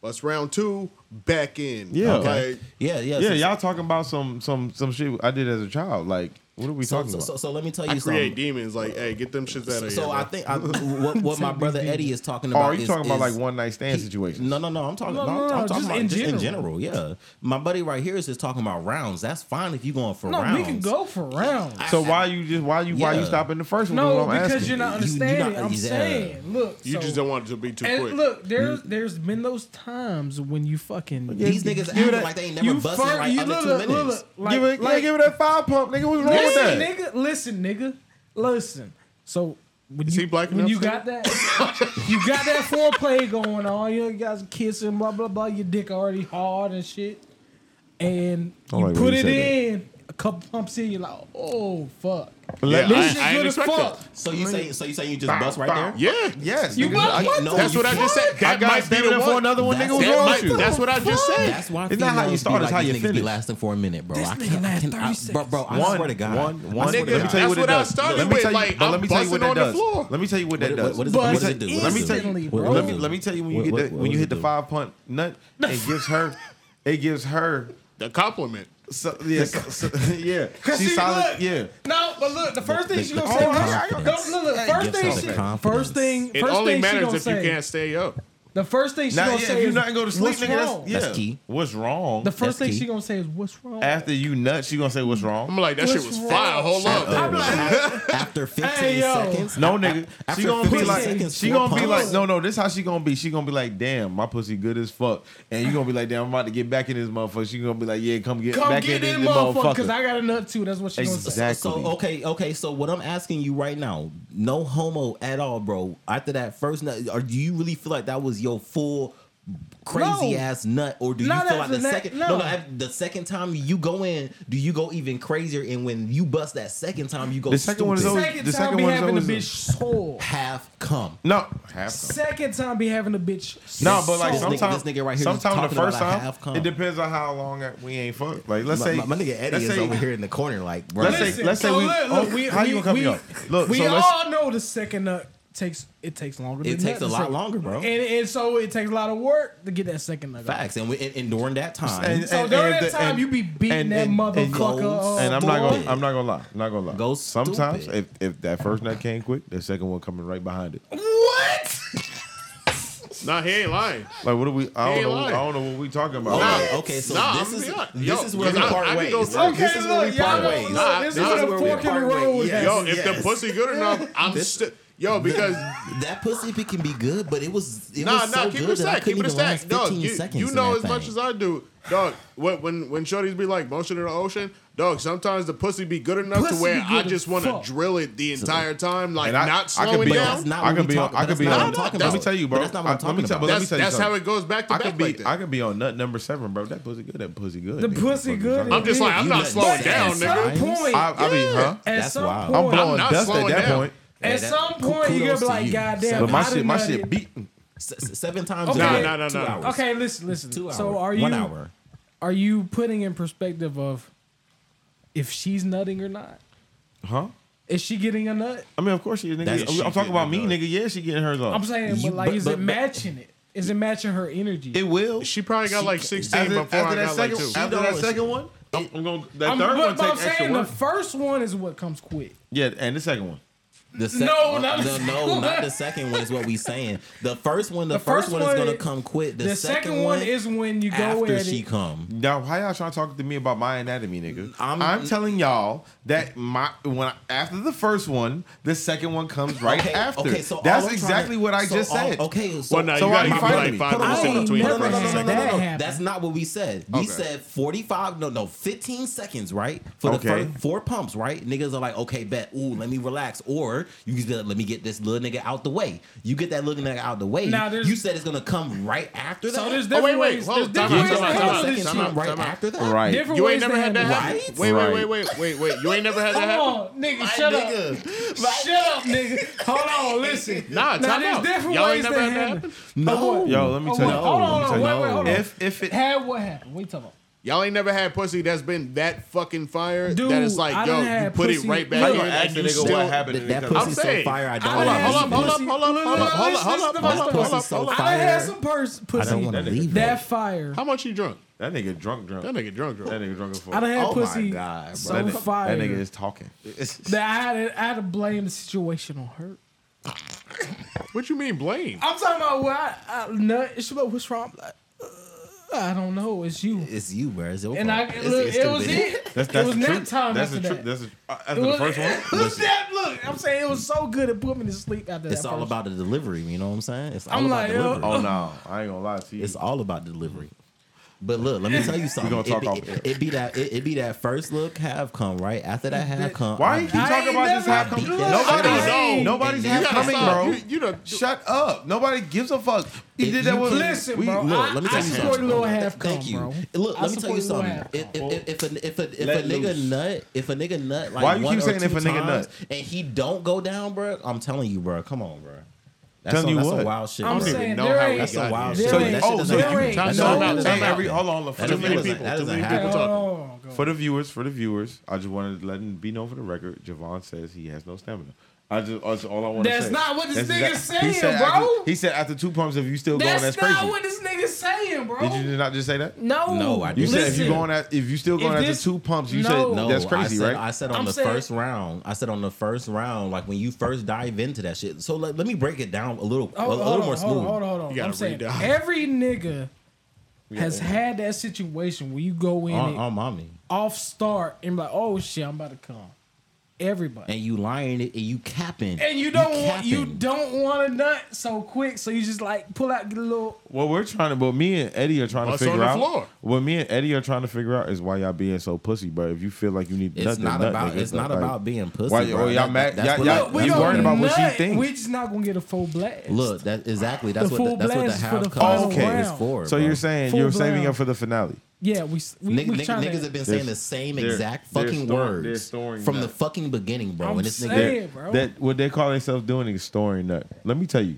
[SPEAKER 4] Bus round two back in.
[SPEAKER 1] Yeah.
[SPEAKER 4] Like,
[SPEAKER 1] Okay.
[SPEAKER 3] yeah, yeah.
[SPEAKER 1] yeah,
[SPEAKER 3] so-
[SPEAKER 1] y'all talking about some some some shit I did as a child. Like, what are we
[SPEAKER 3] So,
[SPEAKER 1] talking
[SPEAKER 3] so,
[SPEAKER 1] about?
[SPEAKER 3] so, so let me tell
[SPEAKER 4] I
[SPEAKER 3] you
[SPEAKER 4] create
[SPEAKER 3] something.
[SPEAKER 4] demons. Like, hey, get them shits out
[SPEAKER 3] So,
[SPEAKER 4] of here.
[SPEAKER 3] so I
[SPEAKER 4] bro.
[SPEAKER 3] think I, what, what my brother Eddie is talking
[SPEAKER 1] oh,
[SPEAKER 3] about.
[SPEAKER 1] are you
[SPEAKER 3] is-
[SPEAKER 1] talking about
[SPEAKER 3] is-
[SPEAKER 1] like one night stand situations?
[SPEAKER 3] No, no, no. I'm talking.
[SPEAKER 2] No,
[SPEAKER 3] No,
[SPEAKER 2] no,
[SPEAKER 3] I'm,
[SPEAKER 2] no,
[SPEAKER 3] I'm talking
[SPEAKER 2] just
[SPEAKER 3] about
[SPEAKER 2] in
[SPEAKER 3] just in
[SPEAKER 2] general.
[SPEAKER 3] general. Yeah, my buddy right here is just talking about rounds. That's fine if you going for
[SPEAKER 2] No,
[SPEAKER 3] rounds.
[SPEAKER 2] we can go for rounds.
[SPEAKER 1] So why you just why you why you
[SPEAKER 3] Yeah.
[SPEAKER 1] stopping the first one? is
[SPEAKER 2] No,
[SPEAKER 1] what I'm
[SPEAKER 2] because
[SPEAKER 1] asking.
[SPEAKER 2] you're not
[SPEAKER 3] You- you not-
[SPEAKER 2] understanding. I'm
[SPEAKER 3] yeah.
[SPEAKER 2] saying, look,
[SPEAKER 4] you
[SPEAKER 2] so-
[SPEAKER 4] just don't want it to be too quick.
[SPEAKER 2] And look, there's there's been those times when you fucking
[SPEAKER 3] These niggas
[SPEAKER 2] you
[SPEAKER 3] acting like they ain't never busted
[SPEAKER 2] fir-
[SPEAKER 3] like
[SPEAKER 2] you-
[SPEAKER 3] under
[SPEAKER 2] look,
[SPEAKER 3] two
[SPEAKER 2] look,
[SPEAKER 3] minutes.
[SPEAKER 2] look, like,
[SPEAKER 1] give it,
[SPEAKER 2] like,
[SPEAKER 1] yeah, give it that five pump, nigga. What's wrong with
[SPEAKER 2] listen,
[SPEAKER 1] that?
[SPEAKER 2] nigga, listen, nigga, listen. So when
[SPEAKER 4] Is
[SPEAKER 2] you
[SPEAKER 4] he black
[SPEAKER 2] when
[SPEAKER 4] enough
[SPEAKER 2] you
[SPEAKER 4] still?
[SPEAKER 2] got that you got that foreplay going on, you guys kissing, blah blah blah. Your dick already hard and shit, and
[SPEAKER 1] I like
[SPEAKER 2] you
[SPEAKER 1] when
[SPEAKER 2] put
[SPEAKER 1] you
[SPEAKER 2] it
[SPEAKER 1] said that.
[SPEAKER 2] in, a couple pumps in, you're like, oh fuck.
[SPEAKER 3] Let me-
[SPEAKER 2] this shit
[SPEAKER 3] I- I ain't
[SPEAKER 2] good as
[SPEAKER 3] expect
[SPEAKER 2] fuck.
[SPEAKER 3] that. So you say- so you say you just bust right there?
[SPEAKER 4] Yeah.
[SPEAKER 1] Yes.
[SPEAKER 3] You
[SPEAKER 1] nigga,
[SPEAKER 3] bust-
[SPEAKER 1] I-
[SPEAKER 3] uh, what
[SPEAKER 1] no,
[SPEAKER 3] the
[SPEAKER 1] you- I got stamina for another one. Nigga was wrong with you.
[SPEAKER 3] That's why
[SPEAKER 1] It's not how you start.
[SPEAKER 3] Like,
[SPEAKER 1] It's how
[SPEAKER 3] these
[SPEAKER 1] you
[SPEAKER 3] niggas Be
[SPEAKER 1] finish.
[SPEAKER 3] lasting for a minute, bro.
[SPEAKER 1] This
[SPEAKER 3] I
[SPEAKER 1] nigga
[SPEAKER 3] can't, I
[SPEAKER 1] last
[SPEAKER 3] can't, I,
[SPEAKER 1] 30
[SPEAKER 3] bro, bro. I
[SPEAKER 1] One-
[SPEAKER 3] swear to God,
[SPEAKER 1] one- one-
[SPEAKER 3] I swear to
[SPEAKER 1] let me
[SPEAKER 3] God.
[SPEAKER 1] tell you what it does. Let me tell you- but let me tell you what that does. Let me tell you what that
[SPEAKER 3] What-
[SPEAKER 1] does.
[SPEAKER 3] what- what
[SPEAKER 1] Let me
[SPEAKER 3] does it
[SPEAKER 1] tell-
[SPEAKER 3] do?
[SPEAKER 1] Let
[SPEAKER 3] What
[SPEAKER 1] me
[SPEAKER 3] does it
[SPEAKER 1] tell
[SPEAKER 3] do?
[SPEAKER 1] you.
[SPEAKER 3] What does
[SPEAKER 1] Let
[SPEAKER 3] it
[SPEAKER 1] me
[SPEAKER 3] do?
[SPEAKER 1] let me tell you when you
[SPEAKER 3] What-
[SPEAKER 1] get
[SPEAKER 3] what-
[SPEAKER 1] the
[SPEAKER 3] what
[SPEAKER 1] when you
[SPEAKER 3] does
[SPEAKER 1] hit
[SPEAKER 3] it
[SPEAKER 1] the
[SPEAKER 3] do?
[SPEAKER 1] five punt nut. It gives her. It gives her
[SPEAKER 4] the compliment.
[SPEAKER 1] So, yeah, so, so, yeah.
[SPEAKER 2] Cause
[SPEAKER 1] She's
[SPEAKER 2] she
[SPEAKER 1] solid.
[SPEAKER 2] look-
[SPEAKER 1] yeah.
[SPEAKER 2] No, but look, the first
[SPEAKER 1] The-
[SPEAKER 2] thing
[SPEAKER 1] the-
[SPEAKER 2] she gonna
[SPEAKER 1] the
[SPEAKER 2] say,
[SPEAKER 1] confidence.
[SPEAKER 2] first- no, look,
[SPEAKER 1] Hey,
[SPEAKER 2] first
[SPEAKER 1] gives
[SPEAKER 2] thing
[SPEAKER 1] her
[SPEAKER 2] she,
[SPEAKER 1] the
[SPEAKER 2] first thing,
[SPEAKER 4] It
[SPEAKER 2] first
[SPEAKER 4] only
[SPEAKER 2] thing she
[SPEAKER 4] matters
[SPEAKER 2] gonna
[SPEAKER 4] if you
[SPEAKER 2] say,
[SPEAKER 4] can't stay up.
[SPEAKER 2] the first thing she
[SPEAKER 1] Now,
[SPEAKER 2] gonna
[SPEAKER 1] yeah,
[SPEAKER 2] say
[SPEAKER 1] if you
[SPEAKER 2] is,
[SPEAKER 1] not go to sleep,
[SPEAKER 2] what's
[SPEAKER 1] nigga, that's-
[SPEAKER 2] wrong?
[SPEAKER 1] yeah. What's wrong?
[SPEAKER 2] The first thing she gonna say is, what's wrong?
[SPEAKER 1] After you nut, she gonna say what's wrong. I'm
[SPEAKER 4] like,
[SPEAKER 2] that shit was What's fire, wrong? hold up.
[SPEAKER 1] After,
[SPEAKER 3] after 15
[SPEAKER 2] Hey, yo.
[SPEAKER 3] seconds,
[SPEAKER 1] no nigga,
[SPEAKER 3] after
[SPEAKER 1] she gonna be
[SPEAKER 3] 15
[SPEAKER 1] like,
[SPEAKER 3] seconds,
[SPEAKER 1] she
[SPEAKER 3] four
[SPEAKER 1] gonna be
[SPEAKER 3] pumps.
[SPEAKER 1] like, no, no. This how she gonna be. She gonna be like, damn, my pussy good as fuck. And you gonna be like, damn, I'm about to get back in this motherfucker. She gonna be like, yeah, come get
[SPEAKER 2] Come
[SPEAKER 1] back
[SPEAKER 2] get
[SPEAKER 1] in
[SPEAKER 2] in,
[SPEAKER 1] this
[SPEAKER 2] motherfucker,
[SPEAKER 1] motherfucker.
[SPEAKER 2] cause I got a nut too. That's what she gonna say.
[SPEAKER 1] Exactly.
[SPEAKER 3] So okay, okay. So what I'm asking you right now, no homo at all, bro. After that first nut, or do you really feel like that was your full crazy
[SPEAKER 2] No.
[SPEAKER 3] ass nut, or do you
[SPEAKER 2] Not
[SPEAKER 3] feel like
[SPEAKER 2] after
[SPEAKER 3] the
[SPEAKER 2] that,
[SPEAKER 3] second?
[SPEAKER 2] no.
[SPEAKER 3] No, no. af- The second time you go in, do you go even crazier? And when you bust that second time, you go.
[SPEAKER 1] The second one is
[SPEAKER 3] stupid.
[SPEAKER 1] always-
[SPEAKER 2] Second
[SPEAKER 1] The
[SPEAKER 2] time
[SPEAKER 1] second
[SPEAKER 2] be
[SPEAKER 1] one is
[SPEAKER 2] having a bitch
[SPEAKER 1] always
[SPEAKER 2] soul.
[SPEAKER 3] half come.
[SPEAKER 1] No, half.
[SPEAKER 2] Second time be having a bitch.
[SPEAKER 1] No, but like
[SPEAKER 2] soul.
[SPEAKER 1] sometimes,
[SPEAKER 3] this nigga right here is
[SPEAKER 1] sometimes
[SPEAKER 3] talking
[SPEAKER 1] the first
[SPEAKER 3] about a
[SPEAKER 1] time,
[SPEAKER 3] half cum.
[SPEAKER 1] it depends on how long I- we ain't fucked. Like, let's
[SPEAKER 3] my,
[SPEAKER 1] say
[SPEAKER 3] my, my nigga Eddie
[SPEAKER 1] let's
[SPEAKER 3] is
[SPEAKER 1] say-
[SPEAKER 3] over here in the corner, like bro.
[SPEAKER 1] Let's say- let's say
[SPEAKER 2] so
[SPEAKER 1] we- oh,
[SPEAKER 2] look, look, we-
[SPEAKER 1] how you
[SPEAKER 2] we-
[SPEAKER 1] gonna cut
[SPEAKER 2] we-
[SPEAKER 1] me off? Look,
[SPEAKER 2] we
[SPEAKER 1] so let's-
[SPEAKER 2] all know the second nut takes it takes longer.
[SPEAKER 3] It
[SPEAKER 2] than
[SPEAKER 3] takes
[SPEAKER 2] that
[SPEAKER 3] a
[SPEAKER 2] to
[SPEAKER 3] lot
[SPEAKER 2] say-
[SPEAKER 3] longer, bro.
[SPEAKER 2] and, and so it takes a lot of work to get that second nut. off.
[SPEAKER 3] Facts, and, we, and, and during that time,
[SPEAKER 1] And-
[SPEAKER 2] So
[SPEAKER 1] and-
[SPEAKER 2] during
[SPEAKER 1] and
[SPEAKER 2] that
[SPEAKER 1] the-
[SPEAKER 2] time,
[SPEAKER 1] and-
[SPEAKER 2] you be beating
[SPEAKER 1] and-
[SPEAKER 2] that
[SPEAKER 1] and- and
[SPEAKER 2] motherfucker.
[SPEAKER 3] goes-
[SPEAKER 2] up,
[SPEAKER 1] And I'm not
[SPEAKER 2] boy.
[SPEAKER 1] gonna. I'm not gonna lie. I'm not gonna lie.
[SPEAKER 3] Go
[SPEAKER 1] Sometimes, if,
[SPEAKER 3] stupid.
[SPEAKER 1] if that first nut came quick, the second one coming right behind it.
[SPEAKER 2] What?
[SPEAKER 4] Nah, he ain't lying.
[SPEAKER 1] Like, what are we? I
[SPEAKER 4] He
[SPEAKER 1] don't know.
[SPEAKER 4] lying.
[SPEAKER 1] I don't know what we talking about.
[SPEAKER 3] Oh, Okay, okay, so
[SPEAKER 4] Nah,
[SPEAKER 3] this
[SPEAKER 4] I'm
[SPEAKER 3] is
[SPEAKER 4] not.
[SPEAKER 3] this
[SPEAKER 4] Yo,
[SPEAKER 3] is where we
[SPEAKER 4] I-
[SPEAKER 3] part
[SPEAKER 4] I
[SPEAKER 3] ways.
[SPEAKER 4] can go
[SPEAKER 3] This is-
[SPEAKER 4] first.
[SPEAKER 3] this is where we
[SPEAKER 2] Okay, look,
[SPEAKER 3] part
[SPEAKER 2] y'all
[SPEAKER 3] ways.
[SPEAKER 2] go- look, this is where the fork in the road is at.
[SPEAKER 4] Yo, if the
[SPEAKER 3] yes.
[SPEAKER 4] pussy good enough, I'm
[SPEAKER 3] This-
[SPEAKER 4] still. Yo, because
[SPEAKER 3] that pussy pick can be good, but it was it
[SPEAKER 4] nah,
[SPEAKER 3] was so
[SPEAKER 4] nah, keep
[SPEAKER 3] good
[SPEAKER 4] it a
[SPEAKER 3] that I
[SPEAKER 4] stack,
[SPEAKER 3] couldn't
[SPEAKER 4] keep it a
[SPEAKER 3] even last
[SPEAKER 4] stack, dog.
[SPEAKER 3] 15
[SPEAKER 4] You,
[SPEAKER 3] seconds.
[SPEAKER 4] you
[SPEAKER 3] in
[SPEAKER 4] know
[SPEAKER 3] that
[SPEAKER 4] as much
[SPEAKER 3] thing.
[SPEAKER 4] as I do, dog. What when when shorties be like motion in the ocean, dog. Sometimes the pussy be good enough
[SPEAKER 2] Pussy
[SPEAKER 4] to where
[SPEAKER 2] be good
[SPEAKER 4] I
[SPEAKER 2] as
[SPEAKER 4] just want to
[SPEAKER 2] fuck.
[SPEAKER 4] drill it the entire time, like
[SPEAKER 1] And I-
[SPEAKER 4] not
[SPEAKER 1] I could
[SPEAKER 4] slowing
[SPEAKER 1] be
[SPEAKER 4] down.
[SPEAKER 1] on- I could be on- I could be on-
[SPEAKER 3] talking
[SPEAKER 1] let me
[SPEAKER 3] about.
[SPEAKER 1] tell you,
[SPEAKER 3] But
[SPEAKER 1] bro.
[SPEAKER 3] That's not what I'm
[SPEAKER 1] I- let me
[SPEAKER 3] talking
[SPEAKER 1] tell-
[SPEAKER 3] about.
[SPEAKER 1] let me
[SPEAKER 4] that's
[SPEAKER 1] tell you
[SPEAKER 4] that's
[SPEAKER 1] something.
[SPEAKER 4] how it goes back to
[SPEAKER 1] I
[SPEAKER 4] back
[SPEAKER 1] could be.
[SPEAKER 4] like that.
[SPEAKER 1] I could be on nut number seven, bro. That pussy good. That pussy good.
[SPEAKER 2] The
[SPEAKER 1] nigga.
[SPEAKER 2] pussy
[SPEAKER 1] Fuck you
[SPEAKER 2] good.
[SPEAKER 1] talking
[SPEAKER 4] I'm just
[SPEAKER 2] Yeah,
[SPEAKER 4] like I'm
[SPEAKER 3] you
[SPEAKER 4] not
[SPEAKER 3] let
[SPEAKER 4] slowing
[SPEAKER 3] that
[SPEAKER 4] down,
[SPEAKER 3] ass
[SPEAKER 4] nigga.
[SPEAKER 2] At some point,
[SPEAKER 1] about. I, I mean,
[SPEAKER 4] Yeah.
[SPEAKER 1] huh?
[SPEAKER 2] at
[SPEAKER 3] That's
[SPEAKER 2] some
[SPEAKER 3] wild.
[SPEAKER 2] point,
[SPEAKER 1] I'm blowing
[SPEAKER 4] not
[SPEAKER 1] dust at
[SPEAKER 4] slowing
[SPEAKER 1] that
[SPEAKER 4] down.
[SPEAKER 1] point.
[SPEAKER 2] At
[SPEAKER 3] that-
[SPEAKER 2] some
[SPEAKER 3] ku-
[SPEAKER 2] point, you're gonna
[SPEAKER 3] kudos to
[SPEAKER 2] be like,
[SPEAKER 3] you.
[SPEAKER 2] "God damn,
[SPEAKER 1] But my
[SPEAKER 2] I done
[SPEAKER 1] shit, my
[SPEAKER 2] nutted."
[SPEAKER 1] shit beating.
[SPEAKER 3] Se- se- Seven times.
[SPEAKER 2] Okay.
[SPEAKER 3] a day,
[SPEAKER 4] Nah, nah, nah,
[SPEAKER 3] two
[SPEAKER 4] nah.
[SPEAKER 3] hours.
[SPEAKER 2] Okay, listen, listen.
[SPEAKER 3] Two hours.
[SPEAKER 2] So are you
[SPEAKER 3] one hour?
[SPEAKER 2] are you putting in perspective of if she's nutting or not?
[SPEAKER 1] Huh?
[SPEAKER 2] Is she getting a nut?
[SPEAKER 1] I mean, of course she. Nigga,
[SPEAKER 3] That's-
[SPEAKER 1] I'm, I'm talking about me, nigga. Yeah, she getting hers off.
[SPEAKER 2] I'm saying,
[SPEAKER 3] You-
[SPEAKER 2] but like,
[SPEAKER 3] but-
[SPEAKER 2] is
[SPEAKER 3] but-
[SPEAKER 2] it
[SPEAKER 3] but-
[SPEAKER 2] matching it? Is it matching her energy?
[SPEAKER 1] it will.
[SPEAKER 4] She probably got like 16
[SPEAKER 1] after,
[SPEAKER 4] before
[SPEAKER 1] after
[SPEAKER 4] I
[SPEAKER 1] that
[SPEAKER 4] got
[SPEAKER 1] second,
[SPEAKER 4] like two.
[SPEAKER 1] after
[SPEAKER 3] She
[SPEAKER 1] that
[SPEAKER 3] knows.
[SPEAKER 1] second one, I'm, I'm gonna that
[SPEAKER 2] I'm,
[SPEAKER 1] third
[SPEAKER 2] but,
[SPEAKER 1] one
[SPEAKER 2] but I'm
[SPEAKER 1] take extra
[SPEAKER 2] saying
[SPEAKER 1] work.
[SPEAKER 2] the first one is what comes quick.
[SPEAKER 1] yeah, and the second one.
[SPEAKER 3] The sec-
[SPEAKER 2] No,
[SPEAKER 3] uh,
[SPEAKER 2] not the
[SPEAKER 3] the-
[SPEAKER 2] second
[SPEAKER 3] no,
[SPEAKER 2] one.
[SPEAKER 3] not the second one is what we saying. The first one, the,
[SPEAKER 2] The
[SPEAKER 3] first,
[SPEAKER 2] first
[SPEAKER 3] one is
[SPEAKER 2] one
[SPEAKER 3] gonna
[SPEAKER 2] is-
[SPEAKER 3] come quick.
[SPEAKER 2] The, second, one is when you go
[SPEAKER 3] after
[SPEAKER 2] at
[SPEAKER 3] she
[SPEAKER 2] it.
[SPEAKER 3] come.
[SPEAKER 1] Now, why y'all trying to talk to me about my anatomy, nigga?
[SPEAKER 3] I'm-
[SPEAKER 1] I'm, telling y'all that my when I, after the first one, the second one comes right
[SPEAKER 3] Okay,
[SPEAKER 1] after.
[SPEAKER 3] okay, so all
[SPEAKER 1] that's
[SPEAKER 3] I'm trying
[SPEAKER 1] exactly
[SPEAKER 3] to-
[SPEAKER 1] what I
[SPEAKER 3] so
[SPEAKER 1] just
[SPEAKER 3] all-
[SPEAKER 1] said.
[SPEAKER 3] Okay, so
[SPEAKER 4] Well, now
[SPEAKER 1] So
[SPEAKER 4] you
[SPEAKER 1] why
[SPEAKER 4] got
[SPEAKER 1] you
[SPEAKER 4] to
[SPEAKER 1] fighting
[SPEAKER 4] be
[SPEAKER 1] me?
[SPEAKER 4] like five
[SPEAKER 1] Hold on,
[SPEAKER 4] percent
[SPEAKER 2] I ain't
[SPEAKER 4] between the
[SPEAKER 2] never
[SPEAKER 4] first and
[SPEAKER 2] gonna
[SPEAKER 4] second.
[SPEAKER 2] let that
[SPEAKER 3] no,
[SPEAKER 2] happen.
[SPEAKER 3] That's not what we said. We
[SPEAKER 1] Okay.
[SPEAKER 3] said 45, no, no, 15 seconds, right? For the
[SPEAKER 1] Okay.
[SPEAKER 3] first four pumps, right? Niggas are like, okay, bet, ooh, let me relax. Or you can be like, let me get this little nigga out the way. You get that little nigga out the way.
[SPEAKER 2] Now, there's-
[SPEAKER 3] you said it's gonna come right after that.
[SPEAKER 2] So there's
[SPEAKER 4] Oh,
[SPEAKER 2] different
[SPEAKER 4] wait, wait.
[SPEAKER 2] ways.
[SPEAKER 4] Hold on.
[SPEAKER 2] there's
[SPEAKER 4] Time
[SPEAKER 2] different
[SPEAKER 4] out,
[SPEAKER 2] ways
[SPEAKER 4] time
[SPEAKER 2] to
[SPEAKER 4] out,
[SPEAKER 2] handle
[SPEAKER 4] time
[SPEAKER 2] this
[SPEAKER 4] out,
[SPEAKER 2] shit.
[SPEAKER 4] time out.
[SPEAKER 3] right after that.
[SPEAKER 1] Right.
[SPEAKER 2] Different
[SPEAKER 4] You
[SPEAKER 2] ways
[SPEAKER 4] ain't never
[SPEAKER 2] to
[SPEAKER 4] had that
[SPEAKER 2] handle it.
[SPEAKER 4] happen.
[SPEAKER 3] Right?
[SPEAKER 4] Wait, wait,
[SPEAKER 1] Right.
[SPEAKER 4] wait, wait, wait, wait. You ain't never had that
[SPEAKER 2] Come
[SPEAKER 4] happen.
[SPEAKER 2] on, nigga, shut up. Shut up, nigga. Hold on, listen.
[SPEAKER 4] Nah,
[SPEAKER 2] now
[SPEAKER 4] time
[SPEAKER 2] there's
[SPEAKER 4] out.
[SPEAKER 2] different
[SPEAKER 4] Y'all ain't
[SPEAKER 2] ways
[SPEAKER 4] never
[SPEAKER 2] to
[SPEAKER 4] had that
[SPEAKER 2] handle.
[SPEAKER 4] happen?
[SPEAKER 3] No.
[SPEAKER 1] Yo, let me
[SPEAKER 2] Oh,
[SPEAKER 1] tell you. let me
[SPEAKER 2] wait, hold on, hold
[SPEAKER 1] tell
[SPEAKER 2] on, wait, wait,
[SPEAKER 1] you.
[SPEAKER 2] hold on.
[SPEAKER 1] If if it
[SPEAKER 2] Had what happened? Wait, talk about.
[SPEAKER 4] Y'all ain't never had pussy that's been that fucking fire
[SPEAKER 2] Dude,
[SPEAKER 4] that it's like,
[SPEAKER 2] I done
[SPEAKER 4] yo, you
[SPEAKER 2] had
[SPEAKER 4] put it
[SPEAKER 2] pussy-
[SPEAKER 4] right
[SPEAKER 1] How
[SPEAKER 4] back
[SPEAKER 1] you
[SPEAKER 4] in.
[SPEAKER 1] gonna ask
[SPEAKER 4] and
[SPEAKER 1] the
[SPEAKER 4] you
[SPEAKER 1] nigga
[SPEAKER 4] still-
[SPEAKER 1] what happened?
[SPEAKER 3] That,
[SPEAKER 1] and
[SPEAKER 3] that
[SPEAKER 1] they
[SPEAKER 3] pussy
[SPEAKER 1] come-
[SPEAKER 4] I'm
[SPEAKER 3] so
[SPEAKER 4] saying,
[SPEAKER 3] fire, I don't
[SPEAKER 2] I
[SPEAKER 4] I
[SPEAKER 2] done
[SPEAKER 4] Hold up,
[SPEAKER 2] had
[SPEAKER 4] hold
[SPEAKER 2] some
[SPEAKER 4] up, hold up,
[SPEAKER 2] pussy-
[SPEAKER 4] hold up,
[SPEAKER 2] Look,
[SPEAKER 4] hold
[SPEAKER 2] look,
[SPEAKER 4] up, hold
[SPEAKER 2] listen,
[SPEAKER 4] up,
[SPEAKER 2] listen
[SPEAKER 4] hold
[SPEAKER 2] to
[SPEAKER 4] up,
[SPEAKER 2] my
[SPEAKER 4] hold up,
[SPEAKER 2] story.
[SPEAKER 4] hold up.
[SPEAKER 2] I done had some purse
[SPEAKER 3] I don't
[SPEAKER 2] pussy.
[SPEAKER 3] want to
[SPEAKER 1] That
[SPEAKER 3] leave
[SPEAKER 2] That
[SPEAKER 3] that.
[SPEAKER 2] fire.
[SPEAKER 4] How much you drunk?
[SPEAKER 1] That nigga drunk, drunk.
[SPEAKER 4] That
[SPEAKER 1] That
[SPEAKER 4] nigga drunk, drunk.
[SPEAKER 1] nigga drunk as fuck.
[SPEAKER 2] I done had
[SPEAKER 3] Oh my
[SPEAKER 2] pussy
[SPEAKER 3] God, bro.
[SPEAKER 2] so
[SPEAKER 1] That nigga-
[SPEAKER 2] fire
[SPEAKER 1] That nigga is talking.
[SPEAKER 2] that I had, to, I had to blame the situation on her.
[SPEAKER 4] What you mean blame?
[SPEAKER 2] I'm talking about what I, I nut. It's about what's wrong. I'm like, uh, I don't know. It's you.
[SPEAKER 3] It's you, bro. It's your
[SPEAKER 2] And
[SPEAKER 3] fault.
[SPEAKER 2] I
[SPEAKER 3] It's-
[SPEAKER 2] look,
[SPEAKER 3] it's
[SPEAKER 2] it was
[SPEAKER 3] stupid.
[SPEAKER 2] it.
[SPEAKER 1] That's
[SPEAKER 2] it
[SPEAKER 1] that's
[SPEAKER 2] was
[SPEAKER 1] the
[SPEAKER 2] nap
[SPEAKER 1] truth.
[SPEAKER 2] time
[SPEAKER 1] That's
[SPEAKER 2] after
[SPEAKER 1] the truth.
[SPEAKER 2] that.
[SPEAKER 1] That's the- uh,
[SPEAKER 2] It
[SPEAKER 1] after the
[SPEAKER 2] was,
[SPEAKER 1] first one.
[SPEAKER 2] it was that look. I'm saying it was so good it put me to sleep after
[SPEAKER 3] It's
[SPEAKER 2] that.
[SPEAKER 3] all
[SPEAKER 2] first
[SPEAKER 3] about the delivery. You know what I'm saying? It's all
[SPEAKER 2] I'm
[SPEAKER 3] about
[SPEAKER 2] like, yo.
[SPEAKER 3] delivery.
[SPEAKER 1] Oh no, I ain't gonna lie to you.
[SPEAKER 3] It's all about delivery. But look, let me tell you
[SPEAKER 1] We
[SPEAKER 3] something.
[SPEAKER 1] gonna talk
[SPEAKER 3] it, be,
[SPEAKER 1] off air.
[SPEAKER 3] it, it be that it, it be that first look have come right after that have come.
[SPEAKER 1] Why you keep talking about this half coming? Nobody's, nobody's half coming, bro. Shut up. Nobody gives a fuck. He did that with we-
[SPEAKER 3] Look, let me tell you
[SPEAKER 1] something.
[SPEAKER 3] something. Thank you. Look,
[SPEAKER 1] I
[SPEAKER 3] let me tell
[SPEAKER 1] support Lil
[SPEAKER 3] you something.
[SPEAKER 1] Half
[SPEAKER 3] If, if, if, a, if, a, if
[SPEAKER 1] Let
[SPEAKER 3] a nigga
[SPEAKER 1] loose.
[SPEAKER 3] nut, if a nigga nut, like
[SPEAKER 1] Why you
[SPEAKER 3] one
[SPEAKER 1] keep
[SPEAKER 3] or
[SPEAKER 1] saying
[SPEAKER 3] two
[SPEAKER 1] if a nigga
[SPEAKER 3] times,
[SPEAKER 1] nut?
[SPEAKER 3] and he don't go down, bro, I'm telling you, bro. Come on, bro. That's
[SPEAKER 1] Telling
[SPEAKER 3] some,
[SPEAKER 1] you
[SPEAKER 3] that's
[SPEAKER 1] what?
[SPEAKER 3] some wild shit.
[SPEAKER 1] I don't
[SPEAKER 3] bro.
[SPEAKER 1] even know how we
[SPEAKER 3] That's
[SPEAKER 1] got
[SPEAKER 3] some wild
[SPEAKER 1] here.
[SPEAKER 3] shit.
[SPEAKER 1] So
[SPEAKER 3] bro.
[SPEAKER 1] you-
[SPEAKER 3] That
[SPEAKER 1] oh,
[SPEAKER 3] shit doesn't
[SPEAKER 1] so you- time
[SPEAKER 3] happen. That
[SPEAKER 1] out,
[SPEAKER 3] shit
[SPEAKER 1] time
[SPEAKER 3] doesn't
[SPEAKER 1] out.
[SPEAKER 3] happen.
[SPEAKER 1] Every- hold on, look,
[SPEAKER 3] That
[SPEAKER 1] for the
[SPEAKER 3] doesn't-
[SPEAKER 1] people,
[SPEAKER 3] that doesn't
[SPEAKER 1] for the people
[SPEAKER 3] happen.
[SPEAKER 1] talking. For the viewers, for the viewers, I just wanted to let it be known for the record. Javon says he has no stamina. I just that's all I want to say.
[SPEAKER 2] That's not what this nigga
[SPEAKER 1] exact- he
[SPEAKER 2] saying,
[SPEAKER 1] said after-
[SPEAKER 2] bro.
[SPEAKER 1] he said after two pumps, if you still going, that's
[SPEAKER 2] That's
[SPEAKER 1] crazy.
[SPEAKER 2] not what this nigga's saying, bro.
[SPEAKER 1] Did you not just say that?
[SPEAKER 2] No. No, I
[SPEAKER 1] You said if
[SPEAKER 2] didn't.
[SPEAKER 1] you going at if you still going
[SPEAKER 2] If
[SPEAKER 1] after
[SPEAKER 2] this-
[SPEAKER 1] two pumps, you said
[SPEAKER 3] no,
[SPEAKER 1] that's
[SPEAKER 3] I
[SPEAKER 1] crazy,
[SPEAKER 3] said,
[SPEAKER 1] right?
[SPEAKER 3] I said on
[SPEAKER 2] I'm
[SPEAKER 3] the
[SPEAKER 2] saying-
[SPEAKER 3] first round. I said on the first round, like when you first dive into that shit. So let, let me break it down a little, a,
[SPEAKER 2] Oh,
[SPEAKER 3] little
[SPEAKER 2] hold, on,
[SPEAKER 3] more
[SPEAKER 2] hold
[SPEAKER 3] smooth.
[SPEAKER 2] on, hold on, hold on. I'm saying every nigga
[SPEAKER 3] Yeah. Uh-huh.
[SPEAKER 2] has had that situation where you go in
[SPEAKER 3] on,
[SPEAKER 2] it
[SPEAKER 3] on mommy,
[SPEAKER 2] off start and be like, oh shit, I'm about to come. Everybody.
[SPEAKER 3] and you lying it, and you capping,
[SPEAKER 2] And you don't want
[SPEAKER 3] capping.
[SPEAKER 2] you don't want to nut so quick, so you just like pull out get a little.
[SPEAKER 1] What we're trying to, what me and Eddie are trying
[SPEAKER 2] What's
[SPEAKER 1] to
[SPEAKER 2] on
[SPEAKER 1] figure
[SPEAKER 2] the
[SPEAKER 1] out,
[SPEAKER 2] floor?
[SPEAKER 1] what me and Eddie are trying to figure out is why y'all being so pussy, bro. If you feel like you need,
[SPEAKER 3] It's
[SPEAKER 1] nothing,
[SPEAKER 3] not
[SPEAKER 1] nut,
[SPEAKER 3] about-
[SPEAKER 1] nigga,
[SPEAKER 3] it's not
[SPEAKER 1] like-
[SPEAKER 3] about being pussy,
[SPEAKER 1] Why,
[SPEAKER 3] bro.
[SPEAKER 1] Oh, y'all
[SPEAKER 3] That-
[SPEAKER 1] mad?
[SPEAKER 3] that- that's
[SPEAKER 1] y'all,
[SPEAKER 3] what-
[SPEAKER 1] y'all,
[SPEAKER 3] Look, we
[SPEAKER 1] you
[SPEAKER 3] don't
[SPEAKER 1] worried about what she
[SPEAKER 2] nut.
[SPEAKER 1] thinks?
[SPEAKER 2] We're just not gonna get a full blast.
[SPEAKER 3] Look, that exactly that's
[SPEAKER 2] The
[SPEAKER 3] what
[SPEAKER 2] full
[SPEAKER 3] the, that's what the
[SPEAKER 2] blast is for
[SPEAKER 3] half
[SPEAKER 2] the
[SPEAKER 3] comes
[SPEAKER 2] final
[SPEAKER 3] okay. is
[SPEAKER 2] round.
[SPEAKER 3] for.
[SPEAKER 1] So
[SPEAKER 3] bro.
[SPEAKER 1] you're saying
[SPEAKER 2] Full
[SPEAKER 1] you're saving
[SPEAKER 2] blown.
[SPEAKER 1] up for the finale?
[SPEAKER 2] Yeah, we s- we,
[SPEAKER 3] Nigg-
[SPEAKER 2] we
[SPEAKER 3] nigg-
[SPEAKER 2] trying
[SPEAKER 3] niggas
[SPEAKER 2] to,
[SPEAKER 3] have been
[SPEAKER 1] They're-
[SPEAKER 3] saying the same
[SPEAKER 1] they're-
[SPEAKER 3] exact
[SPEAKER 1] they're
[SPEAKER 3] fucking
[SPEAKER 1] storing- they're
[SPEAKER 3] words
[SPEAKER 1] storing
[SPEAKER 3] from the
[SPEAKER 1] nut.
[SPEAKER 3] fucking beginning, bro.
[SPEAKER 1] I'm
[SPEAKER 3] and it's
[SPEAKER 1] They're-
[SPEAKER 3] nigga,
[SPEAKER 1] That what they call themselves doing is storing nut. Let me tell you,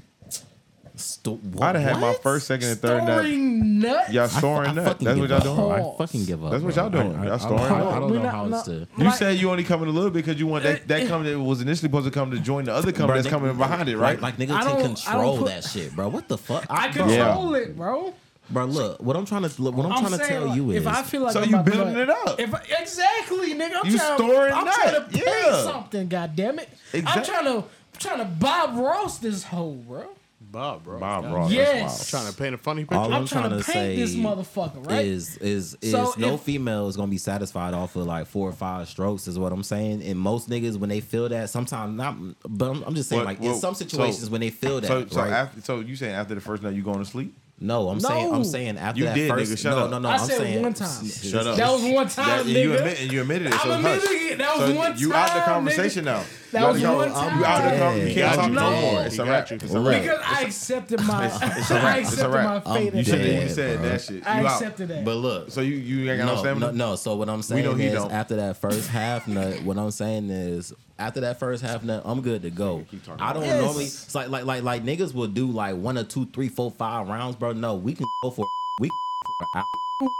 [SPEAKER 1] I'd have had my
[SPEAKER 3] what?
[SPEAKER 1] first, second, and third nut.
[SPEAKER 2] Storing nuts.
[SPEAKER 1] Y'all storing nut.
[SPEAKER 3] fucking
[SPEAKER 1] That's what
[SPEAKER 3] give
[SPEAKER 1] y'all
[SPEAKER 3] up.
[SPEAKER 1] doing.
[SPEAKER 3] I fucking give up.
[SPEAKER 1] That's what
[SPEAKER 3] bro.
[SPEAKER 1] y'all doing.
[SPEAKER 3] I- I-
[SPEAKER 1] Y'all
[SPEAKER 3] I-
[SPEAKER 1] storing
[SPEAKER 3] I,
[SPEAKER 1] nut.
[SPEAKER 3] I don't
[SPEAKER 2] We're
[SPEAKER 3] know
[SPEAKER 2] not-
[SPEAKER 3] how
[SPEAKER 2] not-
[SPEAKER 3] else to.
[SPEAKER 1] You said you only coming a little bit because you want that that come that was initially supposed to come to join the other come that's
[SPEAKER 3] nigga-
[SPEAKER 1] coming behind it, right?
[SPEAKER 3] Like, like
[SPEAKER 2] I
[SPEAKER 3] nigga,
[SPEAKER 2] don't- I
[SPEAKER 3] take
[SPEAKER 2] don't
[SPEAKER 3] control
[SPEAKER 2] put-
[SPEAKER 3] that shit, bro. What the fuck?
[SPEAKER 2] I
[SPEAKER 3] bro,
[SPEAKER 2] control it, bro.
[SPEAKER 3] Bro, look, what I'm trying to look, what I'm,
[SPEAKER 2] I'm
[SPEAKER 3] trying to
[SPEAKER 2] saying,
[SPEAKER 3] tell
[SPEAKER 2] like,
[SPEAKER 3] you is,
[SPEAKER 2] if I feel like
[SPEAKER 3] so
[SPEAKER 2] I'm
[SPEAKER 3] you
[SPEAKER 2] about to
[SPEAKER 3] building
[SPEAKER 2] nut-
[SPEAKER 3] it up.
[SPEAKER 2] If I, exactly, nigga, I'm
[SPEAKER 3] You
[SPEAKER 2] trying,
[SPEAKER 3] storing
[SPEAKER 2] I'm
[SPEAKER 3] nut,
[SPEAKER 2] trying to pay
[SPEAKER 3] yeah.
[SPEAKER 2] something. God damn it! I'm
[SPEAKER 4] Exact-
[SPEAKER 2] trying to I'm trying to Bob Ross this hoe, bro.
[SPEAKER 4] Bob, bro.
[SPEAKER 1] Bob
[SPEAKER 2] Ross, that's Yes. wild.
[SPEAKER 4] Trying to paint a funny picture.
[SPEAKER 3] All I'm, trying, to,
[SPEAKER 2] paint
[SPEAKER 3] say
[SPEAKER 2] this motherfucker, right?
[SPEAKER 3] Is is is
[SPEAKER 2] So
[SPEAKER 3] no
[SPEAKER 2] if-
[SPEAKER 3] female is gonna be satisfied off of like four or five strokes is what I'm saying. And most niggas when they feel that, sometimes not. But I'm, I'm just saying
[SPEAKER 1] What-
[SPEAKER 3] like
[SPEAKER 1] what-
[SPEAKER 3] in some situations
[SPEAKER 1] so-
[SPEAKER 3] when they feel that,
[SPEAKER 1] So, so
[SPEAKER 3] right?
[SPEAKER 1] after, so you saying after the first night you going to sleep?
[SPEAKER 3] no, I'm saying I'm saying after
[SPEAKER 1] you
[SPEAKER 3] that
[SPEAKER 1] did,
[SPEAKER 3] first,
[SPEAKER 1] nigga. Shut
[SPEAKER 3] no,
[SPEAKER 1] up.
[SPEAKER 3] no, no,
[SPEAKER 2] I
[SPEAKER 3] I'm
[SPEAKER 2] said
[SPEAKER 3] saying
[SPEAKER 2] one time.
[SPEAKER 1] Shut up.
[SPEAKER 2] That was one
[SPEAKER 1] That-
[SPEAKER 2] time,
[SPEAKER 1] You
[SPEAKER 2] nigga.
[SPEAKER 1] admit, you admitted it.
[SPEAKER 2] I'm
[SPEAKER 1] So hush.
[SPEAKER 2] admitting it. That was
[SPEAKER 1] So
[SPEAKER 2] one
[SPEAKER 1] You out the
[SPEAKER 2] time,
[SPEAKER 1] conversation
[SPEAKER 2] nigga.
[SPEAKER 1] now.
[SPEAKER 2] That
[SPEAKER 1] You out
[SPEAKER 2] was
[SPEAKER 1] the
[SPEAKER 2] one
[SPEAKER 1] con-
[SPEAKER 2] time.
[SPEAKER 1] You out the conversation. You
[SPEAKER 2] Got
[SPEAKER 1] can't talk
[SPEAKER 2] you.
[SPEAKER 1] no more.
[SPEAKER 2] No.
[SPEAKER 1] It's a wrap. It's a wrap.
[SPEAKER 2] Because I accepted my,
[SPEAKER 1] It's a
[SPEAKER 2] I
[SPEAKER 1] wrap. It's a
[SPEAKER 2] accepted my
[SPEAKER 1] wrap.
[SPEAKER 2] fate.
[SPEAKER 1] You
[SPEAKER 2] as
[SPEAKER 1] said
[SPEAKER 2] it
[SPEAKER 1] you
[SPEAKER 2] is.
[SPEAKER 1] said that shit.
[SPEAKER 2] I
[SPEAKER 1] You out.
[SPEAKER 2] accepted that.
[SPEAKER 3] But look,
[SPEAKER 1] so you you ain't got no, stamina.
[SPEAKER 3] no, no. So what I'm saying
[SPEAKER 1] know he
[SPEAKER 3] is,
[SPEAKER 1] don't.
[SPEAKER 3] after that first half nut, what I'm saying is, after that first half nut, I'm good to go. I don't
[SPEAKER 2] about
[SPEAKER 3] normally
[SPEAKER 2] this.
[SPEAKER 3] it's like like like like niggas will do like one or two, three, four, five rounds, bro. No, we can go for we can go for an hour.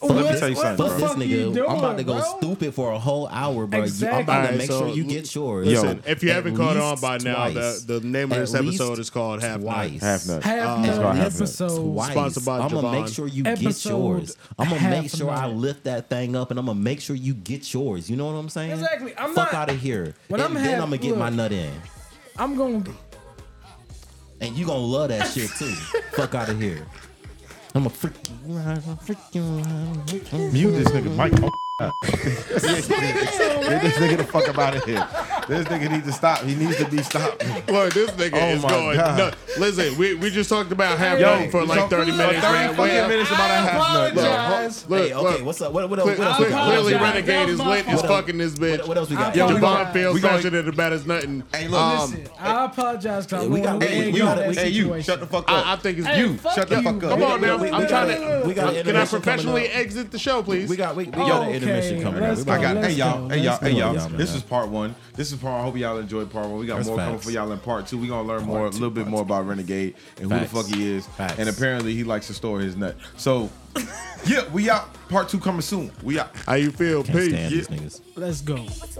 [SPEAKER 2] Let me What- tell you
[SPEAKER 3] Fuck
[SPEAKER 2] something, bro.
[SPEAKER 3] this
[SPEAKER 2] what the fuck you
[SPEAKER 3] nigga.
[SPEAKER 2] doing,
[SPEAKER 3] I'm about to go
[SPEAKER 2] bro?
[SPEAKER 3] stupid for a whole hour, bro. You- I'm about to
[SPEAKER 4] Alright,
[SPEAKER 3] make
[SPEAKER 4] so
[SPEAKER 3] sure you
[SPEAKER 4] l-
[SPEAKER 3] get yours.
[SPEAKER 4] Listen, if you
[SPEAKER 3] At
[SPEAKER 4] haven't caught on
[SPEAKER 3] least
[SPEAKER 4] by now, the,
[SPEAKER 3] twice.
[SPEAKER 4] the name of
[SPEAKER 3] At
[SPEAKER 4] this
[SPEAKER 3] least
[SPEAKER 4] episode is called Half
[SPEAKER 3] twice.
[SPEAKER 4] Night.
[SPEAKER 1] Half nut.
[SPEAKER 2] Half
[SPEAKER 1] It's
[SPEAKER 2] nut
[SPEAKER 1] called half nut.
[SPEAKER 2] episode.
[SPEAKER 3] Twice.
[SPEAKER 4] Sponsored by
[SPEAKER 3] I'm gonna
[SPEAKER 4] Javon.
[SPEAKER 3] make sure you get
[SPEAKER 2] Episode
[SPEAKER 3] yours. I'm gonna
[SPEAKER 2] half
[SPEAKER 3] make sure I
[SPEAKER 2] nut.
[SPEAKER 3] lift that thing up, and I'm gonna make sure you get yours. You know what I'm saying?
[SPEAKER 2] Exactly. I'm
[SPEAKER 3] Fuck
[SPEAKER 2] not-
[SPEAKER 3] out of here,
[SPEAKER 2] When
[SPEAKER 3] and
[SPEAKER 2] I'm
[SPEAKER 3] then
[SPEAKER 2] half-
[SPEAKER 3] I'm gonna get my
[SPEAKER 2] look.
[SPEAKER 3] nut in,
[SPEAKER 2] I'm going.
[SPEAKER 3] and you gonna love that shit too. Fuck out of here. I'm a freaking.
[SPEAKER 1] Mute this nigga, Mike. Oh, Get this get this nigga the fuck up out of here. This nigga needs to stop. He needs to be stopped.
[SPEAKER 4] Look, this nigga
[SPEAKER 1] Oh
[SPEAKER 4] is
[SPEAKER 1] my
[SPEAKER 4] going.
[SPEAKER 1] God.
[SPEAKER 4] No, listen, we, we just talked about half
[SPEAKER 1] Yo,
[SPEAKER 4] Night for
[SPEAKER 1] we
[SPEAKER 4] like
[SPEAKER 1] talked-
[SPEAKER 4] 30 minutes,
[SPEAKER 1] 30
[SPEAKER 4] man.
[SPEAKER 1] fucking minutes about a half nut. Look,
[SPEAKER 4] Look,
[SPEAKER 3] hey, okay,
[SPEAKER 4] look.
[SPEAKER 3] what's up? What, what,
[SPEAKER 4] Cle-
[SPEAKER 3] what, else?
[SPEAKER 4] cle-
[SPEAKER 3] we got?
[SPEAKER 4] clearly,
[SPEAKER 3] What else?
[SPEAKER 4] Renegade is lit. Is
[SPEAKER 3] What else?
[SPEAKER 4] fucking this bitch.
[SPEAKER 3] What else we got?
[SPEAKER 4] Yo,
[SPEAKER 3] We got-
[SPEAKER 4] Javon feels
[SPEAKER 3] we got-
[SPEAKER 4] fashion the baddest nothing.
[SPEAKER 1] Hey,
[SPEAKER 2] Listen, I apologize. 'cause I'm
[SPEAKER 3] we
[SPEAKER 2] going
[SPEAKER 3] got-
[SPEAKER 2] to
[SPEAKER 3] hey,
[SPEAKER 2] end
[SPEAKER 3] you-
[SPEAKER 2] y'all that
[SPEAKER 3] hey,
[SPEAKER 1] you,
[SPEAKER 2] situation.
[SPEAKER 1] shut the fuck up.
[SPEAKER 4] I, I think it's
[SPEAKER 2] Hey,
[SPEAKER 4] you.
[SPEAKER 2] fuck
[SPEAKER 1] Shut the
[SPEAKER 2] you.
[SPEAKER 1] fuck up.
[SPEAKER 4] Come on
[SPEAKER 3] We
[SPEAKER 4] now.
[SPEAKER 3] got- we-
[SPEAKER 4] I'm
[SPEAKER 3] we
[SPEAKER 4] trying
[SPEAKER 3] got a-
[SPEAKER 4] to.
[SPEAKER 3] we got an
[SPEAKER 4] Can I
[SPEAKER 3] intermission coming
[SPEAKER 4] professionally
[SPEAKER 3] up.
[SPEAKER 4] exit the show, please?
[SPEAKER 3] We got we, we got an
[SPEAKER 2] Okay,
[SPEAKER 3] intermission coming up.
[SPEAKER 2] let's
[SPEAKER 3] We
[SPEAKER 2] go,
[SPEAKER 3] about
[SPEAKER 1] I got,
[SPEAKER 3] to-
[SPEAKER 1] hey
[SPEAKER 2] let's
[SPEAKER 1] y'all,
[SPEAKER 2] go,
[SPEAKER 1] hey y'all,
[SPEAKER 2] let's
[SPEAKER 1] hey
[SPEAKER 2] go,
[SPEAKER 1] y'all.
[SPEAKER 3] y'all, man.
[SPEAKER 1] This is part one. This is part. I hope y'all enjoyed part one. We got
[SPEAKER 3] That's
[SPEAKER 1] more coming
[SPEAKER 3] facts.
[SPEAKER 1] for y'all in part two. We gonna learn more, a little bit more about Renegade and
[SPEAKER 3] Facts.
[SPEAKER 1] who the fuck he is.
[SPEAKER 3] Facts.
[SPEAKER 1] And apparently he likes to store his nut. So, yeah, we out. Part two coming soon. We out.
[SPEAKER 4] How you feel?
[SPEAKER 3] Can't
[SPEAKER 4] Peace.
[SPEAKER 3] stand these niggas.
[SPEAKER 2] Let's go.